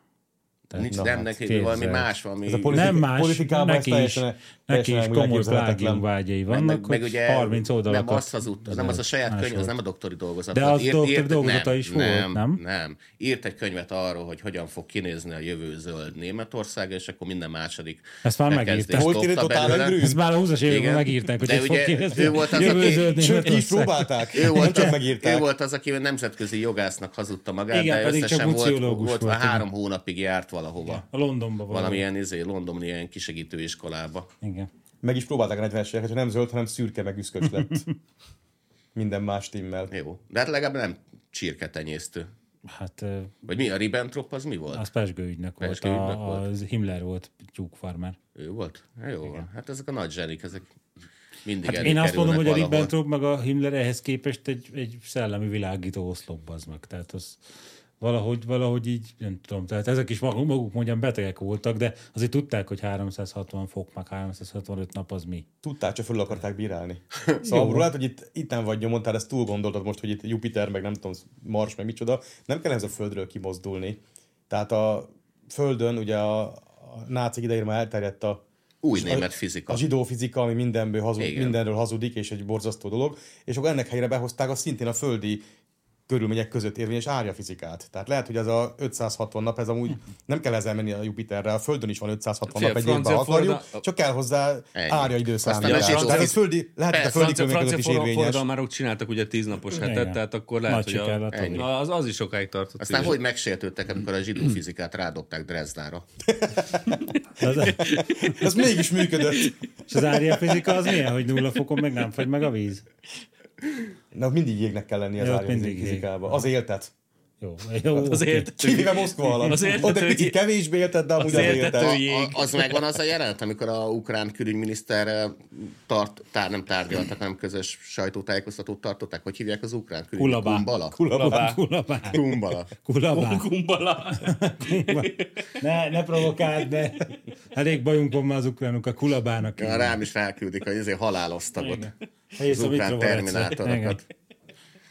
[SPEAKER 4] Nincs,
[SPEAKER 3] na
[SPEAKER 4] nem
[SPEAKER 3] hát,
[SPEAKER 4] neki
[SPEAKER 2] képzeld.
[SPEAKER 4] valami más, valami...
[SPEAKER 3] Ez a politi-
[SPEAKER 2] Nem más,
[SPEAKER 3] politikában ez
[SPEAKER 2] neki is,
[SPEAKER 3] teljesen-
[SPEAKER 2] neki
[SPEAKER 3] teljesen
[SPEAKER 2] is
[SPEAKER 3] amúgy
[SPEAKER 2] komoly
[SPEAKER 3] elképzelhetetlen.
[SPEAKER 2] plágium vágyai vannak,
[SPEAKER 4] meg, meg
[SPEAKER 2] hogy
[SPEAKER 4] ugye
[SPEAKER 2] 30 oldalakat.
[SPEAKER 4] Nem, azt az út, nem az a saját könyv, az
[SPEAKER 2] másolt.
[SPEAKER 4] nem a doktori dolgozat.
[SPEAKER 2] De
[SPEAKER 4] volt.
[SPEAKER 2] az doktori dolgozata
[SPEAKER 4] nem,
[SPEAKER 2] is volt, nem?
[SPEAKER 4] Nem. Írt egy könyvet arról, hogy hogyan fog kinézni a jövő zöld Németország, és akkor minden második
[SPEAKER 2] Ezt már
[SPEAKER 4] bekezdést
[SPEAKER 2] megírták.
[SPEAKER 3] Volt írni
[SPEAKER 4] lopta
[SPEAKER 3] totál
[SPEAKER 4] belőle.
[SPEAKER 3] egy grű?
[SPEAKER 2] Ezt már a 20-as években
[SPEAKER 4] Igen.
[SPEAKER 2] megírták, hogy
[SPEAKER 4] De
[SPEAKER 2] ez fog
[SPEAKER 4] ugye
[SPEAKER 2] kérdezni.
[SPEAKER 4] ő volt az,
[SPEAKER 2] Jövő
[SPEAKER 4] aki-
[SPEAKER 2] zöld
[SPEAKER 3] Sőt, ki is
[SPEAKER 2] Németország.
[SPEAKER 3] próbálták.
[SPEAKER 4] Ő
[SPEAKER 3] nem
[SPEAKER 4] volt,
[SPEAKER 3] csak
[SPEAKER 4] az,
[SPEAKER 3] megírták.
[SPEAKER 4] ő volt az, aki nemzetközi jogásznak hazudta magát,
[SPEAKER 2] Igen,
[SPEAKER 4] de
[SPEAKER 2] pedig csak
[SPEAKER 4] összesen volt,
[SPEAKER 2] muciológus
[SPEAKER 4] volt,
[SPEAKER 2] volt,
[SPEAKER 4] volt
[SPEAKER 2] igen.
[SPEAKER 4] három hónapig járt valahova.
[SPEAKER 2] A Londonban van.
[SPEAKER 4] Valamilyen izé, Londoni ilyen kisegítő iskolába.
[SPEAKER 2] Igen.
[SPEAKER 3] Meg is próbálták a 40-es éveket, hogy nem zöld, hanem szürke, meg üszkös lett. Minden más timmel.
[SPEAKER 4] Jó. De hát legalább nem csirketenyésztő.
[SPEAKER 2] Hát ö,
[SPEAKER 4] Vagy mi? A Ribbentrop az mi volt?
[SPEAKER 2] az Pesgő ügynök volt,
[SPEAKER 4] Pesgő ügynök
[SPEAKER 2] a,
[SPEAKER 4] volt.
[SPEAKER 2] az Himmler volt tyúkfarmer.
[SPEAKER 4] Ő volt? Hát Jó, van. hát ezek a nagy zsenik, ezek mindig hát
[SPEAKER 2] Hát én azt mondom, hogy a Ribbentrop meg a Himmler ehhez képest egy, egy szellemi világító oszlop az meg. Tehát az valahogy, valahogy így, nem tudom, tehát ezek is maguk, maguk mondjam betegek voltak, de azért tudták, hogy 360 fok, meg 365 nap az mi.
[SPEAKER 3] Tudtál, csak föl akarták bírálni. Szóval Abró, hát, hogy itt, itt nem vagy nyomon, tehát ezt túl gondoltad most, hogy itt Jupiter, meg nem tudom, Mars, meg micsoda. Nem kell ez a Földről kimozdulni. Tehát a Földön ugye a, a nácik idején már elterjedt a
[SPEAKER 4] Új
[SPEAKER 3] a-
[SPEAKER 4] német fizika.
[SPEAKER 3] A zsidó fizika, ami mindenből hazud,
[SPEAKER 4] Igen.
[SPEAKER 3] mindenről hazudik, és egy borzasztó dolog. És akkor ennek helyre behozták a szintén a földi körülmények között érvényes árjafizikát. Tehát lehet, hogy ez a 560 nap, ez amúgy nem kell ezzel menni a Jupiterre, a Földön is van 560
[SPEAKER 1] Fél
[SPEAKER 3] nap egy évben, ha
[SPEAKER 1] francia
[SPEAKER 3] akarjuk,
[SPEAKER 1] forradal-
[SPEAKER 3] csak kell hozzá
[SPEAKER 4] Ennyi.
[SPEAKER 3] árjaidőszámítás.
[SPEAKER 4] Aztán a
[SPEAKER 3] Tehát ez
[SPEAKER 4] francia-
[SPEAKER 3] földi, lehet, hogy a
[SPEAKER 1] Persze,
[SPEAKER 3] földi
[SPEAKER 1] francia,
[SPEAKER 3] körülmények között
[SPEAKER 1] francia
[SPEAKER 3] is
[SPEAKER 1] forra-
[SPEAKER 3] érvényes.
[SPEAKER 1] forradalmárok csináltak ugye tíznapos hetet,
[SPEAKER 2] Igen.
[SPEAKER 1] Hát tehát akkor lehet,
[SPEAKER 2] Nagy
[SPEAKER 1] hogy
[SPEAKER 2] siker
[SPEAKER 1] a,
[SPEAKER 2] lett, ami.
[SPEAKER 1] Na, az, az is sokáig tartott.
[SPEAKER 4] Aztán
[SPEAKER 1] igen.
[SPEAKER 4] hogy megsértődtek, amikor a zsidó fizikát rádobták Dresdára?
[SPEAKER 2] Az,
[SPEAKER 3] Ez mégis működött.
[SPEAKER 2] és az árja fizika az milyen, hogy nulla fokon meg nem fagy meg a víz?
[SPEAKER 3] Na, mindig jégnek kell lenni az
[SPEAKER 2] Jó,
[SPEAKER 3] árjafizik-
[SPEAKER 2] mindig jég.
[SPEAKER 3] fizikában. Az éltet.
[SPEAKER 2] Jó, jó. oké.
[SPEAKER 1] Hát Azért.
[SPEAKER 3] Kivéve Moszkva alatt.
[SPEAKER 1] Az éltető
[SPEAKER 3] Ott egy picit
[SPEAKER 1] jég.
[SPEAKER 3] kevésbé éltet, de amúgy az
[SPEAKER 1] éltető
[SPEAKER 3] éltet.
[SPEAKER 1] jég.
[SPEAKER 4] A, az megvan az a jelent, amikor a ukrán külügyminiszter eh, tart, tár, nem tárgyaltak, nem közös sajtótájékoztatót tartották. Hogy hívják az ukrán
[SPEAKER 2] Kulabá.
[SPEAKER 4] külügyminiszter? Kumbala?
[SPEAKER 2] Kulabá. Kulabá.
[SPEAKER 4] Kumbala.
[SPEAKER 2] Kulabá.
[SPEAKER 7] Kumbala.
[SPEAKER 2] Ne, ne provokáld be. Elég bajunk van már az ukránok a kulabának.
[SPEAKER 4] Ja, rám is ráküldik, hogy ezért halálosztagot.
[SPEAKER 2] Egész
[SPEAKER 4] az
[SPEAKER 2] a
[SPEAKER 4] ukrán
[SPEAKER 2] mitrovacot.
[SPEAKER 4] terminátorokat.
[SPEAKER 2] Igen.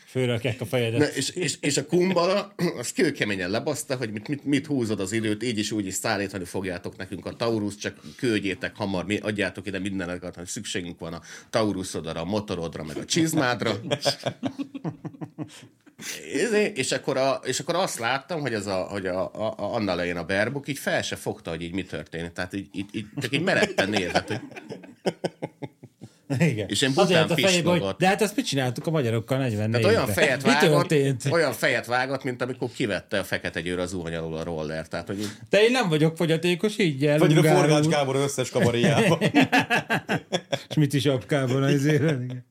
[SPEAKER 2] Fölrakják a
[SPEAKER 4] Na,
[SPEAKER 2] fejedet.
[SPEAKER 4] és, és, és, a kumbala, az kőkeményen lebaszta, hogy mit, mit, mit húzod az időt, így is úgy is szállítani fogjátok nekünk a Taurus, csak küldjétek hamar, mi adjátok ide mindeneket, hogy szükségünk van a Taurusodra, a motorodra, meg a csizmádra. Izé, és, akkor a, és akkor azt láttam, hogy, az a, hogy a, a, a anna elején a Berbuk így fel se fogta, hogy így mi történik. Tehát így, így, így csak így meretten nézett, hogy
[SPEAKER 2] Igen.
[SPEAKER 4] és én
[SPEAKER 2] Az
[SPEAKER 4] bután
[SPEAKER 2] járt a fejébe, hogy,
[SPEAKER 4] pislogat.
[SPEAKER 2] de hát ezt mit csináltuk a magyarokkal 44
[SPEAKER 4] Tehát olyan fejet,
[SPEAKER 2] Mi
[SPEAKER 4] vágott,
[SPEAKER 2] történt?
[SPEAKER 4] olyan fejet vágott, mint amikor kivette a fekete győr az zuhany alól a roller. Tehát, hogy
[SPEAKER 2] De én nem vagyok fogyatékos, így el.
[SPEAKER 3] Vagy a
[SPEAKER 2] Ungár
[SPEAKER 3] Forgács
[SPEAKER 2] úr.
[SPEAKER 3] Gábor összes kabaréjában.
[SPEAKER 2] És mit is apkában az élen.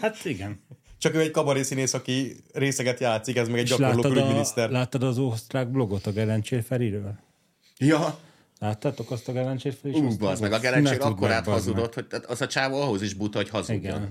[SPEAKER 2] Hát igen.
[SPEAKER 3] Csak ő egy kabaré színész, aki részeget játszik, ez meg egy
[SPEAKER 2] És
[SPEAKER 3] gyakorló
[SPEAKER 2] láttad, a,
[SPEAKER 3] külügyminiszter.
[SPEAKER 2] láttad az osztrák blogot a Gelencsér Feriről?
[SPEAKER 4] Ja,
[SPEAKER 2] Láttátok azt a Gelencsér Feri? is
[SPEAKER 4] ú,
[SPEAKER 2] osztrák
[SPEAKER 4] bazd meg, a
[SPEAKER 2] volt? Ne
[SPEAKER 4] gerencsér
[SPEAKER 2] tudd
[SPEAKER 4] akkor
[SPEAKER 2] meg,
[SPEAKER 4] át
[SPEAKER 2] bazd meg.
[SPEAKER 4] hazudott, hogy tehát az a csávó ahhoz is buta, hogy hazudjon.
[SPEAKER 2] Igen.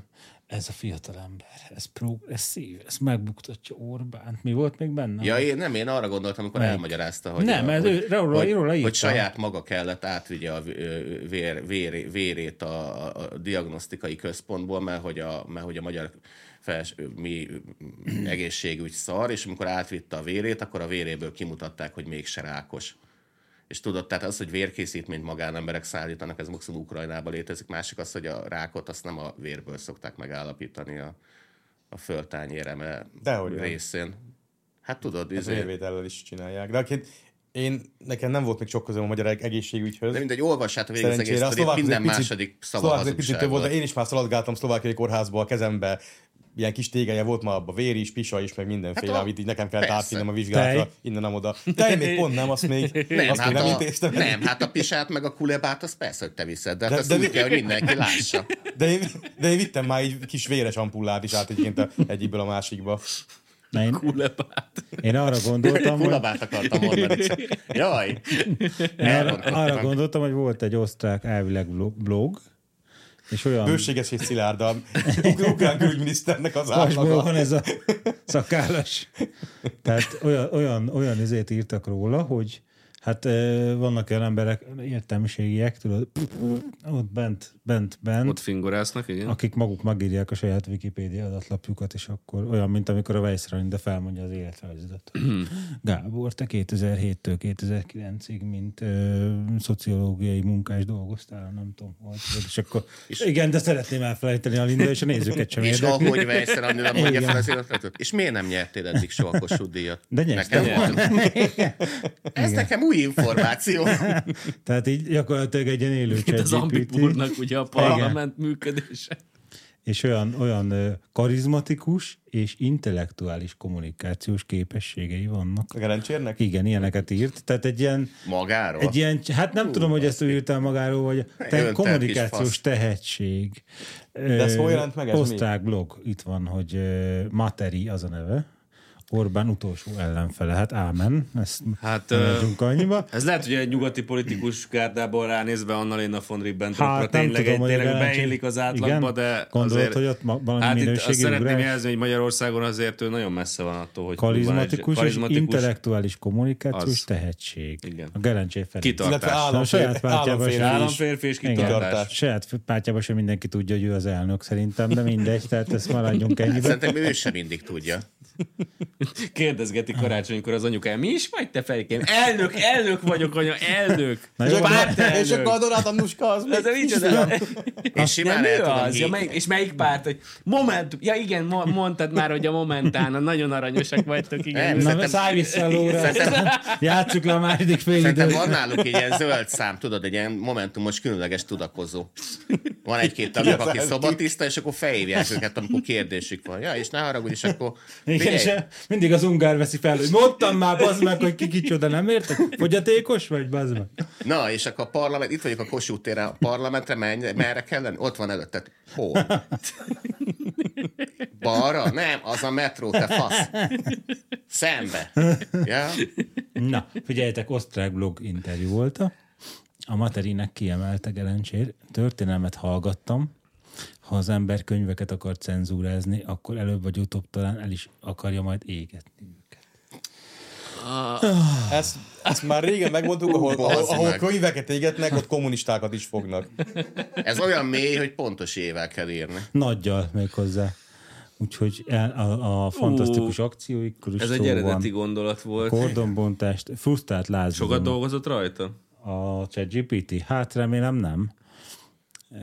[SPEAKER 2] Ez a fiatal ember, ez progresszív, ez megbuktatja Orbánt. Mi volt még benne?
[SPEAKER 4] Ja, én nem, én arra gondoltam, amikor elmagyarázta, hogy,
[SPEAKER 2] Nem,
[SPEAKER 4] a,
[SPEAKER 2] ez
[SPEAKER 4] hogy,
[SPEAKER 2] ő- róla-
[SPEAKER 4] hogy,
[SPEAKER 2] róla írta.
[SPEAKER 4] hogy saját maga kellett átvigye a ö, vér, vér, vérét a, a- a diagnosztikai központból, mert hogy a, mert hogy a magyar fels, mi egészségügy szar, és amikor átvitte a vérét, akkor a véréből kimutatták, hogy mégse rákos. És tudod, tehát az, hogy vérkészítményt magánemberek szállítanak, ez maximum Ukrajnában létezik. Másik az, hogy a rákot azt nem a vérből szokták megállapítani a, a föltányéreme
[SPEAKER 3] Dehogy nem.
[SPEAKER 4] részén. Hát tudod,
[SPEAKER 3] Ez
[SPEAKER 4] izé,
[SPEAKER 3] érvétellel is csinálják. De akit én, nekem nem volt még sok közöm a magyar e- egészségügyhöz.
[SPEAKER 4] De mindegy, olvassátok végig az egész
[SPEAKER 3] Szerencsére a
[SPEAKER 4] sztorit,
[SPEAKER 3] szlovák
[SPEAKER 4] minden második szava
[SPEAKER 3] szlovák egy picit
[SPEAKER 4] hazugság
[SPEAKER 3] több volt,
[SPEAKER 4] volt.
[SPEAKER 3] de én is már szaladgáltam szlovákiai kórházba a kezembe, ilyen kis tégeje volt már abban vér is, pisa is, meg mindenféle,
[SPEAKER 4] Hát a-
[SPEAKER 3] hát, amit így nekem kellett
[SPEAKER 4] persze.
[SPEAKER 3] átvinnem a vizsgálatra,
[SPEAKER 2] Tej.
[SPEAKER 3] innen nem oda. Tej még pont nem, azt még nem,
[SPEAKER 4] Nem,
[SPEAKER 3] azt hát még nem
[SPEAKER 4] hát a,
[SPEAKER 3] intéztem.
[SPEAKER 4] nem, hát a pisát meg a kulebát, az persze, hogy te viszed, de, hát
[SPEAKER 3] De-
[SPEAKER 4] azt
[SPEAKER 3] de
[SPEAKER 4] úgy
[SPEAKER 3] mi-
[SPEAKER 4] kell, hogy mindenki lássa.
[SPEAKER 3] De, én, de én vittem már egy kis véres ampullát is át egyébként a- egyikből a másikba.
[SPEAKER 2] Na, én, én arra gondoltam, hogy,
[SPEAKER 4] Kulebát akartam mondani, csak jaj.
[SPEAKER 2] arra,
[SPEAKER 4] Elrontottam.
[SPEAKER 2] arra gondoltam, hogy volt egy osztrák elvileg blog- blog, és olyan
[SPEAKER 3] Bőséges és szilárd a uk- ukrán külügyminiszternek az
[SPEAKER 2] hasból
[SPEAKER 3] átlaga.
[SPEAKER 2] van ez a szakállas. Tehát olyan, olyan, olyan izét írtak róla, hogy hát ö, vannak olyan emberek, értelmiségiek, tudod, ott bent, bent, bent.
[SPEAKER 1] Ott fingorásznak, igen.
[SPEAKER 2] akik maguk megírják a saját Wikipédia adatlapjukat, és akkor olyan, mint amikor a Weissrein, de felmondja az életrajzodat. Gábor, te 2007-től 2009-ig, mint ö, szociológiai munkás dolgoztál, nem tudom, hol, tudod, és akkor és igen, de szeretném elfelejteni a Linda, és a nézőket sem
[SPEAKER 4] És
[SPEAKER 2] érdekli.
[SPEAKER 4] ahogy Vejszer Andrea mondja fel az életet, és miért nem nyertél eddig soha a Kossuth díjat?
[SPEAKER 2] De nyertem.
[SPEAKER 4] Nekem van. Ez nekem új információ.
[SPEAKER 2] Tehát így gyakorlatilag egy ilyen élő
[SPEAKER 7] Itt az
[SPEAKER 2] ChatGPT.
[SPEAKER 7] Ambipurnak ugye a parlament működése.
[SPEAKER 2] és olyan, olyan ö, karizmatikus és intellektuális kommunikációs képességei vannak.
[SPEAKER 3] A Gerencsérnek?
[SPEAKER 2] Igen, ilyeneket írt. Tehát egy ilyen
[SPEAKER 4] Magáról?
[SPEAKER 2] Egy ilyen, hát nem tudom, hogy ezt ő írta magáról, vagy te
[SPEAKER 4] Öntel kis
[SPEAKER 2] kommunikációs
[SPEAKER 4] fasz.
[SPEAKER 2] tehetség.
[SPEAKER 3] De ez hol jelent meg ez
[SPEAKER 2] Osztrák blog, itt van, hogy ö, Materi az a neve. Orbán utolsó ellenfele. Hát ámen, ezt
[SPEAKER 1] Hát,
[SPEAKER 2] nem
[SPEAKER 1] ö,
[SPEAKER 2] adjunk annyiba.
[SPEAKER 1] Ez lehet, hogy egy nyugati politikus gárdából ránézve Annalena von Ribbentropra
[SPEAKER 2] Hát, nem
[SPEAKER 1] tényleg,
[SPEAKER 2] tudom,
[SPEAKER 1] egy,
[SPEAKER 2] hogy
[SPEAKER 1] tényleg
[SPEAKER 2] legalább-
[SPEAKER 1] beillik az átlagba,
[SPEAKER 2] igen.
[SPEAKER 1] de
[SPEAKER 2] Gondolod,
[SPEAKER 1] azért,
[SPEAKER 2] hogy ott ma- valami
[SPEAKER 1] hát itt
[SPEAKER 2] minőségi
[SPEAKER 1] azt szeretném
[SPEAKER 2] ugrás?
[SPEAKER 1] jelzni, hogy Magyarországon azért ő nagyon messze van attól, hogy
[SPEAKER 2] Karizmatikus,
[SPEAKER 1] van egy-
[SPEAKER 2] és intellektuális kommunikációs
[SPEAKER 1] Az. tehetség.
[SPEAKER 2] tehetség.
[SPEAKER 1] Igen.
[SPEAKER 2] A Gerencsé Ferenc.
[SPEAKER 1] Kitart-
[SPEAKER 3] Illetve
[SPEAKER 1] tartás.
[SPEAKER 2] A saját
[SPEAKER 3] államférfi,
[SPEAKER 2] pártjában
[SPEAKER 3] államférfi
[SPEAKER 2] is.
[SPEAKER 3] is.
[SPEAKER 1] államférfi és
[SPEAKER 2] Igen.
[SPEAKER 1] kitartás.
[SPEAKER 3] Kitartás.
[SPEAKER 2] Saját pártjában sem mindenki tudja, hogy ő az elnök szerintem, de mindegy, tehát ezt maradjunk ennyiben.
[SPEAKER 4] Szerintem ő sem mindig tudja.
[SPEAKER 1] Kérdezgeti karácsonykor az anyukám, mi is vagy te fejkém? Elnök, elnök vagyok, anya, elnök.
[SPEAKER 2] Na jó,
[SPEAKER 1] Pártelnök.
[SPEAKER 3] És akkor a Donát Annuska az
[SPEAKER 1] Ez
[SPEAKER 3] még
[SPEAKER 1] a nincs az
[SPEAKER 4] És simán el
[SPEAKER 1] ő
[SPEAKER 4] tudom
[SPEAKER 1] az, ja,
[SPEAKER 4] hét-
[SPEAKER 1] melyik, és melyik párt, hogy Momentum, ja igen, mo- mondtad már, hogy a Momentána, nagyon aranyosak vagytok, igen.
[SPEAKER 4] Nem,
[SPEAKER 1] Na,
[SPEAKER 2] Na, szállj vissza a lóra, játsszuk le a második fél
[SPEAKER 4] Szerintem
[SPEAKER 2] időt.
[SPEAKER 4] van náluk egy ilyen zöld szám, tudod, egy ilyen momentumos, különleges tudakozó. Van egy-két tagjuk, aki szobatiszta, és akkor felhívják őket, amikor kérdésük van. Ja, és ne haragudj, és akkor...
[SPEAKER 2] Igen,
[SPEAKER 4] Figyelj,
[SPEAKER 2] és mindig az ungár veszi fel, hogy mondtam már, bazd meg, hogy ki kicsoda, nem érted? Fogyatékos vagy, bazd meg?
[SPEAKER 4] Na, és akkor a parlament, itt vagyok a Kossuth téren, a parlamentre menj, merre kell lenni? Ott van előtted. Hol? Balra? Nem, az a metró, te fasz. Szembe. Ja?
[SPEAKER 2] Na, figyeljetek, osztrák blog interjú volt. A Materinek kiemelte Gelencsér. Történelmet hallgattam. Ha az ember könyveket akar cenzúrázni, akkor előbb vagy utóbb talán el is akarja majd égetni őket.
[SPEAKER 3] Ezt, ezt már régen megmondtuk, ahol, ahol,
[SPEAKER 4] bazd
[SPEAKER 3] ahol
[SPEAKER 4] meg.
[SPEAKER 3] könyveket égetnek, ott kommunistákat is fognak.
[SPEAKER 4] Ez olyan mély, hogy pontos ével kell írni.
[SPEAKER 2] Nagyjal még hozzá. Úgyhogy el, a, a fantasztikus akcióikkor is
[SPEAKER 1] Ez
[SPEAKER 2] szó
[SPEAKER 1] egy eredeti
[SPEAKER 2] van.
[SPEAKER 1] gondolat volt.
[SPEAKER 2] Kordonbontást, frusztrált lázadó.
[SPEAKER 1] Sokat dolgozott rajta?
[SPEAKER 2] A ChatGPT? Hát remélem nem.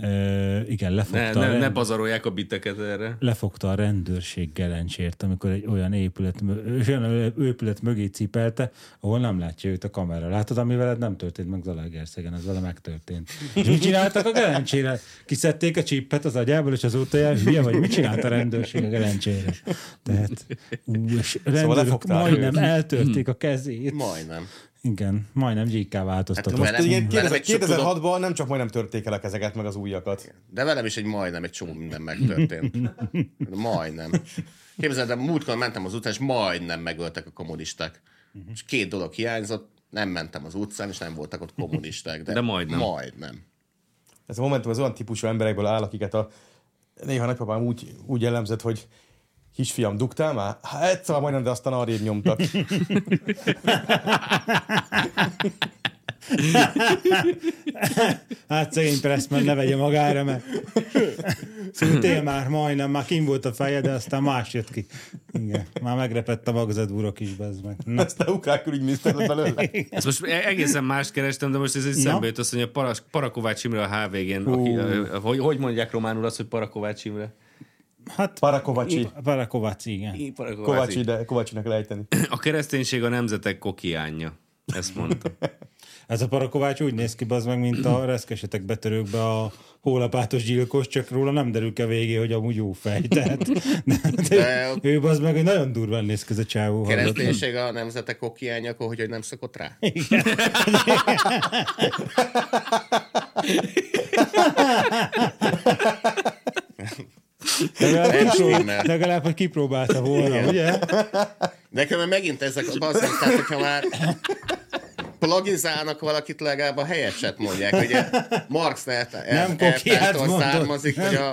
[SPEAKER 2] Ö, igen,
[SPEAKER 1] Ne,
[SPEAKER 2] lefogta. a
[SPEAKER 1] ne,
[SPEAKER 2] rend-
[SPEAKER 1] ne pazarolják a biteket erre.
[SPEAKER 2] lefogta a rendőrség gelencsért, amikor egy olyan épület, mö- és olyan épület mögé cipelte, ahol nem látja őt a kamera. Látod, ami veled nem történt meg Zalaegerszegen, az vele megtörtént. És mit csináltak a gelencsére? Kiszedték a csippet az agyából, és azóta jár, hülye vagy, mit csinált a rendőrség a gelencsére? Tehát, ú, és rendőrök
[SPEAKER 3] lefogták
[SPEAKER 2] majdnem
[SPEAKER 3] őt.
[SPEAKER 2] eltörték a kezét.
[SPEAKER 4] Majdnem.
[SPEAKER 2] Igen, majdnem GK
[SPEAKER 1] Hát,
[SPEAKER 2] változtatott.
[SPEAKER 4] velem-
[SPEAKER 3] Igen,
[SPEAKER 4] velem egy sok
[SPEAKER 3] 2006-ban nem csak majdnem törték el a kezeket, meg az újakat.
[SPEAKER 4] De velem is egy majdnem, egy csomó minden megtörtént. De Majdnem. Képzeld, de múltkor mentem az utcán, és majdnem megöltek a kommunisták.
[SPEAKER 2] Mhm.
[SPEAKER 4] És két dolog hiányzott, nem mentem az utcán, és nem voltak ott kommunisták. De,
[SPEAKER 1] De majdnem.
[SPEAKER 4] Majdnem.
[SPEAKER 3] Ez a Momentum az olyan típusú emberekből áll, akiket a néha nagypapám úgy, úgy jellemzett, hogy kisfiam, dugtál már? Hát egyszer majdnem, de aztán arrébb nyomtak.
[SPEAKER 2] Hát szegény Pressman ne vegye magára, mert szültél már majdnem, már kim volt a feje, de aztán más jött ki. Igen, már megrepett a magzatburok is, bezd meg. Na,
[SPEAKER 3] Aztán ukrán külügyminiszter lett belőle.
[SPEAKER 1] Ezt most e- egészen más kerestem, de most ez egy szembe jut, azt mondja, Paras, Parakovács Imre a HVG-n. Aki, ö, hogy, hogy mondják románul azt, hogy Parakovács Imre?
[SPEAKER 2] hát
[SPEAKER 3] Parakovacsi.
[SPEAKER 2] Parakovács, igen.
[SPEAKER 1] Í, Parakovács
[SPEAKER 3] Kovácsi
[SPEAKER 1] Imre.
[SPEAKER 3] ide, Kovácsinak lejteni.
[SPEAKER 1] A kereszténység a nemzetek kokiánja. Ezt mondta.
[SPEAKER 2] Ez a Parakovács úgy néz ki, bazd meg, mint a reszkesetek betörőkbe a hólapátos gyilkos, csak róla nem derül ki a végé, hogy amúgy jó fej. Tehát, de, ő bazd meg, hogy nagyon durván néz ki ez a csávó.
[SPEAKER 4] Kereszténység a nemzetek okiánya, akkor hogy, hogy nem szokott rá?
[SPEAKER 2] Legalább,
[SPEAKER 4] Nem
[SPEAKER 2] kipró-
[SPEAKER 4] stimmel.
[SPEAKER 2] legalább, hogy kipróbálta volna, ugye?
[SPEAKER 4] Nekem már megint ezek a bazdmeg, tehát hogyha már plagizálnak valakit, legalább a helyeset mondják, hogy Marx nert,
[SPEAKER 2] Nem kokiát mondott.
[SPEAKER 4] származik, hogy a,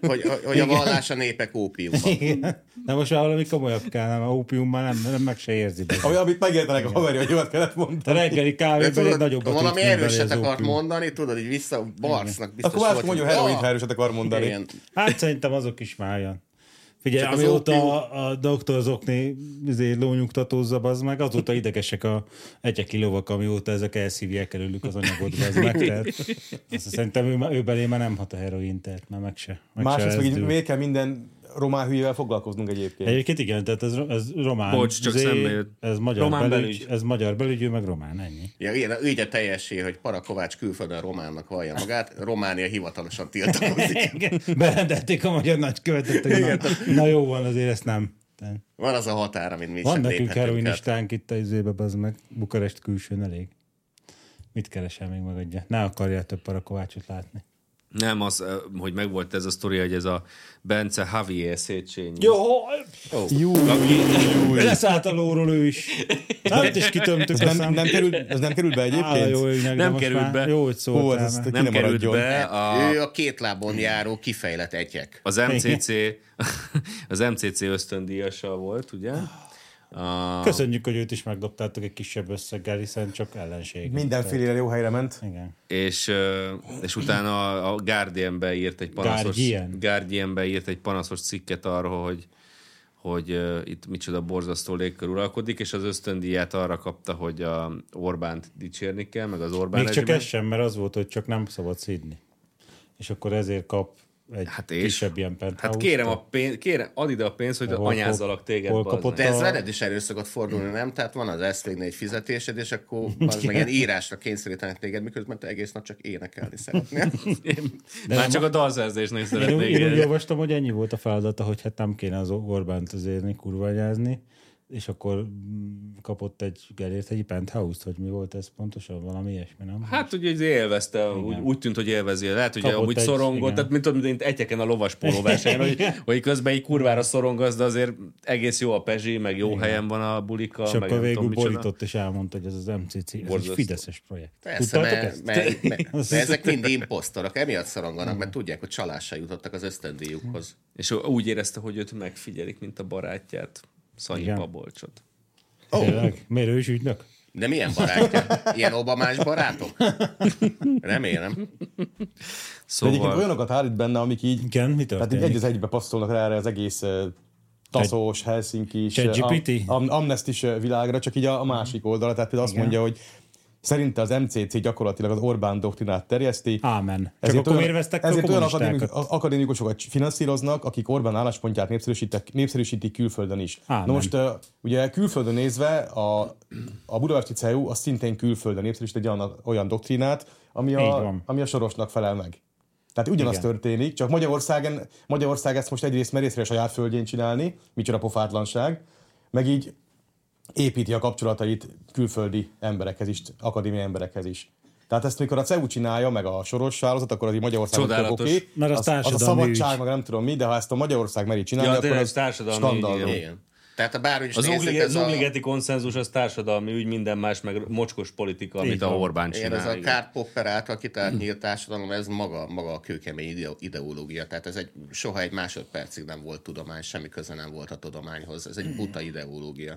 [SPEAKER 4] hogy, hogy, hogy a vallás a népek ópiumban.
[SPEAKER 2] Igen. De most már valami komolyabb kell, nem, a ópium már nem, nem meg se érzi. Be.
[SPEAKER 3] Ami, amit megértenek a haverja, hogy jót kellett
[SPEAKER 2] A
[SPEAKER 3] mondani.
[SPEAKER 2] reggeli
[SPEAKER 4] De
[SPEAKER 2] kávében egy
[SPEAKER 4] tudod,
[SPEAKER 2] nagyobbat
[SPEAKER 4] valami
[SPEAKER 2] üt, mint
[SPEAKER 4] erőset
[SPEAKER 2] belé az
[SPEAKER 4] akart
[SPEAKER 2] ópium.
[SPEAKER 4] mondani, tudod, hogy vissza Barcnak biztos
[SPEAKER 3] Akkor
[SPEAKER 4] volt,
[SPEAKER 3] már mondja,
[SPEAKER 4] hogy-
[SPEAKER 3] heroin,
[SPEAKER 4] Ah,
[SPEAKER 3] ha erőset akar mondani.
[SPEAKER 4] igen.
[SPEAKER 2] Hát szerintem azok is már olyan. Figyelj,
[SPEAKER 4] Csak az
[SPEAKER 2] amióta
[SPEAKER 4] ópium-
[SPEAKER 2] a, a doktor Zokni izé, lónyugtatózza, az meg azóta idegesek a egyeki lovak, amióta ezek elszívják előlük az anyagot, az meg. Tehát, azt szerintem ő, már- ő belé már nem hat a heroin, tehát már meg se. Meg
[SPEAKER 3] Másrészt
[SPEAKER 2] se
[SPEAKER 3] meg így
[SPEAKER 2] lezdül.
[SPEAKER 3] miért kell minden román hülyével foglalkoznunk egyébként?
[SPEAKER 2] Egyébként igen, tehát ez, ez román,
[SPEAKER 1] Bocs, csak
[SPEAKER 2] izé,
[SPEAKER 1] szembe jött.
[SPEAKER 2] ez magyar
[SPEAKER 1] Román
[SPEAKER 2] belügy,
[SPEAKER 1] belügy.
[SPEAKER 2] ez magyar belügy, ő meg román, ennyi.
[SPEAKER 4] Ja, ilyen a ügye teljesé, hogy Parakovács külföldön románnak vallja magát, Románia hivatalosan tiltakozik.
[SPEAKER 2] Igen, berendelték a magyar nagykövetet, hogy na, na jó van, azért ezt nem. Tehát
[SPEAKER 4] Van az a határ, amit mi
[SPEAKER 2] Van
[SPEAKER 4] sem
[SPEAKER 2] nekünk
[SPEAKER 4] léphetünk át.
[SPEAKER 2] heroinistánk itt a izébe, az meg Bukarest külsőn elég. Mit keresel még megadja? Ne akarja több parakovácsot látni.
[SPEAKER 1] Nem az, ö, hogy megvolt ez a sztori, hogy ez a Bence Javier Széchenyi.
[SPEAKER 2] Jó! Jó! Leszállt a lóról ő is. Hát is kitömtük a
[SPEAKER 3] Ez nem,
[SPEAKER 2] szám.
[SPEAKER 3] nem, került, ez nem került be
[SPEAKER 2] Hála jó
[SPEAKER 3] egyébként?
[SPEAKER 2] égnek, de
[SPEAKER 1] Nem
[SPEAKER 2] most
[SPEAKER 1] került
[SPEAKER 2] már
[SPEAKER 1] be.
[SPEAKER 2] Jó, hogy
[SPEAKER 3] Hú,
[SPEAKER 2] szóltál.
[SPEAKER 3] ez,
[SPEAKER 2] mert-
[SPEAKER 3] ez
[SPEAKER 1] Nem került be a,
[SPEAKER 4] Ő a két lábon járó kifejlett egyek.
[SPEAKER 1] az MCC, az MCC ösztöndíjasa volt, ugye? A,
[SPEAKER 2] Köszönjük, hogy őt is megdobtátok egy kisebb összeggel, hiszen csak ellenség.
[SPEAKER 3] Mindenfélére jó helyre ment.
[SPEAKER 2] Igen.
[SPEAKER 1] és, ö, és utána a- a Guardian-be írt egy panaszos,
[SPEAKER 2] Guardian.
[SPEAKER 1] Guardian-be írt egy panaszos cikket arról, hogy hogy uh, itt micsoda borzasztó légkör uralkodik, és az ösztöndíját arra kapta, hogy a Orbánt dicsérni kell, meg az Orbán
[SPEAKER 2] Még csak
[SPEAKER 1] rezsimet.
[SPEAKER 2] ez sem, mert az volt, hogy csak nem szabad szídni. És akkor ezért kap egy
[SPEAKER 1] Hát és?
[SPEAKER 2] kisebb ilyen penthouse
[SPEAKER 1] Hát kérem, a pénz, kérem, add ide a pénzt, hogy
[SPEAKER 2] Hol
[SPEAKER 1] anyázalak
[SPEAKER 2] kap-
[SPEAKER 1] téged.
[SPEAKER 2] hol
[SPEAKER 1] bazd
[SPEAKER 2] kapott
[SPEAKER 1] meg.
[SPEAKER 4] De ez veled is elő szokott fordulni, nem? Tehát van az ezt még egy fizetésed, és akkor az meg ilyen írásra kényszerítenek téged, miközben te egész nap csak énekelni szeretnél.
[SPEAKER 1] Már csak a dalszerzésnél
[SPEAKER 2] Én, úgy- én úgy
[SPEAKER 1] szeretnék.
[SPEAKER 2] olvastam, hogy ennyi volt a feladata, hogy hát nem kéne az Orbánt azért kurványázni, és akkor mm, kapott egy, elért egy penthouse-t, vagy mi volt ez pontosan, valami ilyesmi, nem?
[SPEAKER 1] Hát ugye hogy élvezte, úgy, úgy, tűnt, hogy élvezi. Lehet, hogy
[SPEAKER 2] Kapott
[SPEAKER 1] amúgy
[SPEAKER 2] egy-
[SPEAKER 1] szorongott,
[SPEAKER 2] igen.
[SPEAKER 1] tehát mint tudom, mint egyeken a lovas pólóversenyen, hogy, hogy közben így kurvára szorongasz, de azért egész jó a pezsi, meg jó igen. helyen van a bulika.
[SPEAKER 2] és
[SPEAKER 1] meg
[SPEAKER 2] akkor
[SPEAKER 1] nem
[SPEAKER 2] végül
[SPEAKER 1] tudom micsoda.
[SPEAKER 2] borított és elmondta, hogy ez az MCC, ez egy
[SPEAKER 1] Borzasztó.
[SPEAKER 2] fideszes projekt.
[SPEAKER 4] Persze,
[SPEAKER 2] Tudtátok
[SPEAKER 4] mert,
[SPEAKER 2] ezt?
[SPEAKER 4] mert, mert, mert
[SPEAKER 2] Azt
[SPEAKER 4] ezek mind imposztorok, emiatt szoronganak, mert tudják, hogy csalással jutottak az ösztöndíjukhoz.
[SPEAKER 1] És úgy érezte, hogy őt megfigyelik, mint a barátját, Szanyi
[SPEAKER 2] Igen.
[SPEAKER 1] Pabolcsot.
[SPEAKER 2] Tényleg? Miért ő is ügynök?
[SPEAKER 4] De milyen barátja? Ilyen obamás barátok? Remélem.
[SPEAKER 3] De egyébként
[SPEAKER 1] Szóval
[SPEAKER 3] olyanokat állít benne, amik így,
[SPEAKER 2] Igen, mi
[SPEAKER 3] tehát így egy
[SPEAKER 2] történik?
[SPEAKER 3] az egybe passzolnak rá erre az egész ö, taszós, helsinki
[SPEAKER 2] ChatGPT?
[SPEAKER 3] amnestis világra, csak így a, a másik oldala. Tehát például azt mondja, hogy szerinte az MCC gyakorlatilag az Orbán doktrinát terjeszti.
[SPEAKER 2] Ámen. Csak
[SPEAKER 3] Ezért
[SPEAKER 2] akkor miért vesztek fel
[SPEAKER 3] ezért olyan
[SPEAKER 2] kommunistákat?
[SPEAKER 3] akadémikus- a- akadémikusokat finanszíroznak, akik Orbán álláspontját népszerűsítek- népszerűsítik külföldön is.
[SPEAKER 2] Ámen.
[SPEAKER 3] Na most ö, ugye külföldön nézve a, a Budapesti CEU az szintén külföldön népszerűsít egy olyan, olyan doktrinát, ami
[SPEAKER 2] Így
[SPEAKER 3] a,
[SPEAKER 2] van.
[SPEAKER 3] ami a sorosnak felel meg. Tehát ugyanaz
[SPEAKER 2] Igen.
[SPEAKER 3] Igen. történik, csak Magyarországon, Magyarország ezt most egyrészt merészre a saját földjén csinálni, micsoda pofátlanság, meg így építi a kapcsolatait külföldi emberekhez is, akadémiai emberekhez is. Tehát ezt, mikor a CEU csinálja, meg a soros hálózat, akkor az így Magyarország
[SPEAKER 1] Csodálatos.
[SPEAKER 2] Mert az
[SPEAKER 3] az, az, a
[SPEAKER 2] társadalmi
[SPEAKER 3] szabadság,
[SPEAKER 2] ügy.
[SPEAKER 3] meg nem tudom mi, de ha ezt a Magyarország meri csinálni,
[SPEAKER 1] Ja,
[SPEAKER 3] akkor
[SPEAKER 1] tényleg
[SPEAKER 3] az
[SPEAKER 1] társadalmi ügy,
[SPEAKER 3] skandalom.
[SPEAKER 1] igen.
[SPEAKER 4] Igen. Tehát a bárhogy is
[SPEAKER 1] az,
[SPEAKER 4] nézzük,
[SPEAKER 1] oblig,
[SPEAKER 4] ez
[SPEAKER 1] az
[SPEAKER 4] a-
[SPEAKER 1] obligeti konszenzus az társadalmi ügy, minden más, meg mocskos politika, amit a
[SPEAKER 2] van.
[SPEAKER 1] Orbán
[SPEAKER 4] Igen, ez
[SPEAKER 1] csinál.
[SPEAKER 4] a
[SPEAKER 1] igen.
[SPEAKER 4] Karl Popper által kitárt nyílt társadalom, ez maga, maga a kőkemény ide- ideológia. Tehát ez egy, soha egy másodpercig nem volt tudomány, semmi köze nem volt a tudományhoz. Ez egy buta ideológia.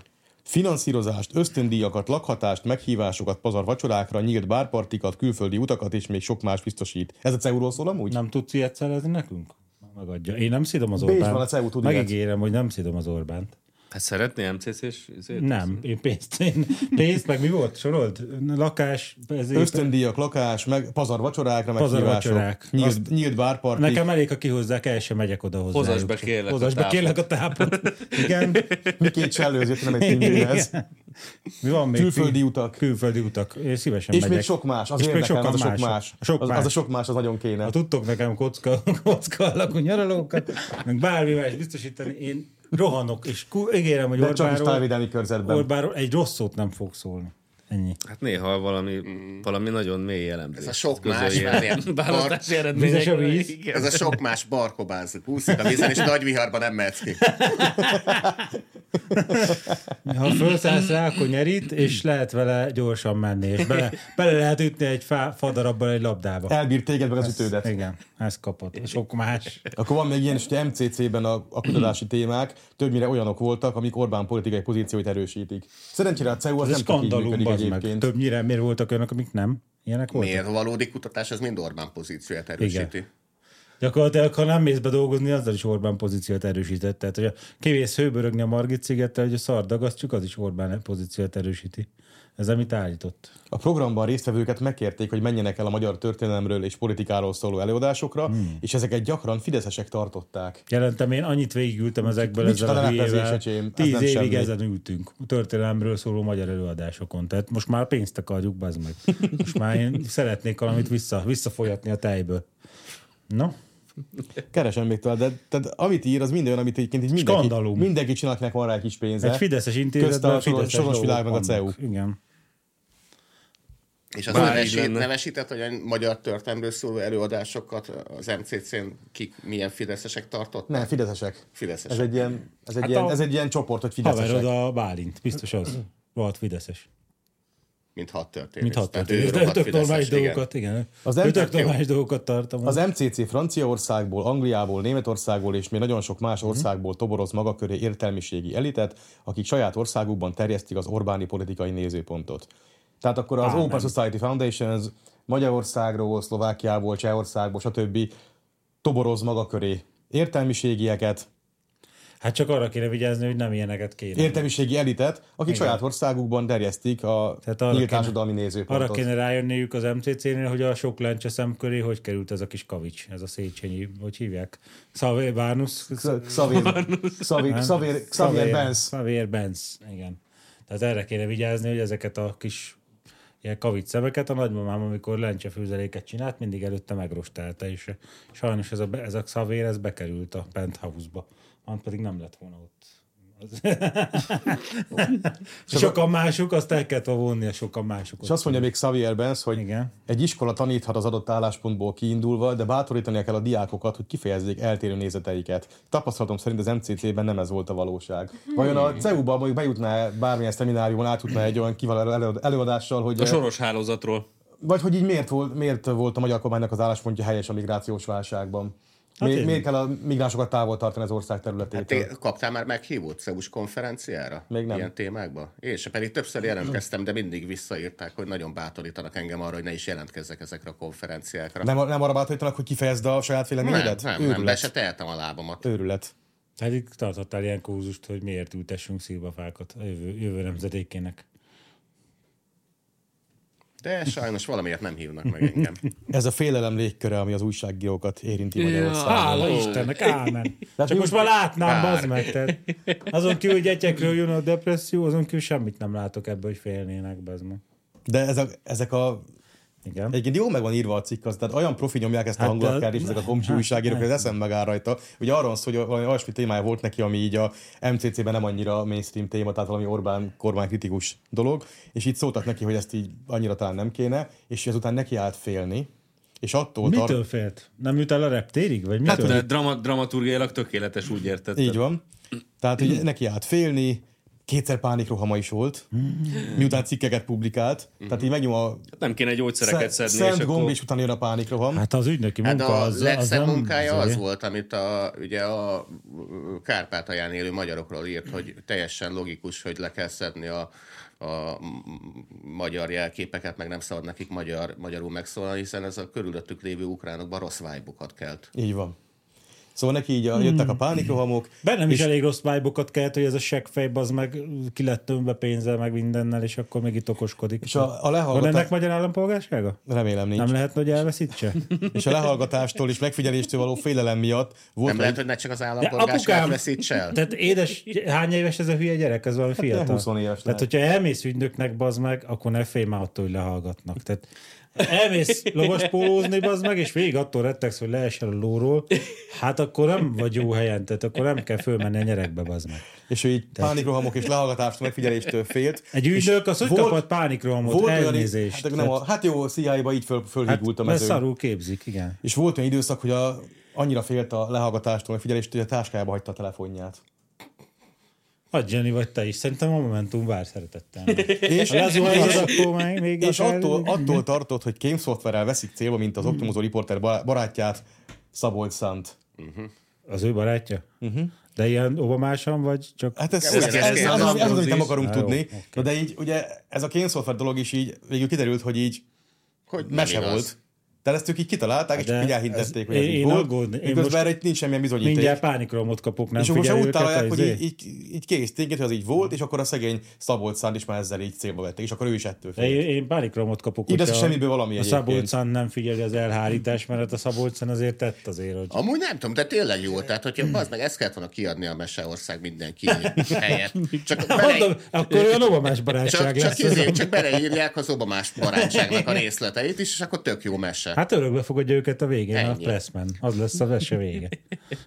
[SPEAKER 3] Finanszírozást, ösztöndíjakat, lakhatást, meghívásokat, pazar vacsorákra, nyílt bárpartikat, külföldi utakat és még sok más biztosít. Ez a CEU-ról szól amúgy?
[SPEAKER 2] Nem tudsz ilyet szerezni nekünk? Megadja. Én nem szidom az
[SPEAKER 3] Bécsben
[SPEAKER 2] Orbánt.
[SPEAKER 3] a E CEU tud ilyet.
[SPEAKER 2] Megígérem, hogy nem szidom az Orbánt.
[SPEAKER 1] Hát szeretné MCC-s? izét?
[SPEAKER 2] Nem, én pénzt, én pénzt, meg mi volt? Sorold? Lakás, ezért...
[SPEAKER 3] Ösztöndíjak, lakás, meg pazar vacsorákra, meg
[SPEAKER 2] Pazar
[SPEAKER 3] hívások,
[SPEAKER 2] vacsorák.
[SPEAKER 3] Nyílt,
[SPEAKER 2] Azt-
[SPEAKER 3] nyílt bárpartik.
[SPEAKER 2] Nekem elég, ha kihozzák, el sem megyek oda hozzá.
[SPEAKER 1] Hozasd be, kérlek, a
[SPEAKER 2] Hozasd be,
[SPEAKER 1] tápot.
[SPEAKER 2] kérlek a tápot. Igen.
[SPEAKER 3] Mi két sellőz jött, nem egy pingvin ez.
[SPEAKER 2] Mi van még?
[SPEAKER 3] Külföldi utak.
[SPEAKER 2] Külföldi utak. Én szívesen
[SPEAKER 3] És
[SPEAKER 2] megyek.
[SPEAKER 3] még sok más, az
[SPEAKER 2] És még
[SPEAKER 3] érdekel,
[SPEAKER 2] sokan
[SPEAKER 3] az a sok
[SPEAKER 2] mások.
[SPEAKER 3] más.
[SPEAKER 2] A sok
[SPEAKER 3] Az,
[SPEAKER 2] más.
[SPEAKER 3] az a sok más, az nagyon kéne.
[SPEAKER 2] Ha tudtok nekem kocka, kocka alakú nyaralókat, meg bármi más biztosítani, én rohanok, és ku- ígérem, hogy
[SPEAKER 3] De csak is
[SPEAKER 2] Orbánról,
[SPEAKER 3] tájvédelmi körzetben.
[SPEAKER 2] Orbánról egy rossz szót nem fog szólni. Ennyi.
[SPEAKER 1] Hát néha valami, valami nagyon mély elemzés.
[SPEAKER 4] Mm.
[SPEAKER 1] Hát
[SPEAKER 4] Ez a sok más, már ilyen bar,
[SPEAKER 1] Választási
[SPEAKER 2] Vizes a
[SPEAKER 1] eredményekre.
[SPEAKER 2] víz.
[SPEAKER 4] ez a sok más barkobázik, úszik a vízen, és nagy viharban nem mehetsz ki.
[SPEAKER 2] Ha felszállsz rá, akkor nyerít, és lehet vele gyorsan menni, és bele, bele lehet ütni egy fá, fadarabbal egy labdába.
[SPEAKER 3] Elbír téged meg az ütődet.
[SPEAKER 2] Igen, ezt kapott. Sok más.
[SPEAKER 3] Akkor van még ilyen is, hogy MCC-ben a, a kutatási témák többnyire olyanok voltak, amik Orbán politikai pozícióit erősítik. Szerencsére a CEU az
[SPEAKER 2] Ez
[SPEAKER 3] nem csak így
[SPEAKER 2] skandalum,
[SPEAKER 3] működik
[SPEAKER 2] bazd meg.
[SPEAKER 3] egyébként.
[SPEAKER 2] Többnyire miért voltak olyanok, amik nem? Ilyenek voltak?
[SPEAKER 4] Miért? A valódi kutatás, ez mind Orbán pozícióját erősíti.
[SPEAKER 2] Igen. Gyakorlatilag, ha nem mész be dolgozni, azzal is Orbán pozíciót erősített. Tehát, hogy kivész hőbörögni a Margit szigettel, hogy a szardagasztjuk, az is Orbán pozíciót erősíti. Ez, amit állított.
[SPEAKER 3] A programban résztvevőket megkérték, hogy menjenek el a magyar történelemről és politikáról szóló előadásokra,
[SPEAKER 2] Hmm.
[SPEAKER 3] és ezeket gyakran fideszesek tartották.
[SPEAKER 2] Jelentem, én annyit végigültem ezekből
[SPEAKER 3] Micsoda
[SPEAKER 2] ezzel a
[SPEAKER 3] leplezés,
[SPEAKER 2] hülyével.
[SPEAKER 3] öcsém, ez
[SPEAKER 2] Tíz
[SPEAKER 3] nem
[SPEAKER 2] évig
[SPEAKER 3] semmi.
[SPEAKER 2] ezen ültünk. A történelemről szóló magyar előadásokon. Tehát most már pénzt akarjuk, bazd meg. Most már én szeretnék valamit vissza, visszafolyatni a tejből. Na,
[SPEAKER 3] Keresem még tovább, de tehát, amit ír, az minden olyan, amit egyébként így mindenki,
[SPEAKER 2] Skandalum.
[SPEAKER 3] mindenki csinál, akinek van rá egy kis pénze.
[SPEAKER 2] egy fideszes
[SPEAKER 3] Közt a
[SPEAKER 2] intézetben
[SPEAKER 3] Soros,
[SPEAKER 2] fideszes
[SPEAKER 3] Soros világ meg a E
[SPEAKER 2] dolgok
[SPEAKER 3] CEU.
[SPEAKER 2] vannak. Igen.
[SPEAKER 4] És az
[SPEAKER 1] Bár így
[SPEAKER 4] nevesít,
[SPEAKER 1] lenne.
[SPEAKER 4] nevesített, hogy a magyar történelmről szóló előadásokat az MCC-n kik, milyen fideszesek tartott?
[SPEAKER 3] Nem, fideszesek.
[SPEAKER 4] Fideszesek.
[SPEAKER 3] Ez egy ilyen, ez egy,
[SPEAKER 2] Hát
[SPEAKER 3] ilyen,
[SPEAKER 2] a-
[SPEAKER 3] ez egy ilyen csoport, hogy
[SPEAKER 2] Haverod
[SPEAKER 3] fideszesek.
[SPEAKER 2] a Bálint, biztos az. Rohadt fideszes.
[SPEAKER 4] Mint hat történet.
[SPEAKER 2] Mint hat
[SPEAKER 4] hát ő
[SPEAKER 2] történet. De
[SPEAKER 4] rohadt
[SPEAKER 2] tök normális
[SPEAKER 4] fideszes, igen.
[SPEAKER 2] dolgokat, igen.
[SPEAKER 3] Az
[SPEAKER 2] Az
[SPEAKER 3] nem
[SPEAKER 2] ő
[SPEAKER 3] tök
[SPEAKER 2] tök
[SPEAKER 3] jó.
[SPEAKER 2] normális dolgokat tartom.
[SPEAKER 3] Az MCC Franciaországból, Angliából, Németországból és még nagyon sok
[SPEAKER 2] Mhm.
[SPEAKER 3] más országból toboroz maga köré értelmiségi elitet, akik saját országukban terjesztik az Orbáni politikai nézőpontot. Tehát akkor az Open Society Foundations Magyarországról, Szlovákiából, Csehországból, stb. toboroz maga köré értelmiségieket,
[SPEAKER 2] Hát csak arra kéne vigyázni, hogy nem ilyeneket kéne.
[SPEAKER 3] értelmiségi elitet, akik Igen. saját országukban terjesztik a
[SPEAKER 2] Tehát arra
[SPEAKER 3] nyílt
[SPEAKER 2] kéne-
[SPEAKER 3] társadalmi nézőpontot.
[SPEAKER 2] Arra kéne rájönniük az MCC-nél, hogy a sok lencse szemköré hogy került ez a kis kavics, ez a Széchenyi, hogy hívják? Szavé Bánusz?
[SPEAKER 3] Sz- Xavier, Xavier, Xavier, Xavier Benz.
[SPEAKER 2] Xavier Benz, igen. Tehát erre kéne vigyázni, hogy ezeket a kis ilyen kavics szemeket a nagymamám, amikor lencsefőzeléket csinált, mindig előtte megrostálta, és sajnos ez a, be- ez a Xavier, ez bekerült a penthouse-ba. Ant pedig nem lett volna ott. Az- sokan mások, azt el kellett volna vonni a sokan mások.
[SPEAKER 3] És azt mondja még Xavier Benz, hogy
[SPEAKER 2] Igen.
[SPEAKER 3] egy iskola taníthat az adott álláspontból kiindulva, de bátorítania kell a diákokat, hogy kifejezzék eltérő nézeteiket. Tapasztalatom szerint az MCT-ben nem ez volt a valóság.
[SPEAKER 2] Hmm.
[SPEAKER 3] Vajon a CEU-ban mondjuk bejutná bármilyen szemináriumon, átjutná egy olyan kiváló elő- előadással, hogy...
[SPEAKER 1] A soros hálózatról.
[SPEAKER 3] Vagy hogy így miért volt, miért volt a magyar kormánynak az álláspontja helyes a migrációs válságban? Hát
[SPEAKER 2] én-
[SPEAKER 3] Mi, miért kell a migránsokat távol tartani az ország területétől?
[SPEAKER 4] Té- kaptál már meghívót CEUS konferenciára?
[SPEAKER 3] Még nem.
[SPEAKER 4] Ilyen témákba? Én se pedig többször jelentkeztem, de mindig visszaírták, hogy nagyon bátorítanak engem arra, hogy ne is jelentkezzek ezekre a konferenciákra.
[SPEAKER 3] nem, nem arra bátorítanak, hogy kifejezd a saját
[SPEAKER 4] nem,
[SPEAKER 3] véleményedet?
[SPEAKER 4] nem,
[SPEAKER 3] Őrület.
[SPEAKER 4] nem, be se tehetem a lábamat.
[SPEAKER 3] Őrület.
[SPEAKER 2] Hát itt tartottál ilyen kurzust, hogy miért ültessünk szilvafákat a jövő, jövő nemzedékének.
[SPEAKER 4] De sajnos valamiért nem hívnak meg engem.
[SPEAKER 3] Ez a félelem légköre, ami az újságírókat érinti Magyarországon.
[SPEAKER 2] Hála Istennek, ámen. Csak
[SPEAKER 3] mi-
[SPEAKER 2] most már látnám,
[SPEAKER 4] Kár.
[SPEAKER 2] bazd meg. Tehát azon kívül, hogy gyerekről jön a depresszió, azon kívül semmit nem látok ebből, hogy félnének, bazd meg.
[SPEAKER 3] De ezek, ezek a...
[SPEAKER 2] Igen.
[SPEAKER 3] Egyébként jó meg van írva a cikk, az, tehát olyan profi nyomják ezt a
[SPEAKER 2] Hát,
[SPEAKER 3] hangulatkeltést,
[SPEAKER 2] de- hát,
[SPEAKER 3] ezek a komcsi újságírók, hogy az eszem megáll rajta. Ugye arról szól, hogy valami olyasmi témája volt neki, ami így a MCC-ben nem annyira mainstream téma, tehát valami Orbán kormánykritikus dolog, és itt szóltak neki, hogy ezt így annyira talán nem kéne, és ezután neki állt félni, és attól tart-
[SPEAKER 2] Mitől félt? Nem jut el a reptérig? Vagy
[SPEAKER 4] Hát
[SPEAKER 2] mitől?
[SPEAKER 1] De drama, dramaturgiailag tökéletes, úgy érted.
[SPEAKER 3] Így van. Tehát,
[SPEAKER 2] Hmm.
[SPEAKER 3] hogy neki állt félni, kétszer pánikrohama is volt,
[SPEAKER 2] Hmm.
[SPEAKER 3] miután cikkeket publikált, tehát így megnyom a
[SPEAKER 1] Nem kéne gyógyszereket
[SPEAKER 3] sze-
[SPEAKER 1] szedni,
[SPEAKER 3] szent
[SPEAKER 1] és
[SPEAKER 3] gomb,
[SPEAKER 1] akkor...
[SPEAKER 3] és utána jön a pánikroham.
[SPEAKER 2] Hát az ügynöki
[SPEAKER 4] Hát
[SPEAKER 2] munka
[SPEAKER 4] a
[SPEAKER 2] az, az
[SPEAKER 4] legszebb
[SPEAKER 2] nem...
[SPEAKER 4] munkája az
[SPEAKER 2] izé.
[SPEAKER 4] volt, amit a, ugye a Kárpátalján élő magyarokról írt, hogy teljesen logikus, hogy le kell szedni a, a m- magyar jelképeket, meg nem szabad nekik magyar, magyarul megszólalni, hiszen ez a körülöttük lévő ukránokban rossz vibe kelt.
[SPEAKER 3] Így van. Szóval neki így a, jöttek a pánikrohamok,
[SPEAKER 2] Hmm. Bennem is elég rossz bájbokat kellett, hogy ez a seggfej, az meg ki lett tömve pénzzel, meg mindennel, és akkor még itt okoskodik.
[SPEAKER 3] és a, a
[SPEAKER 2] Van ennek
[SPEAKER 3] lehallgatás...
[SPEAKER 2] magyar állampolgársága?
[SPEAKER 3] Remélem nincs.
[SPEAKER 2] Nem lehet, hogy elveszítse?
[SPEAKER 3] És a lehallgatástól és megfigyeléstől való félelem miatt volt
[SPEAKER 4] Nem lehet, hogy ne csak az állampolgárságát veszíts el?
[SPEAKER 2] tehát édes, hány éves ez a hülye gyerek? Ez valami fiatal.
[SPEAKER 3] 20 éves
[SPEAKER 2] Tehát,
[SPEAKER 3] lehet.
[SPEAKER 2] hogyha elmész ügynöknek, bazd meg, akkor ne félj már attól, hogy lehallgatnak. Tehát elmész lovaspólózni, bazd meg, és végig attól rettegsz, hogy leesel a lóról, hát akkor nem vagy jó helyen, tehát akkor nem kell fölmenni a nyerekbe, bazd meg.
[SPEAKER 3] és ő így pánikrohamok és lehallgatástól, megfigyeléstől félt.
[SPEAKER 2] Egy ügynök, az hogy
[SPEAKER 3] volt-
[SPEAKER 2] kapott pánikrohamot,
[SPEAKER 3] Volt olyan,
[SPEAKER 2] elnézést. Hát,
[SPEAKER 3] hát, nem, a, hát jó, CIA-ba így föl, fölhígult a
[SPEAKER 2] mert
[SPEAKER 3] mezőn.
[SPEAKER 2] szarul képzik, igen.
[SPEAKER 3] És volt olyan időszak, hogy a, annyira félt a lehallgatástól, a figyeléstől, hogy a táskájába hagyta a telefonját.
[SPEAKER 2] Hát Jenny vagy te is, szerintem a Momentum vár szeretettel.
[SPEAKER 3] És,
[SPEAKER 2] Ha lezuhan az, akkor meg még
[SPEAKER 3] és
[SPEAKER 2] akár-
[SPEAKER 3] attól, attól tartott, hogy Game Software-rel veszik célba, mint az Optimozó Reporter bará- barátját, Szabolcs Szent.
[SPEAKER 2] Az ő barátja? Uh-huh. De ilyen obamásan vagy csak...
[SPEAKER 3] Mhm. Hát ez, ez,
[SPEAKER 4] Ez
[SPEAKER 3] ez,
[SPEAKER 4] ugyanez,
[SPEAKER 3] ez, ez,
[SPEAKER 4] ez
[SPEAKER 3] az,
[SPEAKER 4] az
[SPEAKER 3] az, amit nem akarunk
[SPEAKER 2] Á, jó,
[SPEAKER 3] tudni.
[SPEAKER 2] oké.
[SPEAKER 3] Na De így, ugye ez a Game Software dolog is így, végül kiderült, hogy így
[SPEAKER 4] Hogy nem
[SPEAKER 3] mese
[SPEAKER 4] igaz.
[SPEAKER 3] volt. De ezt ők így kitalálták, és
[SPEAKER 2] De
[SPEAKER 3] csak így elhintették, hogy
[SPEAKER 2] ez-
[SPEAKER 3] ez így
[SPEAKER 2] én
[SPEAKER 3] volt.
[SPEAKER 2] aggódni- én
[SPEAKER 3] Miközben
[SPEAKER 2] most-
[SPEAKER 3] erre itt nincs semmilyen bizonyíték.
[SPEAKER 2] Mindjárt pánikromot kapok, nem
[SPEAKER 3] és akkor most
[SPEAKER 2] figyelj
[SPEAKER 3] úgy
[SPEAKER 2] őket,
[SPEAKER 3] találják, hogy
[SPEAKER 2] izé?
[SPEAKER 3] így, így, így kész tényként, hogy az így volt, és akkor a szegény Szabolcs Szánd is már ezzel így célba vették, és akkor ő is ettől
[SPEAKER 2] De
[SPEAKER 3] fél.
[SPEAKER 2] Én, én pánikromot kapok,
[SPEAKER 3] Igaz,
[SPEAKER 2] hogyha
[SPEAKER 3] hogy semmiből valami
[SPEAKER 2] a
[SPEAKER 3] egyébként.
[SPEAKER 2] Szabolcán nem figyeli az elhárítás, mert hát a Szabolcán azért tett azért, hogy...
[SPEAKER 4] Amúgy nem tudom, de tényleg jó. Tehát, hogyha az meg ezt kellett volna kiadni a Meseország mindenki helyett. Csak
[SPEAKER 2] Mondom,
[SPEAKER 4] bele,
[SPEAKER 2] akkor olyan obamás
[SPEAKER 4] csak,
[SPEAKER 2] barátság
[SPEAKER 4] csak,
[SPEAKER 2] lesz.
[SPEAKER 4] izé, csak beleírják az obamás barátságnak a részleteit is, és akkor tök jó mese.
[SPEAKER 2] Hát örökbe fogadja őket a végén
[SPEAKER 4] Ennyi.
[SPEAKER 2] a Pressman. Az lesz a vese vége.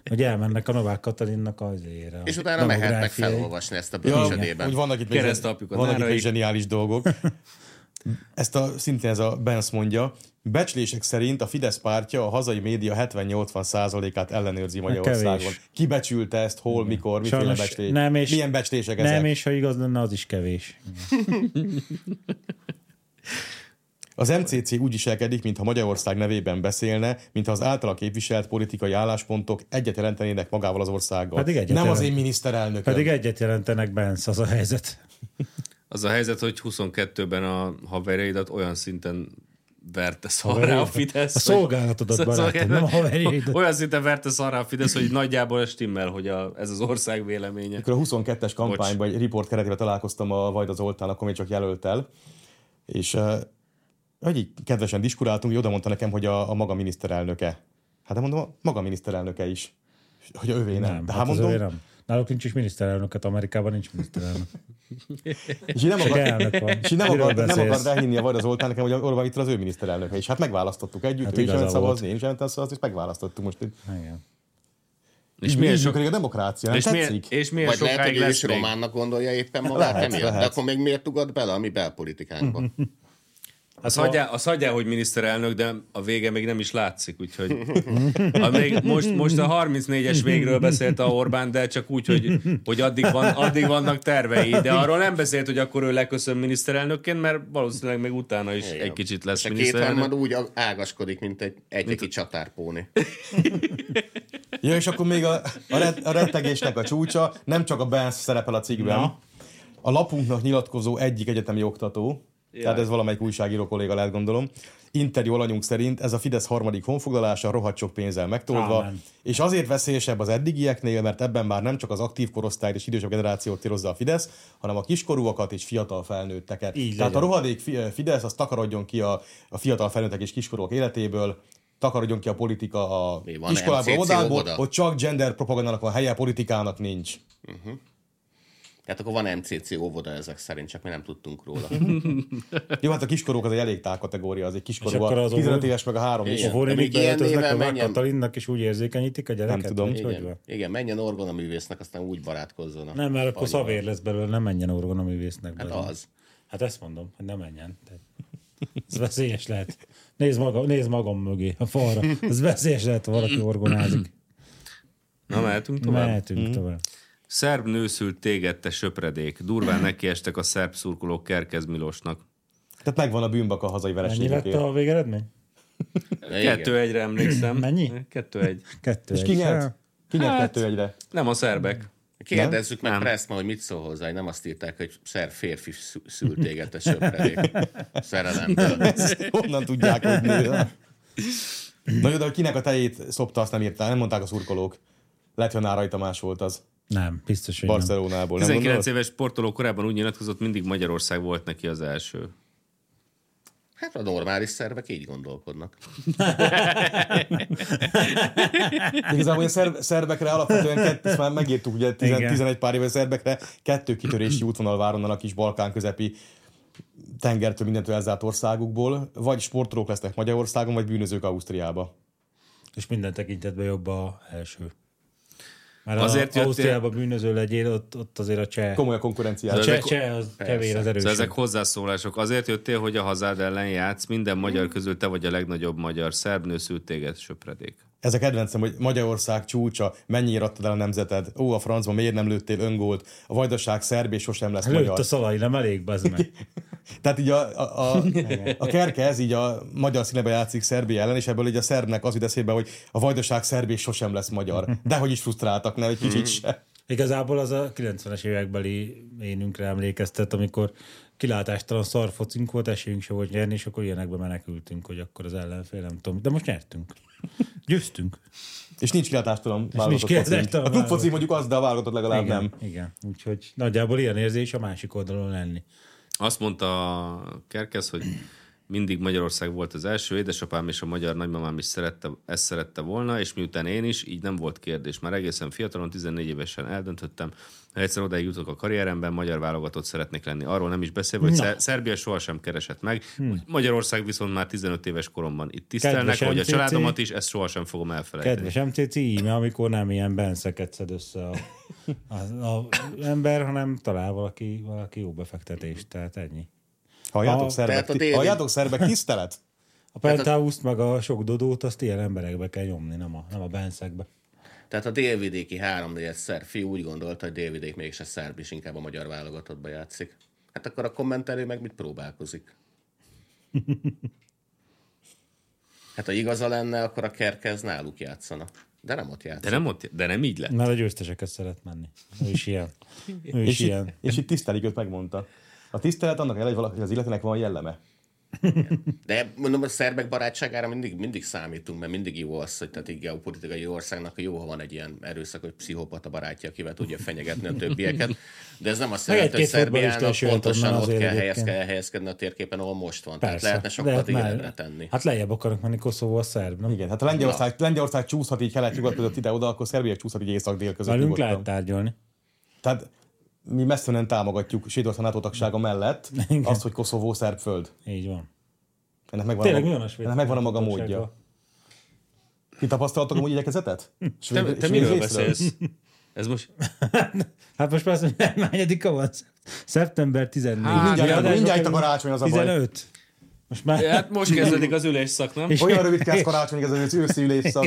[SPEAKER 2] Hogy elmennek a Novák Katalinnak az ére.
[SPEAKER 4] És utána mehetnek felolvasni ezt a bölcsödében.
[SPEAKER 3] Úgy vannak itt még,
[SPEAKER 1] Keresztapjukat
[SPEAKER 3] vannak itt még
[SPEAKER 1] náraig.
[SPEAKER 3] zseniális dolgok. Ezt a, szintén ez a Benz mondja. Becslések szerint a Fidesz pártja a hazai média 70-80 százalékát ellenőrzi Magyarországon.
[SPEAKER 2] Hát kevés.
[SPEAKER 3] Ki becsülte ezt, hol, mikor, miféle
[SPEAKER 2] Sajnos
[SPEAKER 3] becslés?
[SPEAKER 2] nem, és-
[SPEAKER 3] Milyen becslések ezek?
[SPEAKER 2] Nem, és ha igaz lenne, az is kevés.
[SPEAKER 3] Az MCC úgy viselkedik, mintha Magyarország nevében beszélne, mintha az általa képviselt politikai álláspontok egyet jelentenének magával az országgal.
[SPEAKER 2] Pedig egyet
[SPEAKER 3] nem az
[SPEAKER 2] jelent.
[SPEAKER 3] én miniszterelnököm.
[SPEAKER 2] Pedig egyet jelentenek Benz, az a helyzet.
[SPEAKER 1] Az a helyzet, hogy 22-ben a haverjaidat olyan szinten verte szarra a Fidesz.
[SPEAKER 2] A szolgálatodat,
[SPEAKER 1] hogy- szóval-
[SPEAKER 2] barátod, nem a haverjaidat.
[SPEAKER 1] Olyan szinten verte szarra a Fidesz, hogy nagyjából ez stimmel, hogy a, ez az ország véleménye.
[SPEAKER 3] Mikor a 22-es kampányban egy riport keretében találkoztam a Vajda Zoltán, akkor még csak jelölt el, és eh, hogy így kedvesen diskuráltunk, hogy oda mondta nekem, hogy a, a maga miniszterelnöke. Hát de mondom, a maga miniszterelnöke is. És Hogy a övé nem.
[SPEAKER 2] Nem,
[SPEAKER 3] de
[SPEAKER 2] hát
[SPEAKER 3] hát
[SPEAKER 2] az
[SPEAKER 3] mondom,
[SPEAKER 2] övé nem. Náluk nincs is miniszterelnöket, Amerikában nincs miniszterelnök.
[SPEAKER 3] és így nem
[SPEAKER 2] Csak
[SPEAKER 3] akar,
[SPEAKER 2] elnök van.
[SPEAKER 3] és így nem
[SPEAKER 2] Miről
[SPEAKER 3] akar, nem
[SPEAKER 2] beszélsz?
[SPEAKER 3] akar elhinni a Vajda Zoltán nekem, hogy Orbán Viktor az ő miniszterelnöke. És hát megválasztottuk együtt,
[SPEAKER 2] Hát
[SPEAKER 3] hát ő is
[SPEAKER 2] igaza
[SPEAKER 3] elment
[SPEAKER 2] volt.
[SPEAKER 3] szavazni, én is elmentem szavazni, és megválasztottuk most. itt.
[SPEAKER 2] Igen.
[SPEAKER 1] És
[SPEAKER 3] Így
[SPEAKER 1] milyen,
[SPEAKER 3] működik
[SPEAKER 1] sok,
[SPEAKER 3] a demokrácia, nem
[SPEAKER 1] és milyen,
[SPEAKER 3] tetszik?
[SPEAKER 1] és milyen
[SPEAKER 4] Vagy lehet, hogy
[SPEAKER 1] sokáig
[SPEAKER 4] ő is
[SPEAKER 1] lesz még?
[SPEAKER 4] románnak gondolja éppen magát,
[SPEAKER 3] Lehet,
[SPEAKER 4] emiatt. De
[SPEAKER 3] lehet.
[SPEAKER 4] akkor még miért ugat bele a mi belpolitikánkba?
[SPEAKER 1] Mhm.
[SPEAKER 7] Hát
[SPEAKER 1] Azt hagyják, azt hagyják, hogy miniszterelnök, de a vége még nem is látszik, úgyhogy... A még most, most a 34-es végről beszélt a Orbán, de csak úgy, hogy, hogy addig, van, addig vannak tervei. De arról nem beszélt, hogy akkor ő leköszön miniszterelnökként, mert valószínűleg még utána is egy kicsit lesz
[SPEAKER 4] És a két
[SPEAKER 1] miniszterelnök.
[SPEAKER 4] harmad úgy ag- ágaskodik, mint egy egyeki csatárpóni.
[SPEAKER 3] Ja, és akkor még a, a, ret, a rettegésnek a csúcsa nem csak a Benz szerepel a cikkben.
[SPEAKER 2] Na.
[SPEAKER 3] A lapunknak nyilatkozó egyik egyetemi oktató, ja. tehát ez valamelyik újságíró kolléga lehet gondolom, interjú alanyunk szerint ez a Fidesz harmadik honfoglalása rohadt sok pénzzel megtolva,
[SPEAKER 2] Amen.
[SPEAKER 3] és azért veszélyesebb az eddigieknél, mert ebben már nem csak az aktív korosztályt és idősebb generációt célozza a Fidesz, hanem a kiskorúakat és fiatal felnőtteket.
[SPEAKER 2] Így
[SPEAKER 3] tehát
[SPEAKER 2] legyen.
[SPEAKER 3] a rohadék fi- Fidesz az takarodjon ki a, a fiatal felnőttek és kiskorúak életéből, takarodjon ki a politika a
[SPEAKER 4] Mi van,
[SPEAKER 3] iskolából,
[SPEAKER 4] MCC
[SPEAKER 3] óvodából,
[SPEAKER 4] óvoda?
[SPEAKER 3] ott csak gender propagandának van helye, politikának nincs.
[SPEAKER 4] Tehát akkor van MCC óvoda ezek szerint, csak mi nem tudtunk róla.
[SPEAKER 3] Jó, hát a kiskorúk az egy elég tág kategória, az egy
[SPEAKER 2] És
[SPEAKER 3] kiskorú,
[SPEAKER 2] akkor
[SPEAKER 3] a
[SPEAKER 2] az
[SPEAKER 3] 15
[SPEAKER 2] óvó-
[SPEAKER 3] éves meg a három is.
[SPEAKER 2] A
[SPEAKER 4] Igen. De
[SPEAKER 2] Volnénik
[SPEAKER 4] még ilyen
[SPEAKER 2] beöltöznek a
[SPEAKER 4] néven
[SPEAKER 2] Vár
[SPEAKER 4] menjen.
[SPEAKER 2] Katalinnak, és úgy érzékenyítik a gyereket?
[SPEAKER 3] tudom.
[SPEAKER 2] Vagy Hogy
[SPEAKER 4] Igen,
[SPEAKER 2] van?
[SPEAKER 4] igen menjen orgonaművésznek, aztán úgy barátkozzon. a
[SPEAKER 2] Nem, mert akkor
[SPEAKER 4] palival.
[SPEAKER 2] szavér lesz belőle, nem menjen orgonoművésznek.
[SPEAKER 4] Hát
[SPEAKER 2] belőle.
[SPEAKER 4] az.
[SPEAKER 2] Hát ezt mondom, hogy nem menjen. Tehát Ez veszélyes lehet. Nézd, maga, nézd magam mögé, a falra. Ez veszélyes lehet, ha valaki orgonázik.
[SPEAKER 1] Na, mehetünk tovább?
[SPEAKER 4] Mhm.
[SPEAKER 2] Mehetünk tovább.
[SPEAKER 1] Szerb nőszült téged, te söpredék. Durván nekiestek a szerb szurkolók Kerkez Milosnak.
[SPEAKER 3] Tehát megvan a bűnbak a hazai
[SPEAKER 2] Mennyi lett
[SPEAKER 3] vereségekért.
[SPEAKER 2] a végeredmény?
[SPEAKER 4] Igen.
[SPEAKER 1] Kettő egyre emlékszem.
[SPEAKER 2] Mennyi?
[SPEAKER 1] Kettő egy.
[SPEAKER 2] Kettő.
[SPEAKER 3] És
[SPEAKER 2] egy.
[SPEAKER 3] ki nyert?
[SPEAKER 2] Hát,
[SPEAKER 3] Ki nyert kettő egyre?
[SPEAKER 1] Nem a szerbek.
[SPEAKER 4] Kérdezzük meg Pressma, hogy mit szól hozzá, hogy nem azt írták, hogy szer férfi szü- szült éget a söpredék szerelemből.
[SPEAKER 3] Honnan tudják, hogy nő? Na jó, de hogy kinek a tejét szopta, azt nem írták, nem mondták a szurkolók. Lehet, hogy a Nárai Tamás volt az.
[SPEAKER 2] Nem, biztos, hogy nem.
[SPEAKER 3] Barcelonából. Nem
[SPEAKER 1] 19
[SPEAKER 3] gondolod?
[SPEAKER 1] éves sportoló korábban úgy nyilatkozott, mindig Magyarország volt neki az első. Szóval
[SPEAKER 4] Hát a normális szervek így gondolkodnak.
[SPEAKER 3] Igazából a szerb, szerbekre alapvetően kettő, ezt már megírtuk, ugye 10,
[SPEAKER 2] Igen.
[SPEAKER 3] 11 pár éve szerbekre kettő kitörési útvonal váronnan a kis Balkán közepi tengertől mindentől elzárt országukból, vagy sportolók lesznek Magyarországon, vagy bűnözők Ausztriába.
[SPEAKER 2] És minden tekintetben jobb a első. Mert
[SPEAKER 1] Azért
[SPEAKER 2] azért
[SPEAKER 1] jöttél-
[SPEAKER 2] ha Ausztriában bűnöző legyél, ott, ott azért a cseh.
[SPEAKER 3] Komoly a konkurenciája.
[SPEAKER 2] Cseh, cseh, az kevér az
[SPEAKER 1] Szóval
[SPEAKER 2] erősebb.
[SPEAKER 1] ezek hozzászólások. Azért jöttél, hogy a hazád ellen játsz, minden magyar közül te vagy a legnagyobb magyar szerb, nőszült téged söpredék.
[SPEAKER 3] Ez a kedvencem, hogy Magyarország csúcsa, mennyire adtad el a nemzeted, ó, a francba miért nem lőttél öngólt, a vajdaság szerb és sosem lesz
[SPEAKER 2] Lőtt
[SPEAKER 3] magyar.
[SPEAKER 2] a szalai, nem elég, bazd meg.
[SPEAKER 3] Tehát így a, a, a, a kerke ez így a magyar színebe játszik Szerbia ellen, és ebből így a szerbnek az jut eszébe, hogy a vajdaság szerb és sosem lesz magyar. Dehogy is frusztráltak, nem egy
[SPEAKER 2] Mm.
[SPEAKER 3] kicsit se.
[SPEAKER 2] Igazából az a 90-es évekbeli énünkre emlékeztet, amikor kilátástalan szarfocink volt, esélyünk se volt nyerni, és akkor ilyenekbe menekültünk, hogy akkor az ellenfél, nem tudom. De most nyertünk. Győztünk.
[SPEAKER 3] És nincs kilátástalan válogatott
[SPEAKER 2] kilátástalan
[SPEAKER 3] focink. A klubfoci
[SPEAKER 2] válogatott.
[SPEAKER 3] mondjuk az, de a válogatott legalább
[SPEAKER 2] igen,
[SPEAKER 3] nem.
[SPEAKER 2] Igen. Úgyhogy nagyjából ilyen érzés a másik oldalon lenni.
[SPEAKER 1] Azt mondta Kerkez, hogy mindig Magyarország volt az első, édesapám és a magyar nagymamám is szerette, ezt szerette volna, és miután én is, így nem volt kérdés. Már egészen fiatalon, 14 évesen eldöntöttem, ha egyszer odáig jutok a karrieremben, magyar válogatott szeretnék lenni. Arról nem is beszélve, hogy Szer- Szerbia sohasem keresett meg. Magyarország viszont már 15 éves koromban itt tisztelnek,
[SPEAKER 2] Kedves
[SPEAKER 1] hogy a
[SPEAKER 2] MCC.
[SPEAKER 1] családomat is, ezt sohasem fogom elfelejteni.
[SPEAKER 2] Kedves MCC íme, amikor nem ilyen benszeket szed össze a, a, a ember, hanem talál valaki, valaki jó befektetést. Tehát ennyi.
[SPEAKER 3] Halljátok,
[SPEAKER 2] A-
[SPEAKER 3] szerbek,
[SPEAKER 4] tehát a déli-
[SPEAKER 3] halljátok szerbek tisztelet?
[SPEAKER 2] A penthouse meg a sok dodót, azt ilyen emberekbe kell nyomni, nem a, nem a benszekbe.
[SPEAKER 4] Tehát a délvidéki háromnegyed szerb fiú úgy gondolta, hogy délvidék mégis a szerb is inkább a magyar válogatottba játszik. Hát akkor a kommentelő meg mit próbálkozik? Hát ha igaza lenne, akkor a kerkez náluk játszana. De nem ott
[SPEAKER 1] De
[SPEAKER 4] játszik.
[SPEAKER 1] nem, ott, de nem így lett.
[SPEAKER 2] Mert a győztesekhez szeret menni. Ő is ilyen. Ő is
[SPEAKER 3] És itt,
[SPEAKER 2] ilyen.
[SPEAKER 3] és itt tisztelik, őt megmondta. A tisztelet annak elég, hogy valaki- az illetőnek van jelleme.
[SPEAKER 4] De mondom, a szerbek barátságára mindig, mindig számítunk, mert mindig jó az, hogy tehát így geopolitikai országnak jó, ha van egy ilyen erőszak, hogy pszichopata barátja, akivel tudja fenyegetni a többieket. De ez nem azt
[SPEAKER 2] Meg
[SPEAKER 4] jelenti, hogy
[SPEAKER 2] Hát egy-két futballista
[SPEAKER 4] Szerbiának
[SPEAKER 2] is jöhet
[SPEAKER 4] pontosan
[SPEAKER 2] onnan
[SPEAKER 4] ott kell
[SPEAKER 2] azért
[SPEAKER 4] helyezke-
[SPEAKER 2] egyébként.
[SPEAKER 4] elhelyezkedni a térképen, ahol most van. Tehát
[SPEAKER 2] Persze.
[SPEAKER 4] lehetne sokkal
[SPEAKER 2] Lehet már-
[SPEAKER 4] igenebbre tenni.
[SPEAKER 2] Hát lejjebb akarok menni Koszovó a szerb, nem?
[SPEAKER 3] Igen, hát a Lengyelország, Lengyelország csúszhat így kelet-nyugat között ide-oda, akkor Szerbia csúszhat így észak-dél között.
[SPEAKER 2] Velünk
[SPEAKER 3] nyugodtan.
[SPEAKER 2] lehet tárgyalni.
[SPEAKER 3] Tehát mi messze nem támogatjuk Svédország NATO tagsága mellett
[SPEAKER 2] Igen.
[SPEAKER 3] azt, hogy Koszovó szerb föld.
[SPEAKER 2] Így van.
[SPEAKER 3] Ennek megvan,
[SPEAKER 2] Tényleg
[SPEAKER 3] a,
[SPEAKER 2] mi van
[SPEAKER 3] maga,
[SPEAKER 2] a svéd?
[SPEAKER 3] ennek Hát megvan a maga módja.
[SPEAKER 2] hatósággal?
[SPEAKER 3] Ti tapasztaltok amúgy igyekezetet?
[SPEAKER 2] Hm.
[SPEAKER 3] Svéd,
[SPEAKER 1] Te, te
[SPEAKER 3] svéd
[SPEAKER 1] miről
[SPEAKER 3] részről?
[SPEAKER 1] beszélsz? Ez most...
[SPEAKER 2] Hát most már azt mondja, hányadika van? Szeptember 14.
[SPEAKER 7] Hát,
[SPEAKER 2] Mi
[SPEAKER 3] Mindjárt,
[SPEAKER 2] adásban
[SPEAKER 3] mindjárt itt a
[SPEAKER 2] kerül?
[SPEAKER 3] karácsony az a baj.
[SPEAKER 2] 15. Most már...
[SPEAKER 1] Hát most kezdődik az ülésszak, nem?
[SPEAKER 3] Olyan rövidkez karácsony, ez az őszi ülésszak.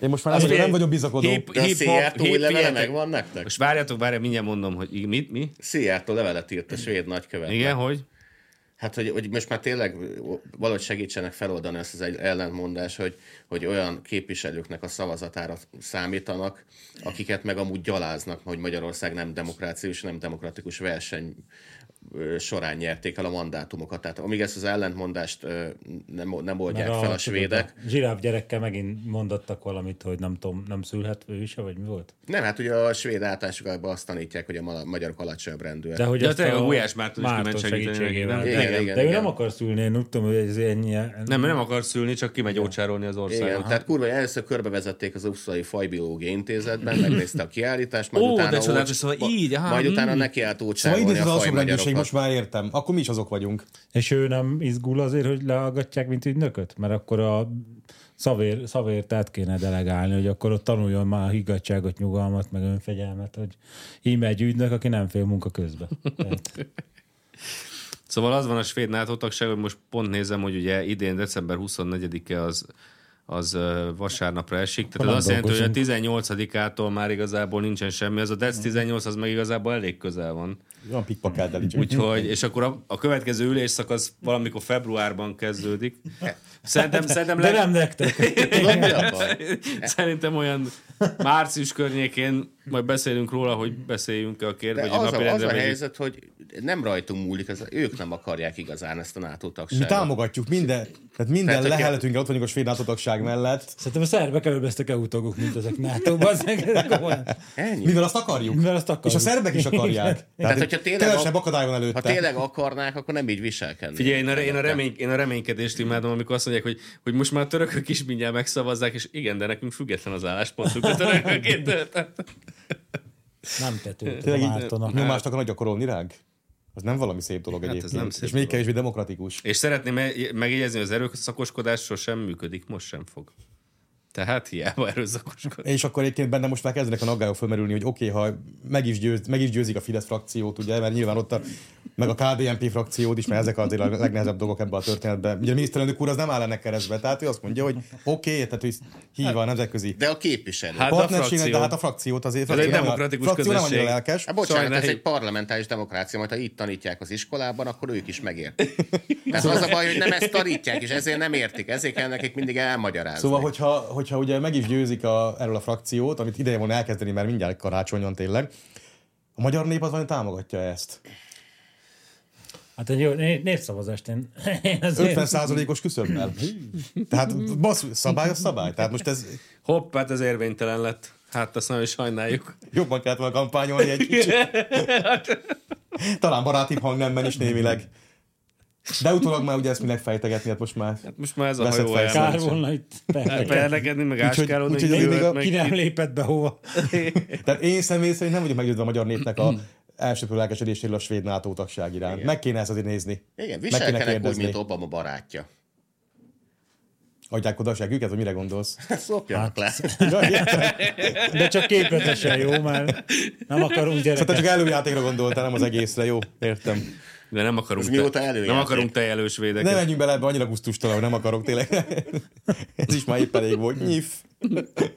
[SPEAKER 3] Én most már nem, vagyok, nem vagyok bizakodó.
[SPEAKER 1] Hip-
[SPEAKER 2] hát
[SPEAKER 4] De a
[SPEAKER 1] hip-hop,
[SPEAKER 4] Szijjártó új
[SPEAKER 1] hip-
[SPEAKER 4] levele
[SPEAKER 1] fiatal-
[SPEAKER 4] megvan nektek?
[SPEAKER 1] Most várjátok, várjátok, mindjárt mondom, hogy mit, mi?
[SPEAKER 4] Szijjártó levelet írt a svéd nagykövet.
[SPEAKER 1] Igen, hogy?
[SPEAKER 4] Hát, hogy, hogy most már tényleg valahogy segítsenek feloldani ezt az egy ellentmondás, hogy, hogy olyan képviselőknek a szavazatára számítanak, akiket meg amúgy gyaláznak, hogy Magyarország nem demokrácia és nem demokratikus verseny ö, során nyerték el a mandátumokat. Tehát amíg ezt az ellentmondást ö, nem, nem oldják fel a svédek,
[SPEAKER 2] Zsiráv gyerekkel megint mondottak valamit, hogy nem tudom, nem szülhet ő is, vagy mi volt?
[SPEAKER 4] nem, hát ugye a svéd általánosokban azt tanítják, hogy a ma- magyarok alacsonyabb rendűek.
[SPEAKER 2] hogy
[SPEAKER 1] Ja,
[SPEAKER 2] azt
[SPEAKER 1] tényleg a Gulyás Márton is kiment segíteni
[SPEAKER 2] segítségével.
[SPEAKER 1] neki,
[SPEAKER 4] nem? Igen, igen,
[SPEAKER 2] de ő
[SPEAKER 4] igen.
[SPEAKER 2] nem akar szülni, én úgy tudom, hogy ez ennyi.
[SPEAKER 1] Nem, ő nem akar szülni, csak kimegy ócsárolni az országot.
[SPEAKER 4] Igen, tehát kurva, először körbevezették az Uppsalai Fajbiológiai Intézetben, megnézte a kiállítást, majd
[SPEAKER 1] Ó,
[SPEAKER 4] utána...
[SPEAKER 1] de csodálatos,
[SPEAKER 4] ócs-
[SPEAKER 1] szóval
[SPEAKER 4] ma-
[SPEAKER 1] így, aha,
[SPEAKER 4] Majd utána
[SPEAKER 1] mm.
[SPEAKER 4] nekiállt
[SPEAKER 3] Szóval
[SPEAKER 4] ócsárolni
[SPEAKER 3] idéz az
[SPEAKER 4] a
[SPEAKER 3] alsóbb rendőrség,
[SPEAKER 4] fajmagyarokat.
[SPEAKER 3] most már értem. Akkor mi is azok vagyunk.
[SPEAKER 2] És ő nem izgul azért, hogy lehallgatják, mint ügynököt? Mert akkor a szavér, szavért át kéne delegálni, hogy akkor ott tanuljon már higgadságot, nyugalmat, meg önfegyelmet, hogy így megy ügynök, aki nem fél munka közben. Tehát,
[SPEAKER 1] Szóval az van a svéd NATO tagság, hogy most pont nézem, hogy ugye idén december 24-e az, az ö, vasárnapra esik. Tehát
[SPEAKER 2] Akkor
[SPEAKER 1] ez azt jelenti, hogy a
[SPEAKER 2] dolgozunk.
[SPEAKER 1] 18-ától már igazából nincsen semmi. Az a DEC 18 az meg igazából elég közel van.
[SPEAKER 3] Olyan pikpakád el
[SPEAKER 1] Úgyhogy, és akkor a, a következő ülésszakasz valamikor februárban kezdődik. Szerintem, szerintem,
[SPEAKER 2] de
[SPEAKER 1] leg-
[SPEAKER 2] nem nektek.
[SPEAKER 4] Tudod, mi a baj?
[SPEAKER 1] szerintem olyan március környékén majd beszélünk róla, hogy beszéljünk-e a
[SPEAKER 4] De
[SPEAKER 1] kérdő, hogy a
[SPEAKER 4] az,
[SPEAKER 1] napi
[SPEAKER 4] a, az a
[SPEAKER 1] rendben vegyük.
[SPEAKER 4] helyzet, hogy nem rajtunk múlik, ez, ők nem akarják igazán ezt a NATO
[SPEAKER 3] Mi
[SPEAKER 4] tagságot.
[SPEAKER 3] támogatjuk minden, tehát minden
[SPEAKER 4] Tehát, hogyha-
[SPEAKER 3] leheletünkkel ott vagyunk a svéd NATO tagság mellett.
[SPEAKER 2] Szerintem a szerbek előbb lesztek eutogok, mint ezek NATO, bazzeg, ezek komolyan.
[SPEAKER 4] Ennyi.
[SPEAKER 3] Mivel azt akarjuk.
[SPEAKER 2] Mivel azt akarjuk.
[SPEAKER 3] És a szerbek is akarják. Tehát,
[SPEAKER 4] hogyha
[SPEAKER 3] hogyha
[SPEAKER 4] tényleg-
[SPEAKER 3] tényleg... Kevesebb akadály van
[SPEAKER 4] Ha
[SPEAKER 3] előtte.
[SPEAKER 4] tényleg akarnák, akkor nem így viselkednék.
[SPEAKER 1] Figyelj, én a, én, a remény, én a reménykedést imádom, amikor azt mondják, hogy, hogy most már a törökök is mindjárt megszavazzák, és igen, de nekünk független az álláspontunk a törökökétől.
[SPEAKER 2] Nem tetőt a
[SPEAKER 3] Tényleg így
[SPEAKER 2] Mártonak.
[SPEAKER 3] nyomást akarnak gyakorolni ránk? Az nem valami szép dolog
[SPEAKER 1] Hát ez
[SPEAKER 3] egyébként.
[SPEAKER 1] nem szép
[SPEAKER 3] és még
[SPEAKER 1] dolog.
[SPEAKER 3] kevésbé demokratikus.
[SPEAKER 1] És szeretném me- megjegyezni, hogy az erőszakoskodás sosem működik, most sem fog. Tehát hiába erőszakoskodás.
[SPEAKER 3] És akkor egyébként benne most már kezdenek a naggályok fölmerülni, hogy oké, okay, ha meg is, győz, meg is győzik a Fidesz frakciót, ugye, mert nyilván ott a, meg a KDNP frakciót is, mert ezek azért a legnehezebb dolgok ebben a történetben. Ugye a miniszterelnök úr az nem áll ennek keresztbe, tehát ő azt mondja, hogy oké, okay, tehát ő hívja a nemzetközi
[SPEAKER 4] De a képviselő.
[SPEAKER 1] Hát
[SPEAKER 4] Hát,
[SPEAKER 1] de a
[SPEAKER 3] partnerségnek, de
[SPEAKER 1] frakció.
[SPEAKER 3] hát a frakciót azért.
[SPEAKER 1] Ez egy
[SPEAKER 3] frakció nem-
[SPEAKER 1] demokratikus
[SPEAKER 3] frakció nem
[SPEAKER 1] közösség.
[SPEAKER 3] annyira lelkes.
[SPEAKER 4] bocsánat,
[SPEAKER 1] Sajnálj.
[SPEAKER 4] ez egy parlamentáris demokrácia, majd ha itt tanítják az iskolában, akkor ők is megértik.
[SPEAKER 3] Szóval-
[SPEAKER 4] Tehát az a baj, hogy nem ezt tanítják, és ezért nem értik, ezért kell nekik mindig elmagyarázni.
[SPEAKER 3] Szóval, hogyha, hogyha ugye meg is győzik a, erről a frakciót, amit ideje volna elkezdeni, mert mindjárt karácsony van tényleg, a magyar nép az vajon támogatja ezt?
[SPEAKER 2] Hát egy jó né- népszavazást én, én azért...
[SPEAKER 3] 50%-os küszöbbel. Tehát basszus, szabály a szabály. Tehát most ez
[SPEAKER 1] Hopp, hát ez érvénytelen lett. Hát azt nagyon sajnáljuk.
[SPEAKER 3] jobban kellett volna kampányolni egy kicsit. Talán barátibb hangnemben is némileg. De utólag már ugye ezt minek fejtegetni, hát most már
[SPEAKER 1] Most már ez a
[SPEAKER 3] Veszed
[SPEAKER 1] hajó
[SPEAKER 3] fel
[SPEAKER 2] Kár
[SPEAKER 1] elment.
[SPEAKER 2] volna itt perleket.
[SPEAKER 1] Perlekedni, meg
[SPEAKER 3] Úgyhogy-
[SPEAKER 1] áskálódni,
[SPEAKER 3] úgyhogy
[SPEAKER 1] meg
[SPEAKER 3] mindig
[SPEAKER 1] gyűlölt,
[SPEAKER 3] a-
[SPEAKER 1] meg
[SPEAKER 2] Ki nem lépett be hova.
[SPEAKER 3] Tehát én személy szerint nem vagyok meggyőzve a magyar népnek a elsőprő lelkesedéséről a svéd NATO tagság iránt. Meg kéne ezt azért nézni.
[SPEAKER 4] Igen,
[SPEAKER 3] Meg kéne
[SPEAKER 4] viselkednek úgy,
[SPEAKER 3] kérdezni.
[SPEAKER 4] mint Obama barátja.
[SPEAKER 3] Adják oda a següket, vagy mire gondolsz?
[SPEAKER 4] Szopjanak le.
[SPEAKER 3] Ja, értem.
[SPEAKER 2] De csak képletesen jó, mert nem akarunk
[SPEAKER 3] Szóval te
[SPEAKER 2] gyereket.
[SPEAKER 3] csak előjátékra gondoltál, nem az egészre, jó? Értem.
[SPEAKER 1] De nem akarunk,
[SPEAKER 4] Ez mióta előjáték?
[SPEAKER 1] nem akarunk teljelős
[SPEAKER 3] Ne
[SPEAKER 1] védeket.
[SPEAKER 3] menjünk bele ebbe, annyira gusztustalan, hogy nem akarok tényleg. Ez is már épp elég volt. Nyif.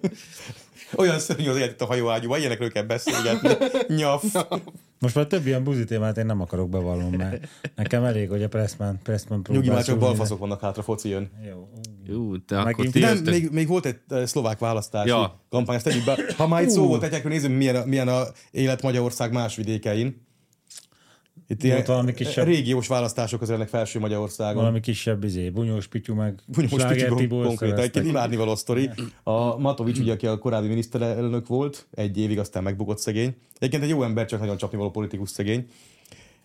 [SPEAKER 3] Olyan szörnyű az élet itt a hajóágyúban, ilyenekről kell beszélgetni. Nyaf.
[SPEAKER 2] Most már több ilyen buzi témát én nem akarok bevallom, mert nekem elég, hogy a Pressman, Pressman próbál
[SPEAKER 3] Nyugi, már csak
[SPEAKER 2] szúrni, de-
[SPEAKER 3] balfaszok vannak hátra, foci jön.
[SPEAKER 2] Jó.
[SPEAKER 1] Ú, te akkor
[SPEAKER 2] Megint-
[SPEAKER 1] ti
[SPEAKER 3] Nem,
[SPEAKER 1] jöttök.
[SPEAKER 3] még, még volt egy eh, szlovák választási
[SPEAKER 1] Ja.
[SPEAKER 3] ja. kampány, ezt tegyük be. Ha már itt szó volt egyekről, nézzük, milyen a, milyen a élet Magyarország más vidékein. Itt
[SPEAKER 2] Volt valami kisebb-
[SPEAKER 3] régiós választások közelnek felső Magyarországon.
[SPEAKER 2] Valami kisebb izé, bunyós pityu meg
[SPEAKER 3] Bunyós
[SPEAKER 2] Sláger
[SPEAKER 3] Pityu
[SPEAKER 2] Tibor
[SPEAKER 3] konkrétan, egy
[SPEAKER 2] szereztek.
[SPEAKER 3] imádnivaló sztori. A Matovics, ugye, aki a korábbi miniszterelnök volt, egy évig aztán megbukott szegény. Egyébként egy jó ember, csak nagyon csapnivaló politikus szegény.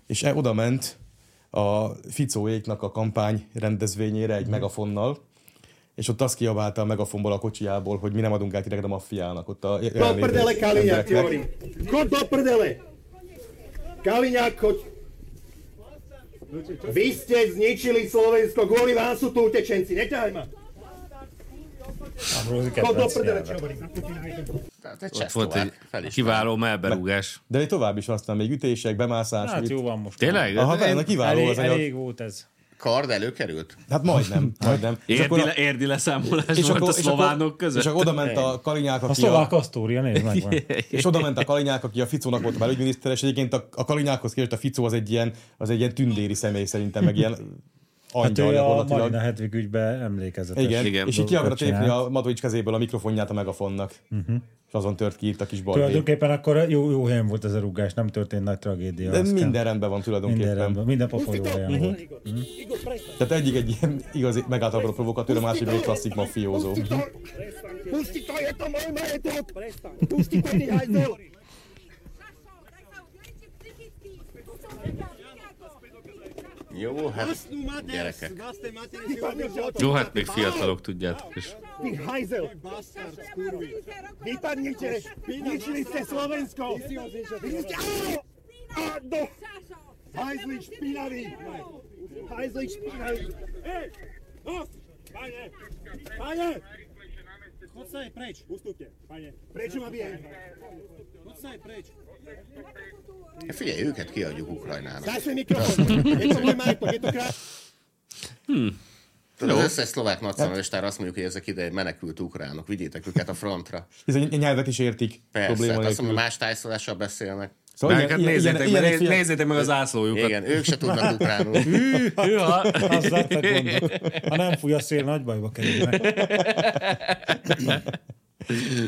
[SPEAKER 3] És e, oda ment a Ficóéknak a kampány rendezvényére egy megafonnal, és ott azt kiabálta a megafonból a kocsijából, hogy mi nem adunk át ideget a maffiának. Ott a
[SPEAKER 8] Do prdele,
[SPEAKER 3] jelenlévő
[SPEAKER 8] Kaliňák,
[SPEAKER 3] embereknek.
[SPEAKER 8] ti hovorím. Chod do prdele. Kaliňák, choď. Vy ste zničili Slovensko, kvôli vám sú tu utečenci. Neťahaj ma.
[SPEAKER 2] Ambrózi
[SPEAKER 8] Chod do
[SPEAKER 2] kedvenc
[SPEAKER 8] prdele,
[SPEAKER 2] nyelve.
[SPEAKER 8] čo hovorím.
[SPEAKER 4] Tehát egy
[SPEAKER 1] Ott volt
[SPEAKER 4] csehszlovák
[SPEAKER 1] egy
[SPEAKER 4] felismer.
[SPEAKER 1] kiváló melberúgás.
[SPEAKER 3] De még tovább is aztán még ütések, bemászás.
[SPEAKER 2] Hát
[SPEAKER 3] mit-
[SPEAKER 2] jó van most.
[SPEAKER 1] Tényleg? Hát
[SPEAKER 3] Aha, benne kiváló
[SPEAKER 2] elég,
[SPEAKER 3] az anyag.
[SPEAKER 2] elég volt ez.
[SPEAKER 4] Kard előkerült?
[SPEAKER 3] Hát majdnem, majdnem. És
[SPEAKER 7] Érdi,
[SPEAKER 3] akkor a-
[SPEAKER 7] le, érdi leszámolás volt a szlovánok között.
[SPEAKER 3] És akkor oda ment a Kalinyák,
[SPEAKER 2] A
[SPEAKER 3] aki
[SPEAKER 2] szlovák asztória, nézd meg. van.
[SPEAKER 3] és oda ment a Kalinyák, aki a Ficónak volt a belügyminiszter, és egyébként a, a Kalinyákhoz képest a Ficó az egy ilyen, az egy ilyen tündéri személy szerintem, meg ilyen
[SPEAKER 2] Hát
[SPEAKER 3] angyal
[SPEAKER 2] ő a
[SPEAKER 3] gyakorlatilag.
[SPEAKER 2] Marina Hedvig ügybe emlékezetes.
[SPEAKER 3] igen.
[SPEAKER 1] Igen,
[SPEAKER 3] igen, és így ki akarta
[SPEAKER 2] dolgokat
[SPEAKER 3] tépni
[SPEAKER 2] csinált.
[SPEAKER 3] a Matovics kezéből a mikrofonját a megafonnak. Uh-huh. És azon tört ki itt a kis bal.
[SPEAKER 2] Mhm. Tulajdonképpen akkor jó, jó helyen volt ez a rugás, nem történt nagy tragédia.
[SPEAKER 3] De Mhm.
[SPEAKER 2] aztán.
[SPEAKER 3] minden rendben van tulajdonképpen.
[SPEAKER 2] minden rendben, minden pofon jó helyen volt.
[SPEAKER 8] Mhm.
[SPEAKER 3] Tehát egyik egy ilyen igazi megáltalapra provokatőr, a másik egy klasszik mafiózó.
[SPEAKER 8] Pusti to. Pusti to, je to môj majetok. Pusti to, ty hajzel.
[SPEAKER 4] Jó, hát gyerekek.
[SPEAKER 8] Ty padneš
[SPEAKER 1] Jó, hát még fiatalok tudjátok is.
[SPEAKER 8] Ty hajzel. Vypadnite. Ničili ste Slovensko. Vy ste... Á! Á, do... Hajzli špinavý. Hajzli špinavý. Hej! Nos! Pane! Pane! Chod sa je preč. Ustúpte, pane. Prečo ma bije? Chod sa je preč.
[SPEAKER 4] Figyelj, őket kiadjuk Ukrajnának.
[SPEAKER 8] Daj svoj mikrofón. Je to môj majetok, je to krásne.
[SPEAKER 4] Tudod, az összes szlovák nacionalistára azt mondjuk, hogy ezek ide menekült ukránok. Vigyétek őket a frontra.
[SPEAKER 3] Ez egy nyelvet is értik.
[SPEAKER 4] Persze,
[SPEAKER 3] probléma
[SPEAKER 4] hát azt
[SPEAKER 3] nélkül.
[SPEAKER 4] mondom, más tájszolással beszélnek.
[SPEAKER 1] Szóval
[SPEAKER 3] Szóval ilyen-
[SPEAKER 1] hát
[SPEAKER 3] ilyen-
[SPEAKER 1] nézzétek,
[SPEAKER 3] ilyen-
[SPEAKER 1] meg,
[SPEAKER 3] ilyen-
[SPEAKER 1] nézzétek meg az ászlójukat.
[SPEAKER 4] Igen, ők se tudnak ukránul.
[SPEAKER 1] Hűha!
[SPEAKER 2] Az lett a gond. Ha nem fúj a szél, nagy bajba kerülnek.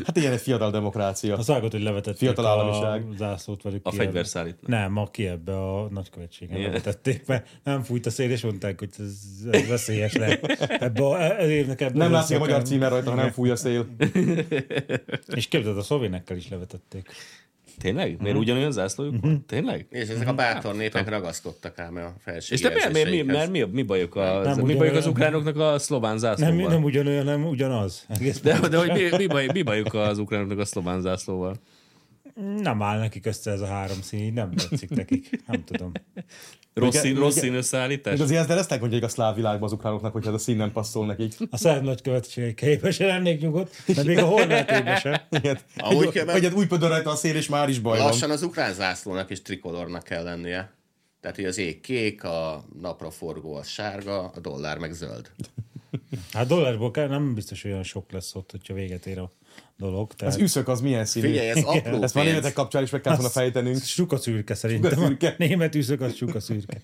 [SPEAKER 3] Hát ilyen egy fiatal demokrácia.
[SPEAKER 2] Az ágot, hogy levetették
[SPEAKER 3] Fiatal
[SPEAKER 2] a
[SPEAKER 3] államiság.
[SPEAKER 2] zászlót velük.
[SPEAKER 7] A
[SPEAKER 2] Kievbe.
[SPEAKER 7] fegyverszállítmány.
[SPEAKER 2] Nem, a Kievbe a nagykövetségen levetették, mert nem fújt a szél, és mondták, hogy ez, ez veszélyes lehet. Ebbe a, e- ez évnek ebben az
[SPEAKER 3] Nem látszik a magyar
[SPEAKER 2] időszakban.
[SPEAKER 3] címer rajta, ha nem fúj a szél.
[SPEAKER 2] És képzeld, a szlovénekkel is levetették.
[SPEAKER 7] Tényleg? Miért ugyanolyan zászlójuk van? Tényleg?
[SPEAKER 4] És ezek a
[SPEAKER 2] Mhm.
[SPEAKER 4] bátor népek ragaszkodtak ám a felső
[SPEAKER 7] És te miért, miért, miért, miért, mi, mi bajuk, a,
[SPEAKER 2] Nem,
[SPEAKER 7] mi bajuk az
[SPEAKER 2] ugyanolyan.
[SPEAKER 7] ukránoknak a szlován
[SPEAKER 2] Nem,
[SPEAKER 7] zászlóval?
[SPEAKER 2] nem ugyanolyan, nem ugyanaz. Egész
[SPEAKER 7] Szóval. de, de hogy mi, mi, baj, mi bajuk az ukránoknak a szlován zászlóval?
[SPEAKER 2] Nem áll nekik össze ez a három szín, így nem tetszik nekik. Nem tudom.
[SPEAKER 7] Rossz, szín,
[SPEAKER 3] Ugye-
[SPEAKER 7] rossz
[SPEAKER 3] ugye-
[SPEAKER 7] szín összeállítás?
[SPEAKER 3] És azért ezt lesznek mondjuk a szláv világban az ukránoknak, hogyha ez a szín nem passzol nekik.
[SPEAKER 2] A szerb nagykövetsége képes sem lennék nyugodt, de még a horvátébe sem.
[SPEAKER 3] Igen.
[SPEAKER 4] Ahogy
[SPEAKER 3] Egy-
[SPEAKER 4] kell, mert-
[SPEAKER 3] Egyet úgy pödör rajta a szél, és már is baj van.
[SPEAKER 4] Lassan az ukrán zászlónak is trikolornak kell lennie. Tehát, hogy az ég kék, a napra forgó az sárga, a dollár meg zöld.
[SPEAKER 2] Hát dollárból kell, nem biztos, hogy olyan sok lesz ott, hogyha véget ér a dolog. Tehát
[SPEAKER 3] Az üszök az milyen színű.
[SPEAKER 4] Figyelj, ez apró
[SPEAKER 3] ezt már
[SPEAKER 4] pénz.
[SPEAKER 3] németek kapcsán is meg kellett volna fejtenünk.
[SPEAKER 2] Suka szürke szerintem.
[SPEAKER 3] Suka
[SPEAKER 2] A
[SPEAKER 3] szürke.
[SPEAKER 2] német üszök az suka szürke.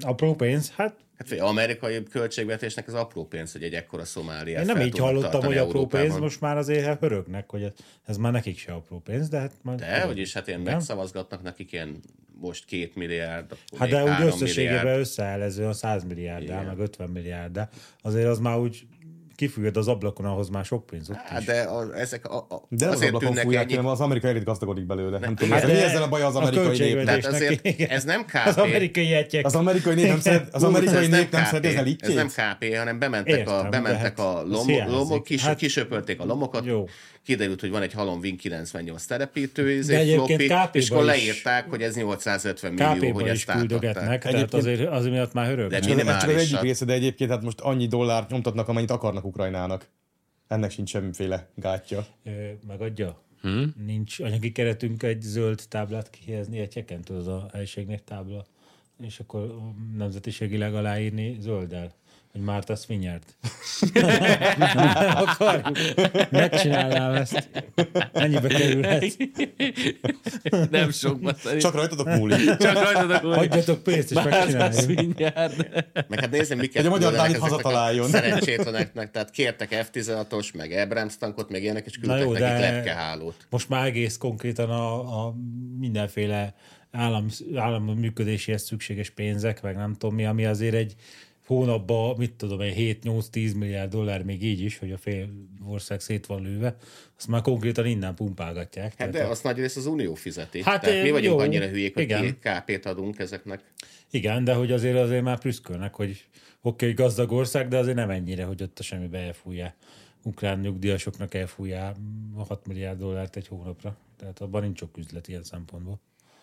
[SPEAKER 2] Apró pénz? Hát
[SPEAKER 4] Hát figyelj, amerikai költségvetésnek az apró pénz, hogy egy ekkora Szomáliát
[SPEAKER 2] én nem
[SPEAKER 4] fel
[SPEAKER 2] így
[SPEAKER 4] tudnak
[SPEAKER 2] hallottam,
[SPEAKER 4] tartani
[SPEAKER 2] hogy apró
[SPEAKER 4] Európában.
[SPEAKER 2] pénz, most már azért hát hörögnek, hogy ez, ez már nekik se apró pénz, de hát majd...
[SPEAKER 4] De, vagyis hát ilyen
[SPEAKER 2] Nem?
[SPEAKER 4] megszavazgatnak nekik ilyen most két milliárd, akkor
[SPEAKER 2] Hát
[SPEAKER 4] még
[SPEAKER 2] de úgy
[SPEAKER 4] három
[SPEAKER 2] összességében
[SPEAKER 4] milliárd.
[SPEAKER 2] összeáll ez olyan 100 milliárddá, meg 50 milliárddá. Azért az már úgy kifújod az ablakon, ahhoz már sok pénz ott
[SPEAKER 4] Hát
[SPEAKER 2] is.
[SPEAKER 4] de a, ezek a, a,
[SPEAKER 3] De az
[SPEAKER 4] azért
[SPEAKER 3] ablakon
[SPEAKER 4] tűnnek
[SPEAKER 3] fújják,
[SPEAKER 4] ennyi.
[SPEAKER 3] hanem az amerikai elit gazdagodik belőle. Nem tudom,
[SPEAKER 4] Hát
[SPEAKER 3] ez- mi
[SPEAKER 2] de
[SPEAKER 3] ezzel a baj az
[SPEAKER 2] a
[SPEAKER 3] amerikai nép?
[SPEAKER 2] költségvetés-
[SPEAKER 4] Tehát azért
[SPEAKER 2] neki.
[SPEAKER 4] ez nem KP.
[SPEAKER 2] Az amerikai egyek.
[SPEAKER 3] Az amerikai nép nem szeret, az
[SPEAKER 4] Ú,
[SPEAKER 3] amerikai
[SPEAKER 4] ez
[SPEAKER 3] nép nem
[SPEAKER 4] KP,
[SPEAKER 3] szeret az
[SPEAKER 4] Ez
[SPEAKER 3] elitjét?
[SPEAKER 4] nem KP, hanem bementek
[SPEAKER 2] Értem,
[SPEAKER 4] a, bementek
[SPEAKER 2] de hát
[SPEAKER 4] a
[SPEAKER 2] az
[SPEAKER 4] lomo,
[SPEAKER 2] hiányzik.
[SPEAKER 4] lomok, kis,
[SPEAKER 2] Hát-
[SPEAKER 4] kisöpörték a lomokat,
[SPEAKER 2] Jó.
[SPEAKER 4] kiderült, hogy van egy halom Win 98 telepítő,
[SPEAKER 2] De
[SPEAKER 4] izé,
[SPEAKER 2] egyébként
[SPEAKER 4] floppy,
[SPEAKER 2] KP-ba
[SPEAKER 4] és akkor
[SPEAKER 2] is-
[SPEAKER 4] leírták, hogy ez 850 millió, hogy
[SPEAKER 2] KP-ba is
[SPEAKER 4] ezt
[SPEAKER 2] küldögetnek,
[SPEAKER 4] átadták.
[SPEAKER 2] tehát azért, azért miatt már
[SPEAKER 4] De
[SPEAKER 2] hörögnek.
[SPEAKER 4] mi-
[SPEAKER 3] Ez csak az egyik
[SPEAKER 4] minimálisat.
[SPEAKER 3] része, de egyébként hát most annyi dollár nyomtatnak, amennyit akarnak Ukrajnának. Ennek sincs semmiféle gátja.
[SPEAKER 2] Ö, Megadja? Nincs anyagi keretünk egy zöld táblát kihelyezni egyeken, tudod, a helyiségnek tábla, és akkor nemzetiségileg aláírni zölddel hogy Márta Svinyert. Nem akarjuk. Megcsinálnám ezt. Ennyibe kerülhet.
[SPEAKER 7] Nem sokban szerintem.
[SPEAKER 3] Csak rajtatok múlik.
[SPEAKER 7] Csak rajtadok, hogy
[SPEAKER 2] Adjatok pénzt, és
[SPEAKER 7] Márcász
[SPEAKER 2] megcsináljuk.
[SPEAKER 7] mindjárt.
[SPEAKER 4] Meg hát nézzem, miket
[SPEAKER 3] Hogy a magyar
[SPEAKER 4] küldenek
[SPEAKER 3] Dávid
[SPEAKER 4] ezeknek a
[SPEAKER 3] hazataláljon.
[SPEAKER 4] Szerencsétleneknek, tehát kértek F-16-os, meg Abrams tankot, meg ilyenek, és
[SPEAKER 2] Na
[SPEAKER 4] küldtek
[SPEAKER 2] jó,
[SPEAKER 4] nekik
[SPEAKER 2] de-
[SPEAKER 4] lepkehálót.
[SPEAKER 2] Most már egész konkrétan a, a mindenféle állam, állam működéséhez szükséges pénzek, meg nem tudom mi, ami azért egy hónapban, mit tudom, egy 7-8-10 milliárd dollár még így is, hogy a fél ország szét van lőve, azt már konkrétan innen pumpálgatják.
[SPEAKER 4] Hát
[SPEAKER 2] Tehát
[SPEAKER 4] de
[SPEAKER 2] a-
[SPEAKER 4] azt nagy rész az Unió fizeti.
[SPEAKER 2] Hát,
[SPEAKER 4] Hát, Tehát mi
[SPEAKER 2] eh,
[SPEAKER 4] vagyunk
[SPEAKER 2] jó,
[SPEAKER 4] annyira hülyék, hogy
[SPEAKER 2] igen.
[SPEAKER 4] két KP-t adunk ezeknek.
[SPEAKER 2] Igen, de hogy azért azért már prüszkölnek, hogy oké, okay, hogy gazdag ország, de azért nem ennyire, hogy ott a semmibe elfújják. Ukrán nyugdíjasoknak elfújják a 6 milliárd dollárt egy hónapra. Tehát abban nincs sok üzlet ilyen szempontból.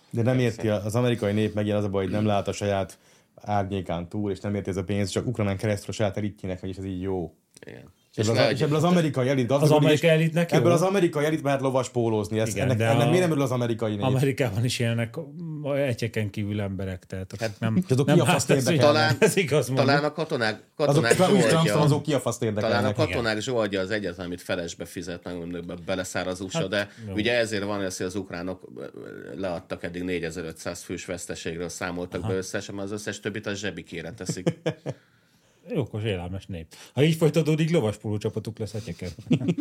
[SPEAKER 3] De nem érti, az amerikai nép megint az a baj, hogy nem lát a saját árnyékán túl, és nem érti ez a pénz, csak Ukrajnán keresztül a saját elitjének, vagyis ez így jó.
[SPEAKER 4] Igen.
[SPEAKER 3] És ebből,
[SPEAKER 4] ne
[SPEAKER 3] az, és
[SPEAKER 4] adj-
[SPEAKER 3] ebből az amerikai elit
[SPEAKER 2] Az
[SPEAKER 3] gazdagodik,
[SPEAKER 2] amerikai
[SPEAKER 3] és
[SPEAKER 2] elitnek jó?
[SPEAKER 3] Ebből az amerikai elit mehet lovas pólózni. Ezt,
[SPEAKER 2] Igen,
[SPEAKER 3] Igen, ennek,
[SPEAKER 2] de
[SPEAKER 3] ennek
[SPEAKER 2] a-
[SPEAKER 3] miért nem örül az amerikai nép?
[SPEAKER 2] Amerikában is élnek a egyeken kívül emberek, tehát akik nem,
[SPEAKER 3] azok mi
[SPEAKER 2] nem
[SPEAKER 3] a fasz
[SPEAKER 2] hát ez, hogy
[SPEAKER 3] érdekelnek?
[SPEAKER 4] Talán-
[SPEAKER 2] ez igaz
[SPEAKER 4] Talán
[SPEAKER 2] mondjuk.
[SPEAKER 4] a katonák,
[SPEAKER 3] Azok,
[SPEAKER 4] katonák
[SPEAKER 3] úgy
[SPEAKER 4] zsoldja-
[SPEAKER 3] Trumpson, azok ki a faszt
[SPEAKER 4] Talán a
[SPEAKER 3] érdekelnek.
[SPEAKER 4] katonák zsoldja az egyetlen, amit felesbe fizet, meg mondjuk beleszár az USA, hát, de
[SPEAKER 2] jó.
[SPEAKER 4] ugye ezért van ez, hogy az ukránok leadtak eddig 4500 fős veszteségről számoltak Aha. be összesen, mert az összes többit a zsebikére teszik.
[SPEAKER 2] Jókos, élelmes nép. Ha így folytatódik, lovaspoló csapatuk lesz egyeken.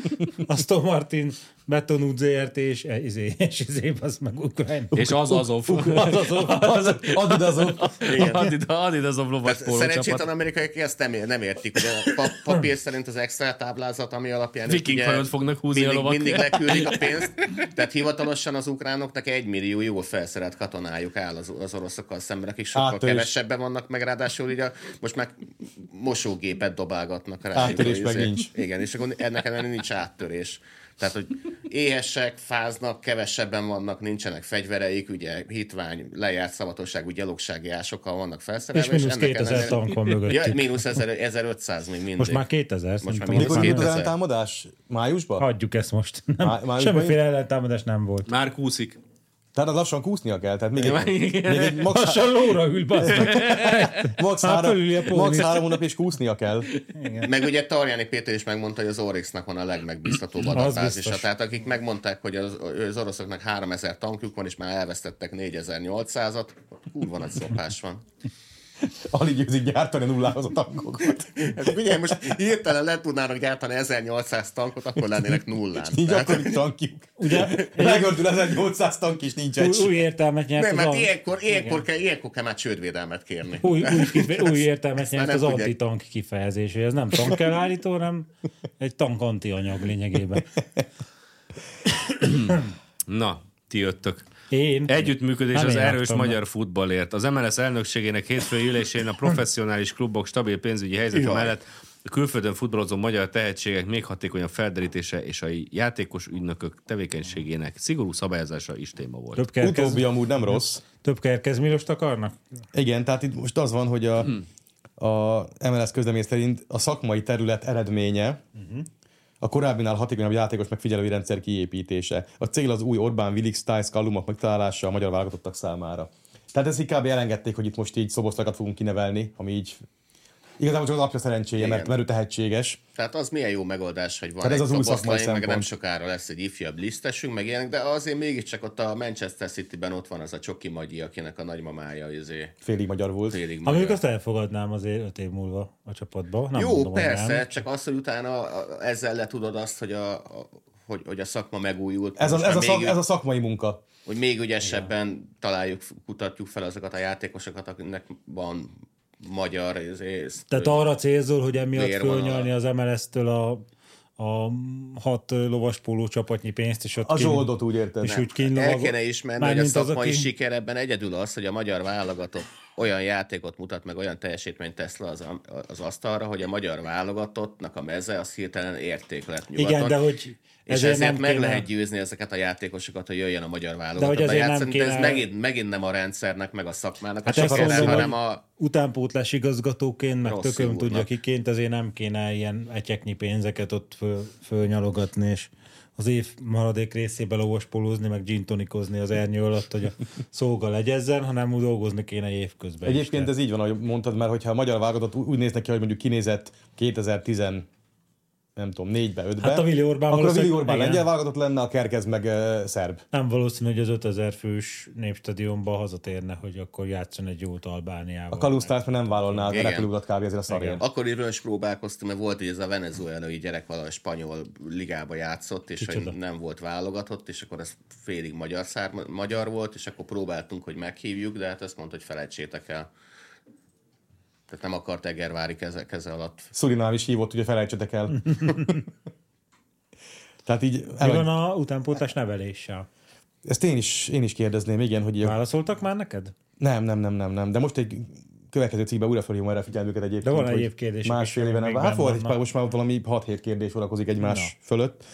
[SPEAKER 2] Aston Martin, Beton Ud ZRT és izé, és izé, az meg Ukrajna.
[SPEAKER 7] És az azov.
[SPEAKER 3] Add azok.
[SPEAKER 4] Hát,
[SPEAKER 7] Adidazov lovas póló
[SPEAKER 4] Szerencsétlen
[SPEAKER 7] csapat.
[SPEAKER 4] amerikaiak ezt nem, ér- nem értik. Ugye a pa- papír szerint az extra táblázat, ami alapján ők
[SPEAKER 7] Viking
[SPEAKER 4] ugye
[SPEAKER 7] hajót fognak húzni a
[SPEAKER 4] mindig,
[SPEAKER 7] lovak.
[SPEAKER 4] mindig leküldik a pénzt. Tehát hivatalosan az ukránoknak egy millió jól felszerelt katonájuk áll az, az oroszokkal szemben, akik sokkal
[SPEAKER 3] Áttörés.
[SPEAKER 4] kevesebben vannak, meg ráadásul így a, most már mosógépet dobálgatnak rá.
[SPEAKER 3] Áttörés
[SPEAKER 4] Így,
[SPEAKER 3] meg
[SPEAKER 4] izé.
[SPEAKER 3] nincs.
[SPEAKER 4] Igen, és akkor ennek ellenére nincs áttörés. Tehát, hogy éhesek, fáznak, kevesebben vannak, nincsenek fegyvereik, ugye hitvány, lejárt szabadosságú gyalogsági ásokkal vannak felszerelve.
[SPEAKER 2] És mínusz
[SPEAKER 4] ennek
[SPEAKER 2] 2000
[SPEAKER 4] ellenére-
[SPEAKER 2] tank van mögöttük.
[SPEAKER 4] Ja, mínusz 1000 1500 még mindig.
[SPEAKER 2] Most már 2000,
[SPEAKER 4] Most már
[SPEAKER 2] szerintem.
[SPEAKER 4] mínusz
[SPEAKER 3] Mikor
[SPEAKER 2] Most
[SPEAKER 3] volt az
[SPEAKER 4] 2000.
[SPEAKER 3] ellentámadás? Májusban?
[SPEAKER 2] Hagyjuk ezt most. Nem,
[SPEAKER 3] Má- májusban
[SPEAKER 2] semmiféle ellentámadás nem volt.
[SPEAKER 7] Már kúszik.
[SPEAKER 3] Tehát az lassan kúsznia kell. Tehát még egy, még
[SPEAKER 7] Igen.
[SPEAKER 3] egy max,
[SPEAKER 2] Lassan lóra ül, bazd meg.
[SPEAKER 3] max,
[SPEAKER 2] Már
[SPEAKER 3] három,
[SPEAKER 2] fölüli Hát, a pólót.
[SPEAKER 3] max három hónap és kúsznia kell.
[SPEAKER 4] Meg ugye Tarjáni Péter is megmondta, hogy az Oryxnak van a legmegbízhatóbb adatbázisa.
[SPEAKER 2] biztos.
[SPEAKER 4] Tehát akik megmondták, hogy az, az oroszoknak 3000 tankjuk van, és már elvesztettek 4800-at, kurva nagy szopás van.
[SPEAKER 3] Alig győzik gyártani nullához a tankokat.
[SPEAKER 4] Hát ugye most hirtelen le tudnának gyártani 1800 tankot, akkor lennének nullán.
[SPEAKER 3] Nincs
[SPEAKER 4] Tehát-
[SPEAKER 3] akkor tankjuk. Ugye? Megördül 1800 tank is nincs egy.
[SPEAKER 2] Új, új értelmet nyert
[SPEAKER 4] Nem,
[SPEAKER 2] Hát az
[SPEAKER 4] mert
[SPEAKER 2] an-
[SPEAKER 4] ilyenkor, ilyenkor, kell, ilyenkor kell már csődvédelmet kérni.
[SPEAKER 2] új, új, kife- új értelmet
[SPEAKER 4] Ezt már
[SPEAKER 2] nyert
[SPEAKER 4] nem
[SPEAKER 2] az
[SPEAKER 4] tudják.
[SPEAKER 2] antitank kifejezés, hogy ez nem tank kell állító, hanem egy tank antianyag lényegében.
[SPEAKER 1] Na, ti jöttök.
[SPEAKER 2] Én
[SPEAKER 1] Együttműködés
[SPEAKER 2] Nem
[SPEAKER 1] az
[SPEAKER 2] én
[SPEAKER 1] erős
[SPEAKER 2] jártam.
[SPEAKER 1] magyar futballért. Az MLS elnökségének hétfői ülésén a professzionális klubok stabil pénzügyi helyzete
[SPEAKER 4] Jaj.
[SPEAKER 1] mellett a külföldön futballozó magyar tehetségek még hatékonyabb felderítése és a játékos ügynökök tevékenységének szigorú szabályozása is téma volt.
[SPEAKER 2] több kerkez,
[SPEAKER 3] Utóbbi amúgy nem rossz.
[SPEAKER 2] több kerkezmilost akarnak?
[SPEAKER 3] Igen, tehát itt most az van, hogy a,
[SPEAKER 4] Hmm.
[SPEAKER 3] a MLS közlemény szerint a szakmai terület eredménye a korábbinál hatékonyabb játékos megfigyelői rendszer kiépítése. A cél az új Orbán Willig Stiles Kalumok megtalálása a magyar válogatottak számára. Tehát ezt inkább elengedték, hogy itt most így szoboszlakat fogunk kinevelni, ami így igazából csak az apja szerencséje, mert, mert ő tehetséges.
[SPEAKER 4] Tehát Hát az milyen jó megoldás, hogy van
[SPEAKER 3] Tehát Hát ez
[SPEAKER 4] egy
[SPEAKER 3] az új szakmai
[SPEAKER 4] szoboszlai, meg nem
[SPEAKER 3] szempont.
[SPEAKER 4] sokára lesz egy ifjabb lisztesünk, meg ilyenek, de azért mégiscsak ott a Manchester City-ben ott van az a Csoki Magyi, akinek a nagymamája izé
[SPEAKER 3] Félig magyar volt.
[SPEAKER 4] félig
[SPEAKER 2] Ha mondjuk
[SPEAKER 4] magyar.
[SPEAKER 2] azt elfogadnám azért öt év múlva a csapatba. Nem
[SPEAKER 4] Jó,
[SPEAKER 2] mondom, hogy
[SPEAKER 4] persze,
[SPEAKER 2] Nem.
[SPEAKER 4] csak az, hogy utána a- a- ezzel le tudod azt, hogy a, a hogy, hogy a szakma megújult,
[SPEAKER 3] Ez
[SPEAKER 4] most
[SPEAKER 3] a, ez, a
[SPEAKER 4] már
[SPEAKER 3] szak,
[SPEAKER 4] még,
[SPEAKER 3] ez a szakmai munka.
[SPEAKER 4] hogy még ügyesebben találjuk, kutatjuk fel azokat a játékosokat, akiknek van magyar izé,
[SPEAKER 2] Tehát arra célzol, hogy emiatt
[SPEAKER 4] Miért van
[SPEAKER 2] fölnyalni
[SPEAKER 4] a-
[SPEAKER 2] az MLS-től a, a hat lovaspóló csapatnyi pénzt, és ott
[SPEAKER 3] A
[SPEAKER 2] kín-
[SPEAKER 3] zsoldot úgy érted.
[SPEAKER 2] és úgy
[SPEAKER 4] Hát El
[SPEAKER 2] kínlóvag...
[SPEAKER 4] kéne ismerni, hogy a
[SPEAKER 2] Mármint az,
[SPEAKER 4] szakmai
[SPEAKER 2] aki-
[SPEAKER 4] siker ebben egyedül az, hogy a magyar válogatott olyan játékot mutat, meg olyan teljesítményt tesz le az, az asztalra, hogy a magyar válogatottnak a meze az hirtelen érték lett nyugaton.
[SPEAKER 2] Igen, de hogy
[SPEAKER 4] és ezért, ezért
[SPEAKER 2] nem
[SPEAKER 4] meg
[SPEAKER 2] kéne-
[SPEAKER 4] lehet győzni ezeket a játékosokat, hogy jöjjön a magyar válogatott a
[SPEAKER 2] azért nem
[SPEAKER 4] játszani, de ez
[SPEAKER 2] kéne-
[SPEAKER 4] megint, megint nem a rendszernek, meg a szakmának
[SPEAKER 2] Hát
[SPEAKER 4] a
[SPEAKER 2] ezt
[SPEAKER 4] sikere,
[SPEAKER 2] mondom,
[SPEAKER 4] hanem
[SPEAKER 2] hogy
[SPEAKER 4] a
[SPEAKER 2] utánpótlás igazgatóként, meg
[SPEAKER 4] Rossz
[SPEAKER 2] tököm
[SPEAKER 4] úrnak.
[SPEAKER 2] tudja kiként, azért nem kéne ilyen etyeknyi pénzeket ott föl, fölnyalogatni, és az év maradék részébe lovaspolózni, meg gintonikozni az ernyő alatt, hogy a szóga legyezzen, hanem úgy dolgozni kéne évközben is.
[SPEAKER 3] Egyébként ez így van, ahogy mondtad, mert hogyha a magyar válogatott ú- úgy néz neki, hogy mondjuk kinézett 2010 nem tudom, négybe, ötbe,
[SPEAKER 2] Hát a Willi Orbán
[SPEAKER 3] akkor a Willi
[SPEAKER 2] valószínűleg-
[SPEAKER 3] Orbán
[SPEAKER 2] igen.
[SPEAKER 3] lengyel válogatott lenne, a Kerkez meg uh, szerb.
[SPEAKER 2] Nem valószínű, hogy az 5000 fős népstadionba hazatérne, hogy akkor játszon egy jót Albániával.
[SPEAKER 3] A kalusztárt már nem vállalná a
[SPEAKER 4] Igen.
[SPEAKER 3] repülőutat kb. ezért a szarért.
[SPEAKER 4] Akkor így is próbálkoztam, mert volt, hogy ez a venezuelai gyerek valahol spanyol ligába játszott, és hogy nem volt válogatott, és akkor ez félig magyar, szár, magyar volt, és akkor próbáltunk, hogy meghívjuk, de hát azt mondta, hogy felejtsétek el. Tehát nem akart Egervári keze, keze alatt.
[SPEAKER 3] Szurinám is hívott, ugye felejtsetek el. Tehát így,
[SPEAKER 2] Mi
[SPEAKER 3] el,
[SPEAKER 2] van a utánpótlás neveléssel?
[SPEAKER 3] ezt én is, én is kérdezném, igen, hogy
[SPEAKER 2] Válaszoltak már neked?
[SPEAKER 3] nem, nem, nem, nem, nem, de most egy következő cikkben újra felhívom erre a figyelmüket egyébként.
[SPEAKER 2] De van
[SPEAKER 3] hogy
[SPEAKER 2] egyéb kérdések
[SPEAKER 3] Másfél
[SPEAKER 2] is,
[SPEAKER 3] éve nem.
[SPEAKER 2] amik
[SPEAKER 3] Hát
[SPEAKER 2] benn
[SPEAKER 3] volt egy
[SPEAKER 2] vannak.
[SPEAKER 3] pár, most már valami 6-7 kérdés orakozik egymás fölött.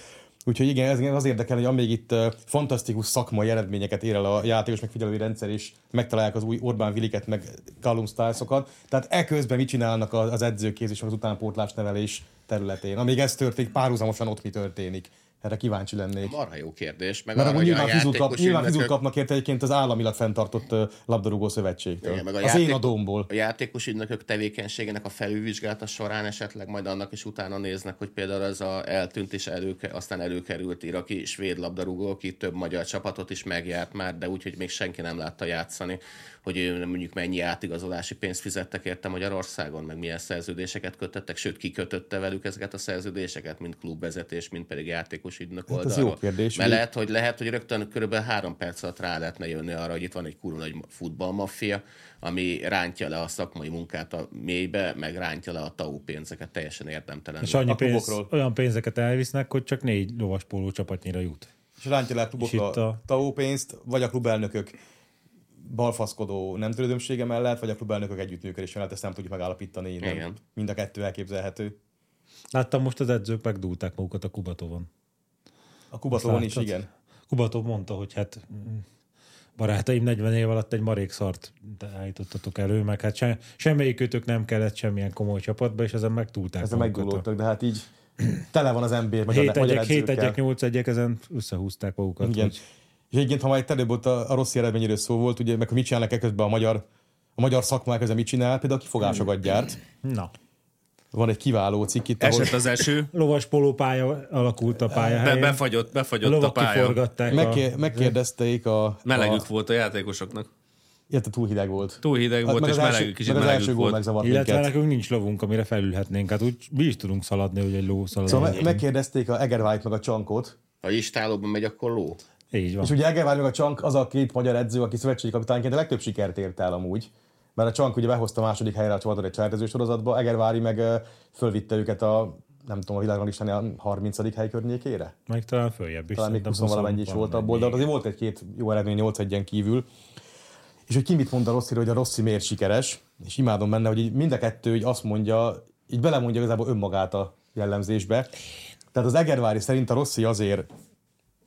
[SPEAKER 3] Úgyhogy igen, ez engem az érdekel, hogy amíg itt eh, fantasztikus szakmai eredményeket ér el a játékos megfigyelői rendszer, és megtalálják az új Orbán Viliket, meg Callum Stilesokat. Tehát eközben mit csinálnak az az edzőkéz és az utánpótlás nevelés területén. Amíg ez történik, párhuzamosan ott mi történik. Erre kíváncsi lennék.
[SPEAKER 4] Marha jó kérdés. Meg
[SPEAKER 3] Mert
[SPEAKER 4] arra,
[SPEAKER 3] amúgy
[SPEAKER 4] hogy a
[SPEAKER 3] nyilván fizut, kap,
[SPEAKER 4] játékos
[SPEAKER 3] nyilván fizut
[SPEAKER 4] ügynökök-
[SPEAKER 3] kapnak érte egyébként az államilag fenntartott ö, labdarúgó szövetségtől.
[SPEAKER 4] Igen, meg a
[SPEAKER 3] az
[SPEAKER 4] játék-
[SPEAKER 3] én adómból.
[SPEAKER 4] a játékos ügynökök tevékenységének a felülvizsgálata során esetleg majd annak is utána néznek, hogy például ez a eltűnt és előke, aztán előkerült iraki svéd labdarúgó, aki több magyar csapatot is megjárt már, de úgy, hogy még senki nem látta játszani, hogy ő mondjuk mennyi átigazolási pénzt fizettek érte Magyarországon, meg milyen szerződéseket kötöttek, sőt kikötötte velük ezeket a szerződéseket, mint klubvezetés, mint pedig játékos ügynök
[SPEAKER 3] Hát ez
[SPEAKER 4] oldalról.
[SPEAKER 3] jó kérdés,
[SPEAKER 4] Mert
[SPEAKER 3] ugye-
[SPEAKER 4] lehet, hogy lehet, hogy rögtön körülbelül három perc alatt rá lehetne jönni arra, hogy itt van egy kurva nagy futballmaffia, ami rántja le a szakmai munkát a mélybe, meg rántja le a TAU pénzeket teljesen érdemtelenül.
[SPEAKER 2] És annyi pénz,
[SPEAKER 3] klubokról.
[SPEAKER 2] olyan pénzeket elvisznek, hogy csak négy lovaspóló csapatnyira jut.
[SPEAKER 3] És rántja le a
[SPEAKER 2] És itt
[SPEAKER 3] klubokra a
[SPEAKER 2] a-
[SPEAKER 3] taópénzt, vagy a klubelnökök balfaszkodó nem törődömsége mellett, vagy a klubelnökök együttműködés mellett, ezt nem tudjuk megállapítani innen.
[SPEAKER 4] Igen.
[SPEAKER 3] Mind a kettő elképzelhető.
[SPEAKER 2] Láttam most az edzők megdúlták magukat a Kubatovon.
[SPEAKER 3] A Kubatovon is,
[SPEAKER 2] Láttad?
[SPEAKER 3] igen.
[SPEAKER 2] Kubatov mondta, hogy hát mm, barátaim 40 év alatt egy marék szart állítottatok elő, meg hát se, semmelyikőtök nem kellett semmilyen komoly csapatba, és ezen megtúlták
[SPEAKER 3] Ezzel
[SPEAKER 2] magukat.
[SPEAKER 3] megdulódtak, de hát így tele van az NBA, vagy
[SPEAKER 2] Hét egyek, hét
[SPEAKER 3] edzőkkel.
[SPEAKER 2] egyek, nyolc egyek, ezen összehúzták magukat.
[SPEAKER 3] Igen.
[SPEAKER 2] Hogy
[SPEAKER 3] És egyébként, ha már itt előbb ott a, a rossz eredményéről szó volt, ugye, meg hogy mit csinálnak eközben a magyar, a magyar szakmák közben mit csinál, például a kifogásokat gyárt.
[SPEAKER 2] na,
[SPEAKER 3] Van egy kiváló cikk itt, ahol
[SPEAKER 1] Esett az eső,
[SPEAKER 2] lovas pólópálya alakult a
[SPEAKER 1] be,
[SPEAKER 2] pályahelyen.
[SPEAKER 1] befagyott,
[SPEAKER 2] a
[SPEAKER 1] befagyott a
[SPEAKER 2] lovak
[SPEAKER 1] pálya.
[SPEAKER 2] kiforgatták.
[SPEAKER 3] megké-
[SPEAKER 2] a...
[SPEAKER 3] megkérdezték a... a,
[SPEAKER 1] Melegük volt a játékosoknak.
[SPEAKER 3] Érte, túl hideg volt.
[SPEAKER 1] Túl hideg
[SPEAKER 3] Hát
[SPEAKER 1] volt,
[SPEAKER 3] meg
[SPEAKER 1] és
[SPEAKER 3] az első-
[SPEAKER 1] melegük is
[SPEAKER 3] Meg az első
[SPEAKER 1] melegük
[SPEAKER 3] gól
[SPEAKER 1] volt.
[SPEAKER 3] megzavart
[SPEAKER 2] Illetve
[SPEAKER 3] minket.
[SPEAKER 2] nekünk nincs lovunk, amire felülhetnénk. Hát úgy mi is tudunk szaladni, hogy egy ló szalad.
[SPEAKER 3] Szóval
[SPEAKER 2] alatt.
[SPEAKER 3] me- megkérdezték a Egervájt meg a Csankot,
[SPEAKER 4] Ha istálóban megy, akkor ló.
[SPEAKER 2] Így van.
[SPEAKER 3] és ugye Egervájt meg a Csank az a két magyar edző, aki szövetségi kapitányként a legtöbb sikert ért el amúgy. Mert a Csank ugye behozta a második helyre a csapatot egy csertező sorozatba, Egervári meg ö, fölvitte őket a nem tudom, a világranglistán a 30. hely környékére?
[SPEAKER 2] Meg talán följebb is.
[SPEAKER 3] Talán még
[SPEAKER 2] szerintem
[SPEAKER 3] 20 valamennyi is volt abból, de ott azért volt egy-két jó eredmény 8 1 kívül. És hogy ki mit mond a Rossziról, hogy a Rosszi miért sikeres, és imádom benne, hogy így mind a kettő így azt mondja, így belemondja igazából önmagát a jellemzésbe. Tehát az Egervári szerint a Rosszi azért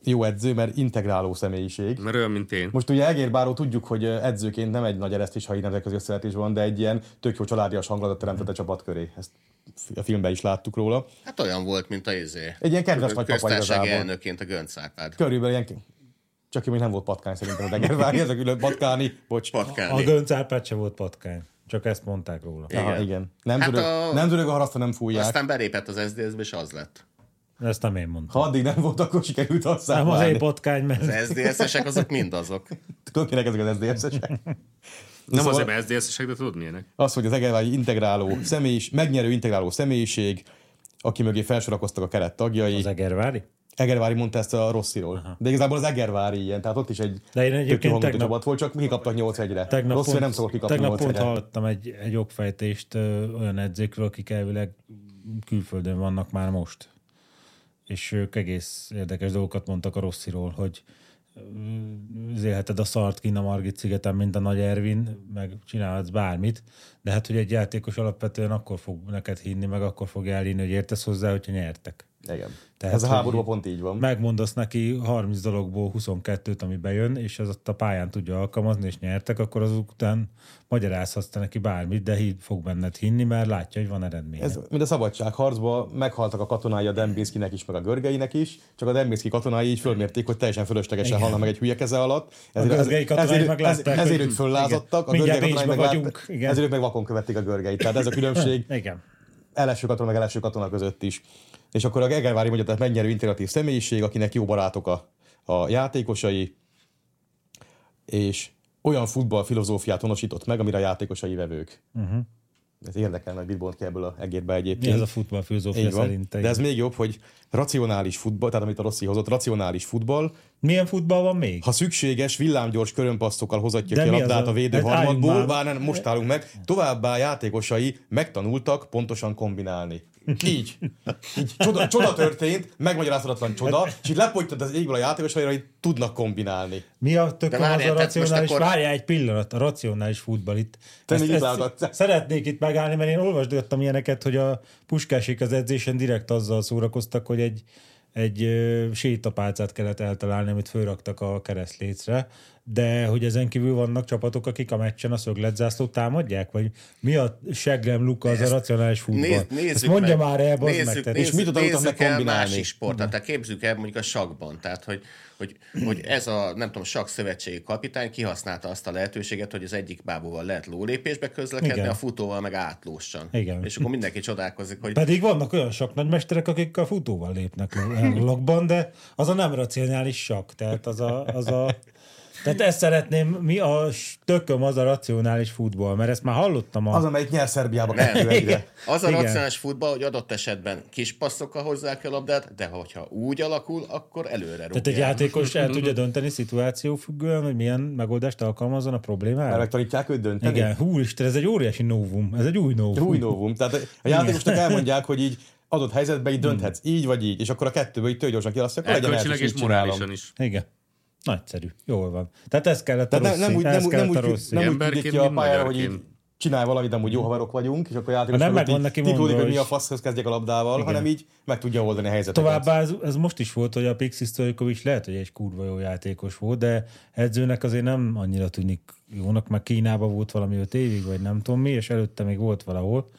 [SPEAKER 3] jó edző, mert integráló személyiség.
[SPEAKER 1] Mert olyan, mint én.
[SPEAKER 3] Most ugye Egér Báró tudjuk, hogy ö, edzőként nem egy nagy eresztés, ha így nemzetközi összevetés van, de egy ilyen tök jó családias hangulatot teremtett a csapat köré. Ezt a filmben is láttuk róla.
[SPEAKER 4] Hát olyan volt, mint a izé.
[SPEAKER 3] Egy ilyen kedves nagypapa
[SPEAKER 4] Köztársaság
[SPEAKER 3] igazából.
[SPEAKER 4] elnökként a Gönc Árpád.
[SPEAKER 3] Körülbelül ilyen... Csak még nem volt patkány szerintem a Degervári, ez a külön patkáni, bocs.
[SPEAKER 2] A
[SPEAKER 4] Patkáni.
[SPEAKER 2] Gönc Árpád sem volt patkány. Csak ezt mondták róla.
[SPEAKER 3] Aha,
[SPEAKER 4] Igen.
[SPEAKER 3] igen. Nem,
[SPEAKER 4] Hát
[SPEAKER 3] dörög,
[SPEAKER 4] a-
[SPEAKER 3] nem dörög a haraszta, nem fújják.
[SPEAKER 4] Aztán belépett az SZDSZ-be, és az lett.
[SPEAKER 2] Ezt nem én mondtam.
[SPEAKER 3] Ha addig nem volt, akkor sikerült azt
[SPEAKER 2] Nem az
[SPEAKER 3] számolni.
[SPEAKER 2] én patkány, mert
[SPEAKER 4] Az SZDSZ-esek azok mind azok.
[SPEAKER 3] Tökének ezek az SZDSZ-esek.
[SPEAKER 1] Nem azért, mert SZDSZ-esek, de tudod milyenek.
[SPEAKER 3] Szóval Az, hogy az Egervágy integráló személyis, megnyerő integráló személyiség, aki mögé felsorakoztak a keret tagjai.
[SPEAKER 2] az Egervári.
[SPEAKER 3] Egervári mondta ezt a Rossziról. Aha. De igazából az Egervári ilyen, tehát ott is egy
[SPEAKER 2] De én
[SPEAKER 3] tök jó
[SPEAKER 2] egyébként
[SPEAKER 3] hangulatú
[SPEAKER 2] tegnap-
[SPEAKER 3] csapat volt, csak kikaptak 8-1-re.
[SPEAKER 2] Tegnap
[SPEAKER 3] Rosszi
[SPEAKER 2] pont-
[SPEAKER 3] nem szokott kikapni
[SPEAKER 2] Tegnap pont
[SPEAKER 3] 8-1-re.
[SPEAKER 2] hallottam egy, egy okfejtést ö, olyan edzőkről, akik elvileg külföldön vannak már most. És ők egész érdekes dolgokat mondtak a Rossziról, hogy ö, élheted a szart kín a Margit szigeten, mint a Nagy Ervin, meg csinálhatsz bármit, de hát, hogy egy játékos alapvetően akkor fog neked hinni, meg akkor fog elhinni, hogy értesz hozzá, hogyha nyertek.
[SPEAKER 3] Igen.
[SPEAKER 2] Tehát,
[SPEAKER 3] ez a
[SPEAKER 2] hogy
[SPEAKER 3] háborúban
[SPEAKER 2] így-
[SPEAKER 3] pont így van.
[SPEAKER 2] megmondasz neki 30 dologból 22-t, ami bejön, és az ott a pályán tudja alkalmazni, és nyertek, akkor azután magyarázhatsz te neki bármit, de hív, fog benned hinni, mert látja, hogy van eredmény.
[SPEAKER 3] Ez mint a szabadságharcban meghaltak a katonái a Dembinszkinek is, meg a Görgeinek is, csak a Dembinszki katonái így fölmérték, hogy teljesen fölöslegesen halna meg egy hülye keze alatt.
[SPEAKER 2] görgei katonái
[SPEAKER 3] ezért,
[SPEAKER 2] meg
[SPEAKER 3] ez-
[SPEAKER 2] látták,
[SPEAKER 3] ezért
[SPEAKER 2] hogy-
[SPEAKER 3] ők föllázadtak, a
[SPEAKER 2] igen,
[SPEAKER 3] görgei
[SPEAKER 2] mindjárt
[SPEAKER 3] katonái
[SPEAKER 2] Bécsben
[SPEAKER 3] meg látták,
[SPEAKER 2] vagyunk, igen.
[SPEAKER 3] ezért ők meg vakon követték a görgeit. Tehát ez a különbség
[SPEAKER 2] Igen.
[SPEAKER 3] első katona, meg első katona között is. És akkor a Gegervári mondja, tehát megnyerő integratív személyiség, akinek jó barátok a, a játékosai, és olyan futball filozófiát honosított meg, amire a játékosai vevők. Uh-huh. Ez érdekel, hogy mit bont ki ebből a egérbe
[SPEAKER 2] Mi
[SPEAKER 3] egyébként.
[SPEAKER 2] Mhm. ez a futball filozófia
[SPEAKER 3] Így van.
[SPEAKER 2] szerintem?
[SPEAKER 3] De ez még jobb, hogy racionális futball, tehát amit a Rossi hozott, racionális futball,
[SPEAKER 2] Milyen futball van még?
[SPEAKER 3] ha szükséges, villámgyors körömpasszokkal hozatja
[SPEAKER 2] De
[SPEAKER 3] ki a
[SPEAKER 2] mi az
[SPEAKER 3] labdát
[SPEAKER 2] a-
[SPEAKER 3] a, védő
[SPEAKER 2] Hát álljunk
[SPEAKER 3] harmadból,
[SPEAKER 2] már.
[SPEAKER 3] bár nem, most állunk meg, továbbá játékosai megtanultak pontosan kombinálni. Így. Így csoda, csoda történt, megmagyarázhatatlan csoda, és így lepogytad az égből a játékosaira, hogy tudnak kombinálni.
[SPEAKER 2] Mi a tök
[SPEAKER 4] De
[SPEAKER 2] van az
[SPEAKER 4] várjál,
[SPEAKER 2] a
[SPEAKER 4] tehát most
[SPEAKER 2] racionális?
[SPEAKER 4] akkor-
[SPEAKER 2] Várjál egy pillanat, a racionális futball itt.
[SPEAKER 3] Te még hibálgatsz.
[SPEAKER 2] szeretnék itt megállni, mert én olvasgattam ilyeneket, hogy a puskásék az edzésen direkt azzal szórakoztak, hogy egy, egy ö, sétapálcát kellett eltalálni, amit fölraktak a keresztlécre, de hogy ezen kívül vannak csapatok, akik a meccsen a szögletzászlót támadják, vagy mi a seggem luka az a racionális futball?
[SPEAKER 4] Nézd, nézzük
[SPEAKER 2] Ezt mondja
[SPEAKER 4] meg.
[SPEAKER 2] már el, bazd meg,
[SPEAKER 4] nézzük,
[SPEAKER 2] tehát-
[SPEAKER 4] nézzük,
[SPEAKER 3] mit tanultak
[SPEAKER 4] nézzük
[SPEAKER 3] meg
[SPEAKER 4] el
[SPEAKER 3] kombinálni?
[SPEAKER 4] másik
[SPEAKER 2] Mhm.
[SPEAKER 4] sportot, tehát képzük el mondjuk a sakban, tehát hogy, hogy, hogy ez a, nem tudom, sak szövetségi kapitány kihasználta azt a lehetőséget, hogy az egyik bábúval lehet lólépésbe közlekedni,
[SPEAKER 2] Igen.
[SPEAKER 4] a futóval meg átlóssan.
[SPEAKER 2] Igen.
[SPEAKER 4] És akkor mindenki csodálkozik, hogy
[SPEAKER 2] Pedig vannak olyan sok nagymesterek, akik a futóval lépnek a blogban, de az a nem racionális sak. Tehát az a, az a tehát ezt szeretném, mi a s- tököm az a racionális futball, mert ezt már hallottam a...
[SPEAKER 3] Az, amelyik nyer Szerbiába
[SPEAKER 4] Nem.
[SPEAKER 3] kettő egyre.
[SPEAKER 4] Az a
[SPEAKER 2] Igen.
[SPEAKER 4] racionális futball, hogy adott esetben kis passzokkal hozzák el a labdát, de hogyha úgy alakul, akkor előre rúgják.
[SPEAKER 2] tehát egy játékos
[SPEAKER 3] Mhm.
[SPEAKER 2] el tudja dönteni szituáció függően, hogy milyen megoldást alkalmazzon a problémára.
[SPEAKER 3] Megtanítják őt dönteni.
[SPEAKER 2] Igen, húristen, ez egy óriási novum, ez egy új novum.
[SPEAKER 3] Új novum. Tehát a játékosnak elmondják, hogy így adott helyzetben így dönthetsz,
[SPEAKER 2] Hmm.
[SPEAKER 3] így vagy így, és akkor a kettőből így tő gyorsan kialasszak, akkor legyen
[SPEAKER 7] Erkölcsileg
[SPEAKER 3] lehet,
[SPEAKER 7] és
[SPEAKER 3] és morális.
[SPEAKER 7] morálisan is.
[SPEAKER 2] Igen. Nagyszerű, jól van. Tehát ez kellett a
[SPEAKER 3] Tehát
[SPEAKER 2] Rossi.
[SPEAKER 3] nem, nem úgy, nem,
[SPEAKER 2] ez
[SPEAKER 3] úgy- nem
[SPEAKER 2] kellett
[SPEAKER 3] úgy,
[SPEAKER 2] a
[SPEAKER 3] nem
[SPEAKER 2] Rossi.
[SPEAKER 3] úgy
[SPEAKER 7] Emberként,
[SPEAKER 3] küldik ki a
[SPEAKER 7] mint
[SPEAKER 3] pályára, hogy így
[SPEAKER 7] magyarként.
[SPEAKER 3] csinálj valamit, amúgy jó haverok vagyunk, és akkor a játékos
[SPEAKER 2] Ha Hmm. nem
[SPEAKER 3] mögött
[SPEAKER 2] megvan
[SPEAKER 3] így
[SPEAKER 2] neki
[SPEAKER 3] titkolódik,
[SPEAKER 2] mondva
[SPEAKER 3] hogy mi a
[SPEAKER 2] is.
[SPEAKER 3] fasz köz kezdjek a labdával, hanem így meg tudja oldani a helyzetet.
[SPEAKER 2] Továbbá ez, ez most is volt, hogy a Pixi Stojkovic lehet, hogy egy kurva jó játékos volt, de edzőnek azért nem annyira tűnik jónak, mert Kínában volt valami öt évig, vagy nem tudom mi, és előtte még volt valahol.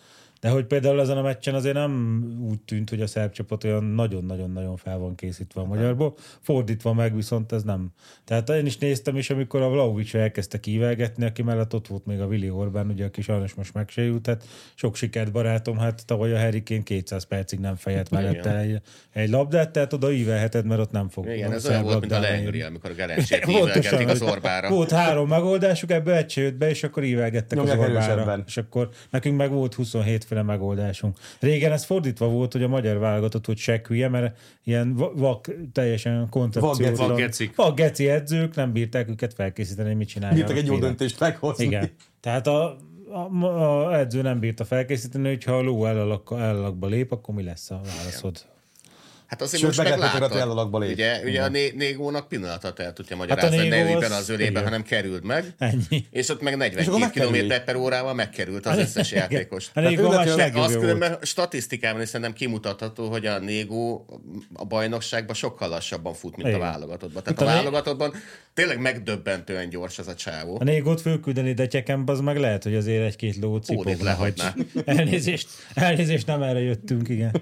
[SPEAKER 2] De hogy például ezen a meccsen azért nem úgy tűnt, hogy a szerb csapat olyan nagyon-nagyon-nagyon fel van készítve a magyarból. Fordítva meg viszont ez nem. Tehát én is néztem is, amikor a Vlaovics elkezdte kivelgetni, aki mellett ott volt még a Vili Orbán, ugye, aki sajnos most megsérült. Tehát sok sikert barátom, hát tavaly a Harry Kane 200 percig nem fejelt mellette egy, egy labdát, tehát oda ívelheted, mert ott nem fog.
[SPEAKER 4] Igen,
[SPEAKER 2] a
[SPEAKER 4] ez
[SPEAKER 2] szerb
[SPEAKER 4] olyan volt, mint a
[SPEAKER 2] labdára érni.
[SPEAKER 4] leengöri, amikor a gerencsét
[SPEAKER 2] Pontosan,
[SPEAKER 4] ívelgetik az
[SPEAKER 2] hogy
[SPEAKER 4] Orbára.
[SPEAKER 2] Volt három megoldásuk, ebből egy se jött be, és akkor ívelgettek az
[SPEAKER 3] Nyomják
[SPEAKER 2] Orbára.
[SPEAKER 3] erősebben.
[SPEAKER 2] És akkor nekünk meg volt 27 féle megoldásunk. Régen ez fordítva volt, hogy a magyar válogatott hogy se hülye, mert ilyen va- vak, teljesen koncepciótlan.
[SPEAKER 7] Vakgecik.
[SPEAKER 2] Vakgeci edzők nem bírták őket felkészíteni, hogy mit csinálják.
[SPEAKER 3] Írtak egy jó döntést meghozni.
[SPEAKER 2] Igen. Tehát a, a, a edző nem bírta felkészíteni, hogy ha a ló ellalak, ellalakba lép, akkor mi lesz a válaszod?
[SPEAKER 4] Hát azért
[SPEAKER 3] Sőt,
[SPEAKER 4] most
[SPEAKER 3] meglepettek
[SPEAKER 4] meglátod.
[SPEAKER 3] a téllalakba lép.
[SPEAKER 4] Ugye, ugye a né- négónak pillanatot el tudja magyarázni,
[SPEAKER 2] Hát a
[SPEAKER 4] hogy ne
[SPEAKER 2] Négó
[SPEAKER 4] ülj
[SPEAKER 2] az-
[SPEAKER 4] bele az ölébe,
[SPEAKER 2] igen.
[SPEAKER 4] hanem került meg.
[SPEAKER 2] Ennyi.
[SPEAKER 4] És ott meg
[SPEAKER 3] akkor
[SPEAKER 4] 42
[SPEAKER 3] megkerüli.
[SPEAKER 4] km per órával megkerült az összes játékos.
[SPEAKER 2] Hát Négó
[SPEAKER 3] ő
[SPEAKER 2] más
[SPEAKER 3] neki a-
[SPEAKER 2] legjobb
[SPEAKER 4] Az
[SPEAKER 2] jó volt.
[SPEAKER 4] különben statisztikában is szerintem kimutatható, hogy a Négó a bajnokságban sokkal lassabban fut, mint
[SPEAKER 2] Igen.
[SPEAKER 4] a válogatottban. Tehát a
[SPEAKER 2] Tudom, én-
[SPEAKER 4] válogatottban tényleg megdöbbentően gyors az a csávó.
[SPEAKER 2] A négót fölküldeni detyekembe, az meg lehet, hogy azért egy-két ló
[SPEAKER 4] Ódit
[SPEAKER 2] cipogna, hogy
[SPEAKER 4] lehagyná.
[SPEAKER 2] elnézést, elnézést, nem erre jöttünk, igen.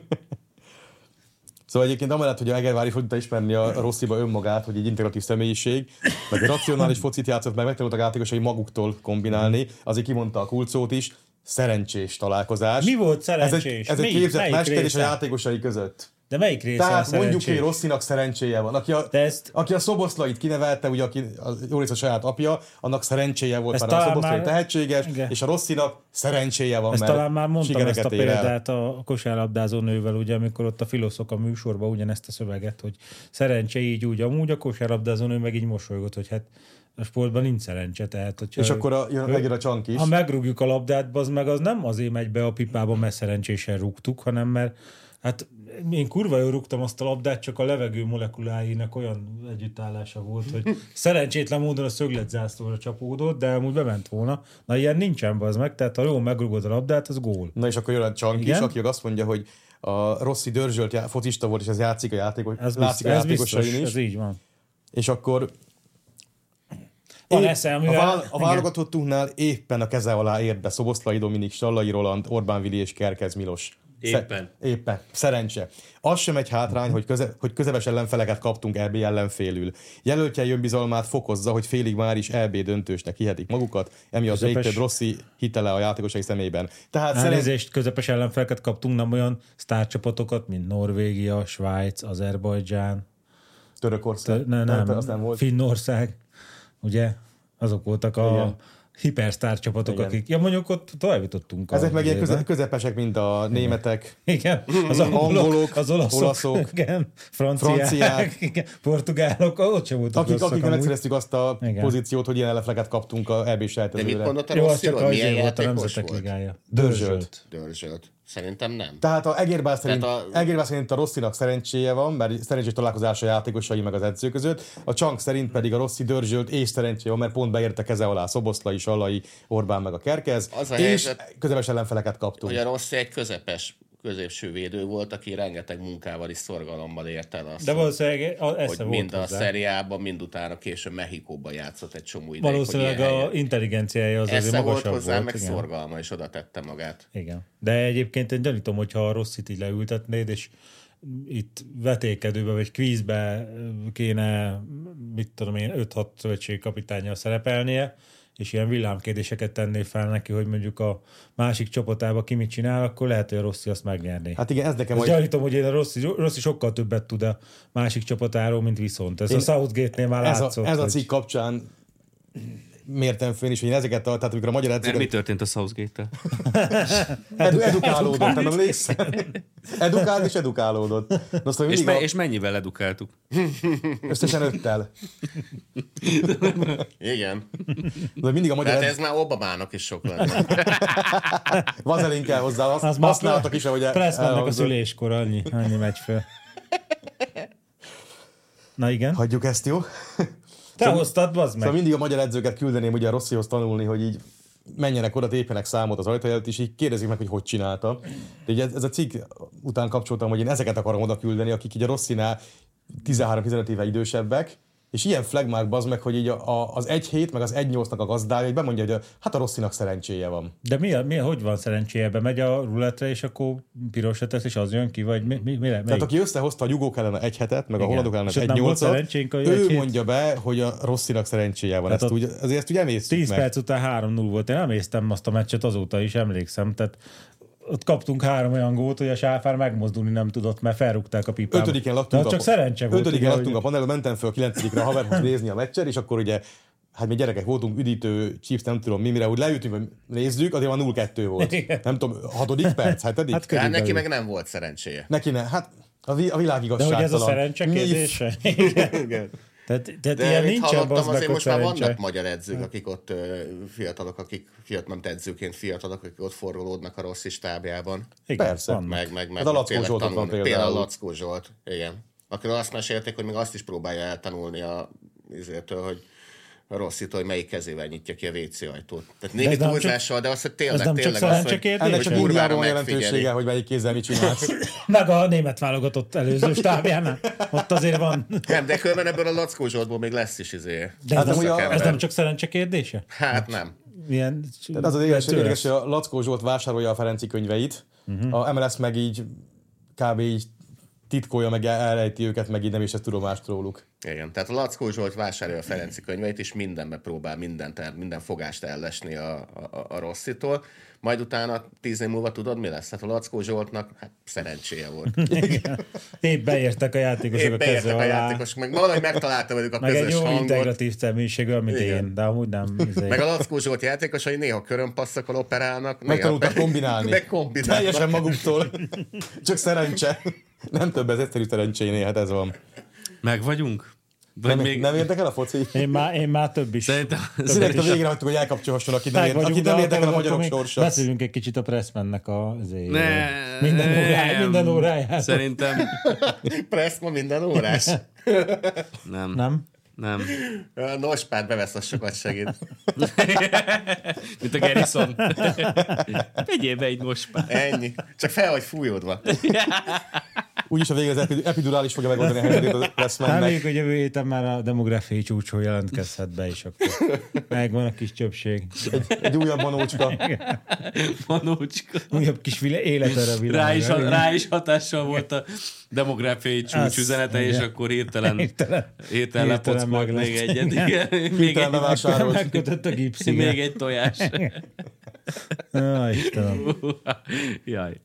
[SPEAKER 3] Szóval egyébként amellett, hogy a Egervári fogta ismerni a Rossziba önmagát, hogy egy integratív személyiség, meg egy racionális focit játszott, meg megtanultak játékosai maguktól kombinálni, azért kimondta a kulcót is, szerencsés találkozás.
[SPEAKER 2] Mi volt
[SPEAKER 3] Ez egy,
[SPEAKER 2] szerencsés?
[SPEAKER 3] ez egy
[SPEAKER 2] Mi?
[SPEAKER 3] képzett
[SPEAKER 2] Melyik
[SPEAKER 3] mesterség a
[SPEAKER 2] része?
[SPEAKER 3] játékosai között.
[SPEAKER 2] De melyik része a
[SPEAKER 3] Tehát mondjuk,
[SPEAKER 2] szerencsés?
[SPEAKER 3] hogy Rosszinak szerencséje van. Aki a,
[SPEAKER 2] De ezt-
[SPEAKER 3] aki a szoboszlait kinevelte, ugye aki a, jó rész a saját apja, annak szerencséje volt,
[SPEAKER 2] Ezt
[SPEAKER 3] mert a
[SPEAKER 2] talán
[SPEAKER 3] szoboszlai
[SPEAKER 2] már-
[SPEAKER 3] tehetséges,
[SPEAKER 2] Igen.
[SPEAKER 3] és a Rosszinak szerencséje van,
[SPEAKER 2] Ezt
[SPEAKER 3] mert
[SPEAKER 2] talán már mondtam
[SPEAKER 3] sikereket
[SPEAKER 2] ezt a
[SPEAKER 3] ér el.
[SPEAKER 2] példát a kosárlabdázó nővel, ugye, amikor ott a filoszok a műsorban ugyanezt a szöveget, hogy szerencse így úgy amúgy, a kosárlabdázó nő meg így mosolygott, hogy hát a sportban nincs szerencse, tehát hogyha
[SPEAKER 3] És akkor a, jön, megjön a csank is.
[SPEAKER 2] Ha megrúgjuk a labdát, az meg az nem azért megy be a pipába, mert szerencsésen rúgtuk, hanem mert hát én kurva jól rúgtam azt a labdát, csak a levegő molekuláinak olyan együttállása volt, hogy szerencsétlen módon a szögletzászlóra csapódott, de amúgy bement volna. Na ilyen nincsen az meg, tehát ha jól megrúgod a labdát, az gól.
[SPEAKER 3] Na és akkor jön a Csank is,
[SPEAKER 2] Igen?
[SPEAKER 3] aki azt mondja, hogy a Rossi dörzsölt já- focista volt, és ez játszik a játékos,
[SPEAKER 2] Ez,
[SPEAKER 3] látszik
[SPEAKER 2] biztos,
[SPEAKER 3] a
[SPEAKER 2] ez biztos,
[SPEAKER 3] játékosain
[SPEAKER 2] ez
[SPEAKER 3] is.
[SPEAKER 2] így van.
[SPEAKER 3] És akkor
[SPEAKER 2] Van
[SPEAKER 3] épp-
[SPEAKER 2] esze,
[SPEAKER 3] a,
[SPEAKER 2] amivel...
[SPEAKER 3] vál, a válogatottunknál éppen a keze alá ért be Szoboszlai Dominik, Sallai Roland, Orbán Vili és Kerkez Milos.
[SPEAKER 7] Éppen.
[SPEAKER 3] Éppen. Szerencse. Az sem egy hátrány, hogy, köze, hogy közepes ellenfeleket kaptunk RB ellenfélül. Jelöltje jön bizalmát fokozza, hogy félig már is RB döntősnek hihetik magukat, emiatt
[SPEAKER 2] Közepes-
[SPEAKER 3] Közepes... Rossi hitele a játékosai szemében. Tehát szerencsé...
[SPEAKER 2] Elnézést, közepes ellenfeleket kaptunk, nem olyan sztárcsapatokat, mint Norvégia, Svájc, Azerbajdzsán,
[SPEAKER 3] Törökország.
[SPEAKER 2] Te- ne, nem,
[SPEAKER 3] Az nem volt.
[SPEAKER 2] Finnország, ugye? Azok voltak a
[SPEAKER 3] Igen.
[SPEAKER 2] Igen. hipersztár csapatok,
[SPEAKER 3] Igen.
[SPEAKER 2] Igen. akik... Ja, mondjuk ott tovább jutottunk. a
[SPEAKER 3] Ezek meg ilyen
[SPEAKER 2] izébe.
[SPEAKER 3] köze- közepesek, mint a németek.
[SPEAKER 2] Igen, az angolok,
[SPEAKER 3] Angolok,
[SPEAKER 2] angolok az olaszok,
[SPEAKER 3] olaszok,
[SPEAKER 2] olaszok igen, franciák,
[SPEAKER 3] franciák.
[SPEAKER 2] franciák igen, portugálok, ott sem voltak
[SPEAKER 3] Akik,
[SPEAKER 2] rosszak
[SPEAKER 3] akik
[SPEAKER 2] amúgy.
[SPEAKER 3] nem megszereztük azt a
[SPEAKER 2] Igen.
[SPEAKER 3] pozíciót, hogy ilyen elefleket kaptunk a E EB
[SPEAKER 4] De mit
[SPEAKER 3] selejtezőre.
[SPEAKER 4] mondott a
[SPEAKER 2] Jó, az csak
[SPEAKER 4] Rossziról?
[SPEAKER 2] az
[SPEAKER 4] Milyen
[SPEAKER 2] volt a
[SPEAKER 4] játékos
[SPEAKER 2] Nemzetek
[SPEAKER 4] volt?
[SPEAKER 2] Ligája.
[SPEAKER 3] Dörzsölt.
[SPEAKER 4] Dörzsölt. Szerintem nem.
[SPEAKER 3] Tehát a Egérbás szerint, a...
[SPEAKER 4] Tehát a-
[SPEAKER 3] Egérbás szerint a Rosszinak szerencséje van, mert szerencsés találkozása a játékosai meg az edző között, a Csank szerint pedig a Rosszi dörzsölt és szerencséje van, mert pont beérte keze alá Szoboszlai, Salai, Orbán meg a Kerkez,
[SPEAKER 4] Az a
[SPEAKER 3] és
[SPEAKER 4] helyzet-
[SPEAKER 3] közepes ellenfeleket kaptunk.
[SPEAKER 4] Hogy a Rossi egy közepes középső védő volt, aki rengeteg munkával és szorgalommal ért el azt,
[SPEAKER 2] De valószínűleg a-
[SPEAKER 4] hogy
[SPEAKER 2] esze volt
[SPEAKER 4] mind a
[SPEAKER 2] hozzá.
[SPEAKER 4] szeriában, mind utána később Mexikóban játszott egy csomó ideig.
[SPEAKER 2] Valószínűleg a intelligenciája az
[SPEAKER 4] ez
[SPEAKER 2] azért
[SPEAKER 4] volt
[SPEAKER 2] magasabb
[SPEAKER 4] hozzá,
[SPEAKER 2] volt.
[SPEAKER 4] meg
[SPEAKER 2] igen.
[SPEAKER 4] szorgalma, és oda tette magát.
[SPEAKER 2] Igen. De egyébként én gyanítom, hogyha a rosszit így leültetnéd, és itt vetékedőbe vagy kvízbe kéne, mit tudom én, 5-6 szövetségkapitányjal szerepelnie, és ilyen villámkérdéseket tenné fel neki, hogy mondjuk a másik csapatába ki mit csinál, akkor lehet, hogy a Rossi azt megnyerné. Hát,
[SPEAKER 3] Hát igen, ez nekem
[SPEAKER 2] Ezt
[SPEAKER 3] majd...
[SPEAKER 2] gyanítom, hogy én a Rossi, Rossi sokkal többet tud a másik csapatáról, mint viszont. Ez én, a Southgate-nél már
[SPEAKER 3] Ez a,
[SPEAKER 2] látszott.
[SPEAKER 3] ez a
[SPEAKER 2] hogy-
[SPEAKER 3] cikk kapcsán mértem fén is, hogy én ezeket a, tehát amikor a magyar
[SPEAKER 1] Mert
[SPEAKER 3] edzők
[SPEAKER 1] mi történt a Southgate-tel?
[SPEAKER 2] Hát,
[SPEAKER 3] edu, edukálódott, nem emlékszem? Edukált és edukálódott. No, szóval
[SPEAKER 1] És,
[SPEAKER 3] mindig
[SPEAKER 1] me-
[SPEAKER 3] a,
[SPEAKER 1] és mennyivel edukáltuk?
[SPEAKER 3] összesen öttel.
[SPEAKER 4] Igen.
[SPEAKER 3] De mindig a
[SPEAKER 1] Hát
[SPEAKER 3] magyar
[SPEAKER 4] Tehát
[SPEAKER 3] edzők-
[SPEAKER 4] ez már Obamának is sok lenne. Hát
[SPEAKER 3] Vazelin kell hozzá, azt,
[SPEAKER 2] Az
[SPEAKER 3] az
[SPEAKER 2] már
[SPEAKER 3] használtak is, ahogy el-
[SPEAKER 2] Pressmannek a
[SPEAKER 3] elhangzott.
[SPEAKER 2] szüléskor annyi, annyi megy föl. Na igen.
[SPEAKER 3] Hagyjuk ezt, jó?
[SPEAKER 2] Te hoztad, bazd meg.
[SPEAKER 3] Szóval mindig a magyar edzőket küldeném ugye a Rosszihoz tanulni, hogy így menjenek oda, tépjenek számot az ajtaj előtt, és így kérdezik meg, hogy hogy csinálta. De így ez, ez a cikk után kapcsoltam, hogy én ezeket akarom oda küldeni, akik így a Rosszinál 13-15 éve idősebbek, és ilyen flagmák bazd meg, hogy így a, a, az 1 hét, meg az 1 8 nak a gazdája, hogy bemondja, hogy a, hát a Rosszinak szerencséje van.
[SPEAKER 2] De mi, a, mi, a- hogy van szerencséje? Bemegy a ruletre, és akkor pirosra tesz, és az jön ki, vagy mi, mi, mi
[SPEAKER 3] Tehát aki összehozta a jugók ellen a egy hetet, meg a
[SPEAKER 2] Igen.
[SPEAKER 3] hollandok ellen
[SPEAKER 2] És
[SPEAKER 3] egy
[SPEAKER 2] ott nem volt
[SPEAKER 3] nyolcat,
[SPEAKER 2] szerencsénk, hogy egy
[SPEAKER 3] ő
[SPEAKER 2] hét-
[SPEAKER 3] mondja be, hogy a Rosszinak szerencséje van.
[SPEAKER 2] Tehát
[SPEAKER 3] Ezt
[SPEAKER 2] ott
[SPEAKER 3] úgy, azért ezt úgy emésztjük
[SPEAKER 2] 10
[SPEAKER 3] meg.
[SPEAKER 2] perc után 3-0 volt. Én nem néztem azt a meccset azóta is, emlékszem. Tehát ott kaptunk három olyan gólt, hogy a sáfár megmozdulni nem tudott, mert felrúgták a pipába.
[SPEAKER 3] Ötödiken
[SPEAKER 2] De
[SPEAKER 3] laktunk,
[SPEAKER 2] az csak szerencse volt.
[SPEAKER 3] ötödiken
[SPEAKER 2] ugye,
[SPEAKER 3] laktunk a
[SPEAKER 2] hogy-
[SPEAKER 3] panelben, mentem föl a kilencedikre a haverhoz nézni a meccset, és akkor ugye hát mi gyerekek voltunk, üdítő, chips, nem tudom mi, mire úgy leütünk, hogy nézzük, azért már 0-2 volt.
[SPEAKER 2] Igen.
[SPEAKER 3] Nem tudom, hatodik perc, hetedik?
[SPEAKER 2] Hát
[SPEAKER 3] Hát,
[SPEAKER 4] Hát
[SPEAKER 2] körülbelül.
[SPEAKER 4] neki meg nem volt szerencséje.
[SPEAKER 3] Neki ne, hát a, vi- a világ
[SPEAKER 2] De
[SPEAKER 3] igazságtalan.
[SPEAKER 2] hogy ez a szerencse
[SPEAKER 3] Mi-
[SPEAKER 2] kérdése? Igen. Tehát, tehát Hát ilyen
[SPEAKER 4] mit
[SPEAKER 2] nincsen,
[SPEAKER 4] hallottam,
[SPEAKER 2] bazd meg,
[SPEAKER 4] azért
[SPEAKER 2] hogy
[SPEAKER 4] most már
[SPEAKER 2] szerencse. Hát.
[SPEAKER 4] vannak magyar edzők, akik ott ö, fiatalok, akik fiatal, nem edzőként fiatalok, akik ott forgolódnak a rossz is tábjában.
[SPEAKER 2] Igen,
[SPEAKER 3] Persze.
[SPEAKER 2] vannak.
[SPEAKER 4] Meg, meg, meg
[SPEAKER 3] Hát a Lackó
[SPEAKER 4] tényleg
[SPEAKER 3] Zsoltot
[SPEAKER 4] tanulni.
[SPEAKER 3] van például.
[SPEAKER 4] például. Lackó Zsolt, igen. Akiről azt mesélték, hogy még azt is próbálja eltanulni a izértől, hogy a rosszítól, hogy melyik kezével nyitja ki a WC ajtót. Tehát némi
[SPEAKER 2] ez nem csak-
[SPEAKER 4] túlzással, de azt, hogy tényleg,
[SPEAKER 2] ez nem csak
[SPEAKER 4] tényleg
[SPEAKER 2] szerencse
[SPEAKER 4] hogy-
[SPEAKER 2] kérdése?
[SPEAKER 4] hogy
[SPEAKER 3] Ennek csak
[SPEAKER 2] Kurvára
[SPEAKER 4] kurvára
[SPEAKER 3] Indiában van
[SPEAKER 4] megfigyeli.
[SPEAKER 3] jelentősége, hogy melyik kézzel mit csinálsz.
[SPEAKER 2] Meg a német válogatott előző stábjánál. Ott azért van.
[SPEAKER 4] Nem, de különben ebből a Lackó Zsoltból még lesz is izé.
[SPEAKER 2] De ez,
[SPEAKER 3] Hát
[SPEAKER 2] nem,
[SPEAKER 3] amúgy a-
[SPEAKER 2] ez nem csak szerencse kérdése?
[SPEAKER 4] Hát nem.
[SPEAKER 2] Milyen,
[SPEAKER 3] Tehát az az érdekes,
[SPEAKER 2] tőle-
[SPEAKER 3] érdekes, hogy a Lackó Zsolt vásárolja a Ferenci könyveit,
[SPEAKER 2] Mhm.
[SPEAKER 3] uh-huh. a MLS meg így kb. így titkolja, meg elrejti őket, meg így nem is ez tudomást róluk.
[SPEAKER 4] Igen, tehát a Lackó Zsolt vásárolja a Ferenci könyveit, és mindenbe próbál mindent, el- minden fogást ellesni a, a, a Rosszitól. Majd utána tíz év múlva tudod, mi lesz? Hát a Lackó Zsoltnak hát, szerencséje volt.
[SPEAKER 2] Igen. Épp beértek a játékosok
[SPEAKER 4] Épp
[SPEAKER 2] a
[SPEAKER 4] beértek
[SPEAKER 2] kező
[SPEAKER 4] a
[SPEAKER 2] alá.
[SPEAKER 4] játékosok, meg valahogy megtalálta velük a
[SPEAKER 2] Meg egy
[SPEAKER 4] közös
[SPEAKER 2] jó
[SPEAKER 4] hangot.
[SPEAKER 2] integratív személyiség, olyan, mint
[SPEAKER 4] Igen.
[SPEAKER 2] én, de amúgy nem. izé.
[SPEAKER 4] Meg a Lackó Zsolt játékosai néha körömpasszakkal operálnak. néha
[SPEAKER 3] Megtanultak
[SPEAKER 4] pedig-
[SPEAKER 3] kombinálni.
[SPEAKER 4] Megkombinálnak.
[SPEAKER 3] Teljesen maguktól. Csak szerencse. Nem több, ez egyszerű szerencsénél, hát ez van.
[SPEAKER 1] Meg vagyunk? Vagy
[SPEAKER 3] Nem,
[SPEAKER 1] még...
[SPEAKER 3] nem érdekel a foci?
[SPEAKER 2] Én már, én már több is.
[SPEAKER 1] Szerintem...
[SPEAKER 3] Direkt a végre hagytuk, hogy elkapcsolhasson, akit nem,
[SPEAKER 2] Meg
[SPEAKER 3] ér,
[SPEAKER 2] vagyunk,
[SPEAKER 3] akit
[SPEAKER 2] de
[SPEAKER 3] nem
[SPEAKER 2] akkor-
[SPEAKER 3] érdekel a
[SPEAKER 2] akkor
[SPEAKER 3] magyarok
[SPEAKER 2] még
[SPEAKER 3] sorsa.
[SPEAKER 2] Beszélünk egy kicsit a Pressmannek a... izé-
[SPEAKER 1] Ne,
[SPEAKER 2] Minden órájá-
[SPEAKER 1] nem.
[SPEAKER 2] minden órájá.
[SPEAKER 1] Szerintem
[SPEAKER 4] Pressz ma minden órás.
[SPEAKER 1] nem. nem.
[SPEAKER 2] Nem?
[SPEAKER 1] Nem.
[SPEAKER 4] Nos, pár bevesz, az sokat segít.
[SPEAKER 1] Mint a Garrison. Vegyél be egy nospát.
[SPEAKER 4] Ennyi. Csak fel vagy fújódva.
[SPEAKER 3] Úgyis a végén az epi- epidurális fogja megoldani a helyzetét lesz mennek.
[SPEAKER 2] Reméljük, Hát hogy jövő héten már a demográfiai csúcson jelentkezhet be, és akkor megvan a kis csöpség.
[SPEAKER 3] Egy újabb manócska.
[SPEAKER 7] Manócska.
[SPEAKER 2] Újabb kis vile- élet erre a világra.
[SPEAKER 7] Rá is, rá is hatással volt a demográfiai csúcs
[SPEAKER 2] Azt
[SPEAKER 7] üzenete, és
[SPEAKER 2] mondja.
[SPEAKER 7] akkor hirtelen,
[SPEAKER 2] Hirtelen-
[SPEAKER 7] hirtelen
[SPEAKER 2] hirtelen
[SPEAKER 7] lepockolt
[SPEAKER 2] meg
[SPEAKER 7] még
[SPEAKER 2] lett.
[SPEAKER 7] egyet.
[SPEAKER 2] Igen.
[SPEAKER 7] Igen. Még
[SPEAKER 3] Hirtelen
[SPEAKER 7] egy,
[SPEAKER 3] bevásárolt.
[SPEAKER 2] Megkötött a
[SPEAKER 7] még
[SPEAKER 2] gipszig.
[SPEAKER 7] egy tojás.
[SPEAKER 2] Á, Istenem.
[SPEAKER 7] Jaj.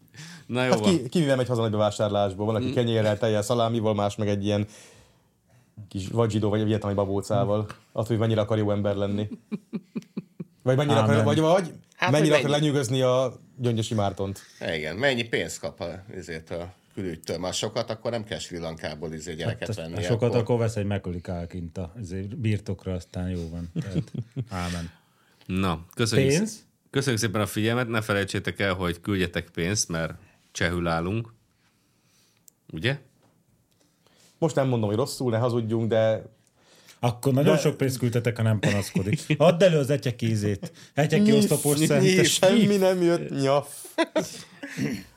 [SPEAKER 7] Na jó
[SPEAKER 3] Hát
[SPEAKER 7] van.
[SPEAKER 3] ki, ki mivel megy haza nagy bevásárlásból? Van, aki
[SPEAKER 4] Mm.
[SPEAKER 3] kenyérrel, tejjel, szalámival, más meg egy ilyen kis vagy zsidó, vagy vietnami babócával. Attól, hogy mennyire akar jó ember lenni. Vagy mennyire akar,
[SPEAKER 2] Ámen.
[SPEAKER 3] vagy, vagy
[SPEAKER 4] Hát,
[SPEAKER 3] mennyire
[SPEAKER 4] hogy
[SPEAKER 3] akar
[SPEAKER 4] mennyi.
[SPEAKER 3] lenyűgözni a Gyöngyösi Mártont.
[SPEAKER 4] Igen, mennyi pénzt kap a, ezért a külügytől? Már sokat, akkor nem kell Sri Lankából izé gyereket
[SPEAKER 2] Azt-
[SPEAKER 4] venni.
[SPEAKER 2] Ha Hát, sokat, akkor, vesz egy Macaulay kint a azért birtokra, aztán jó van. Tehát, ámen.
[SPEAKER 1] Na, köszönjük,
[SPEAKER 2] Pénz?
[SPEAKER 1] szé- köszönjük szépen a figyelmet, ne felejtsétek el, hogy küldjetek pénzt, mert csehül állunk. Ugye?
[SPEAKER 3] Most nem mondom, hogy rosszul, ne hazudjunk, de
[SPEAKER 2] Akkor nagyon sok pénzt küldtetek, ha nem panaszkodik. Add elő az etyekézét. Egyeki osztopos
[SPEAKER 3] Nyif,
[SPEAKER 2] szentes.
[SPEAKER 3] semmi nem jött, nyaf.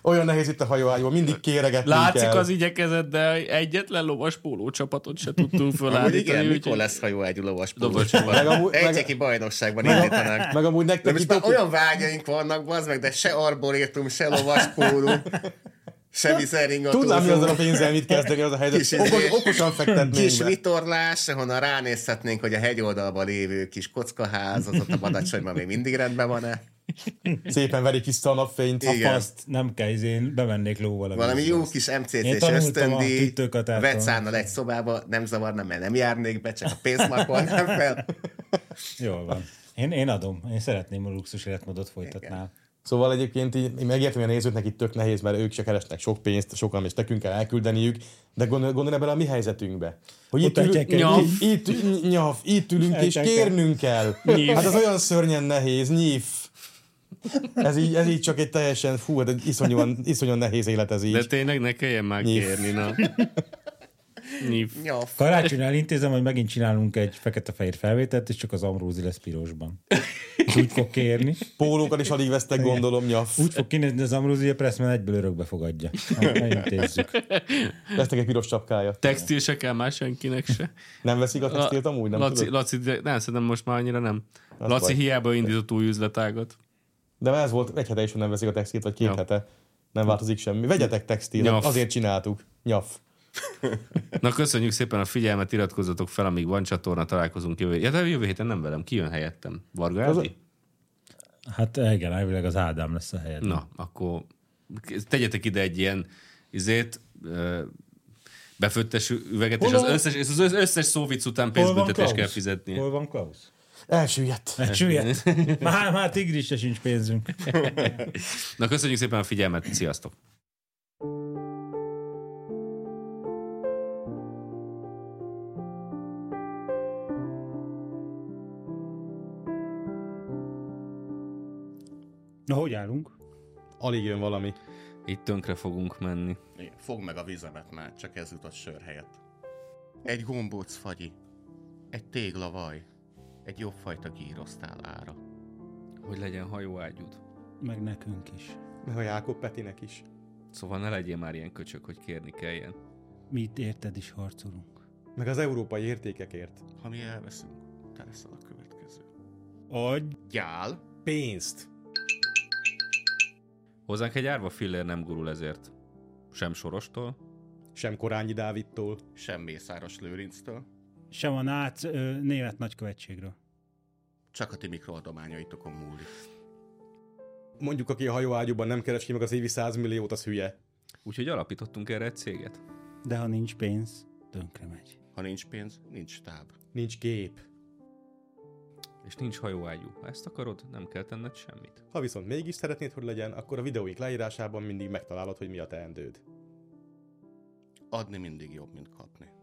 [SPEAKER 3] Olyan nehéz itt a hajóágyban, mindig kéregetni
[SPEAKER 7] Látszik
[SPEAKER 3] kell.
[SPEAKER 7] az igyekezet, de egyetlen lovas póló csapatot se tudtunk
[SPEAKER 4] Amúgy igen,
[SPEAKER 7] fölállítani.
[SPEAKER 4] mikor
[SPEAKER 7] úgyhogy-
[SPEAKER 4] lesz hajó egy lovas
[SPEAKER 3] Meg
[SPEAKER 4] pólósban?
[SPEAKER 3] amúgy- meg-
[SPEAKER 4] Egyeki bajnokságban indítanánk.
[SPEAKER 3] Meg amúgy
[SPEAKER 4] De
[SPEAKER 3] nektek
[SPEAKER 4] most
[SPEAKER 3] itt
[SPEAKER 4] már
[SPEAKER 3] opi-
[SPEAKER 4] olyan vágyaink vannak, bazd meg, de se arborétum, se lovas póló, se vizeringató.
[SPEAKER 3] Tudnám, mi azzal a pénzzel mit kezdeni, az a
[SPEAKER 4] Kis
[SPEAKER 3] helyzet.
[SPEAKER 4] izé-
[SPEAKER 3] Okos, okosan fektetnénk
[SPEAKER 4] Kis
[SPEAKER 3] be.
[SPEAKER 4] vitorlás, ahonnan ránézhetnénk, hogy a hegyoldalban lévő kis kockaház, az ott a badacsonyban még mindig rendben van-e.
[SPEAKER 3] Szépen verik vissza a napfényt.
[SPEAKER 2] A
[SPEAKER 4] Igen.
[SPEAKER 2] paszt nem kell, én bemennék lóval. a
[SPEAKER 4] Valami
[SPEAKER 2] vízbe.
[SPEAKER 4] jó kis
[SPEAKER 2] Én
[SPEAKER 4] MCC-s
[SPEAKER 2] tanultam a
[SPEAKER 4] ösztöndíj,
[SPEAKER 2] tüttőkatától.
[SPEAKER 4] vecánnal egy szobába, nem zavarna, mert nem járnék be, csak a pénzt markolnám fel.
[SPEAKER 2] Jól van. Én, én adom. Én szeretném a luxus életmódot folytatnál.
[SPEAKER 3] Szóval egyébként így, én megértem, hogy a nézőknek itt tök nehéz, mert ők se keresnek sok pénzt, sokan is nekünk kell elküldeniük, de gondol, gondolj bele a mi helyzetünkbe. Hogy itt,
[SPEAKER 2] Ott
[SPEAKER 3] ülünk,
[SPEAKER 2] egyek-
[SPEAKER 3] itt, itt, ü- nyaf, itt ülünk és
[SPEAKER 2] Egyek-
[SPEAKER 3] kérnünk kell. Hát az olyan szörnyen nehéz, nyif. Ez így, ez így csak egy teljesen, fú, hát egy iszonyúan, iszonyúan nehéz élet ez így.
[SPEAKER 1] De tényleg ne kelljen már
[SPEAKER 3] Nyif.
[SPEAKER 1] kérni, na. Nyif.
[SPEAKER 4] Nyaf.
[SPEAKER 2] Karácsony elintézem, hogy megint csinálunk egy fekete-fehér felvételt, és csak az Amrózi lesz pirosban. És úgy fog kérni.
[SPEAKER 3] Pólókat is alig vesztek, gondolom, nyaf.
[SPEAKER 2] Úgy fog kinézni az Amrózi, hogy a Pressman egyből örökbe fogadja. Hát, Elintézzük.
[SPEAKER 3] Lesznek egy piros csapkája.
[SPEAKER 7] Textil se kell már senkinek se.
[SPEAKER 3] Nem veszik a textilt amúgy, nem
[SPEAKER 1] Laci,
[SPEAKER 3] tudod?
[SPEAKER 1] Laci, de, nem, szerintem most már annyira nem. Laci
[SPEAKER 3] baj.
[SPEAKER 1] hiába indított új üzletágat.
[SPEAKER 3] De ez volt, egy hete is, hogy nem veszik a textilt, vagy két
[SPEAKER 1] Ja.
[SPEAKER 3] hete. Nem változik semmi. Vegyetek textilt,
[SPEAKER 1] Nyaf.
[SPEAKER 3] azért csináltuk. Nyaf.
[SPEAKER 1] Na, köszönjük szépen a figyelmet, iratkozzatok fel, amíg van csatorna, találkozunk jövő. Ja, de jövő héten nem velem, ki jön helyettem? Varga Elvi?
[SPEAKER 2] Hát igen, elvileg az Ádám lesz a helyed.
[SPEAKER 1] Na, akkor tegyetek ide egy ilyen izét, ö, befőttes üveget, és az, összes, és az összes szóvic után pénzbüntetést kell fizetni.
[SPEAKER 2] Hol van Klaus?
[SPEAKER 3] Elsüllyedt.
[SPEAKER 2] Süllyedt. Hát Már, már tigrisre sincs pénzünk.
[SPEAKER 1] Na, köszönjük szépen a figyelmet, sziasztok!
[SPEAKER 2] Na, hogy állunk?
[SPEAKER 3] Alig jön valami.
[SPEAKER 1] Itt tönkre fogunk menni.
[SPEAKER 4] Fogd meg a vizemet már, csak ez jutott sör helyett. Egy gombóc fagyi, egy téglavaj, egy jobb fajta gírosztál ára.
[SPEAKER 1] Hogy legyen hajóágyúd.
[SPEAKER 2] Meg nekünk is.
[SPEAKER 3] Meg a Jákob Petinek is.
[SPEAKER 1] Szóval ne legyél már ilyen köcsök, hogy kérni kelljen.
[SPEAKER 2] Mi itt érted is harcolunk.
[SPEAKER 3] Meg az európai értékekért.
[SPEAKER 4] Ha mi elveszünk, te leszel a következő.
[SPEAKER 2] Adj!
[SPEAKER 4] Gyál,
[SPEAKER 3] Pénzt.
[SPEAKER 1] Hozzánk egy árva fillér nem gurul ezért. Sem sorostól.
[SPEAKER 3] Sem Korányi Dávidtól.
[SPEAKER 4] sem Mészáros Lőrinctől,
[SPEAKER 2] Sem a NÁC ö, német nagykövetségről.
[SPEAKER 4] csak a ti mikroadományaitokon múlik.
[SPEAKER 3] Mondjuk, aki a hajóágyúban nem keres ki meg az évi 100 milliót, az hülye.
[SPEAKER 1] Úgyhogy alapítottunk erre egy céget.
[SPEAKER 2] De ha nincs pénz, tönkre megy.
[SPEAKER 4] Ha nincs pénz, nincs táb.
[SPEAKER 3] Nincs gép.
[SPEAKER 1] És nincs hajóágyú. Ha ezt akarod, nem kell tenned semmit.
[SPEAKER 3] Ha viszont mégis szeretnéd, hogy legyen, akkor a videóik leírásában mindig megtalálod, hogy mi a teendőd.
[SPEAKER 4] Adni mindig jobb, mint kapni.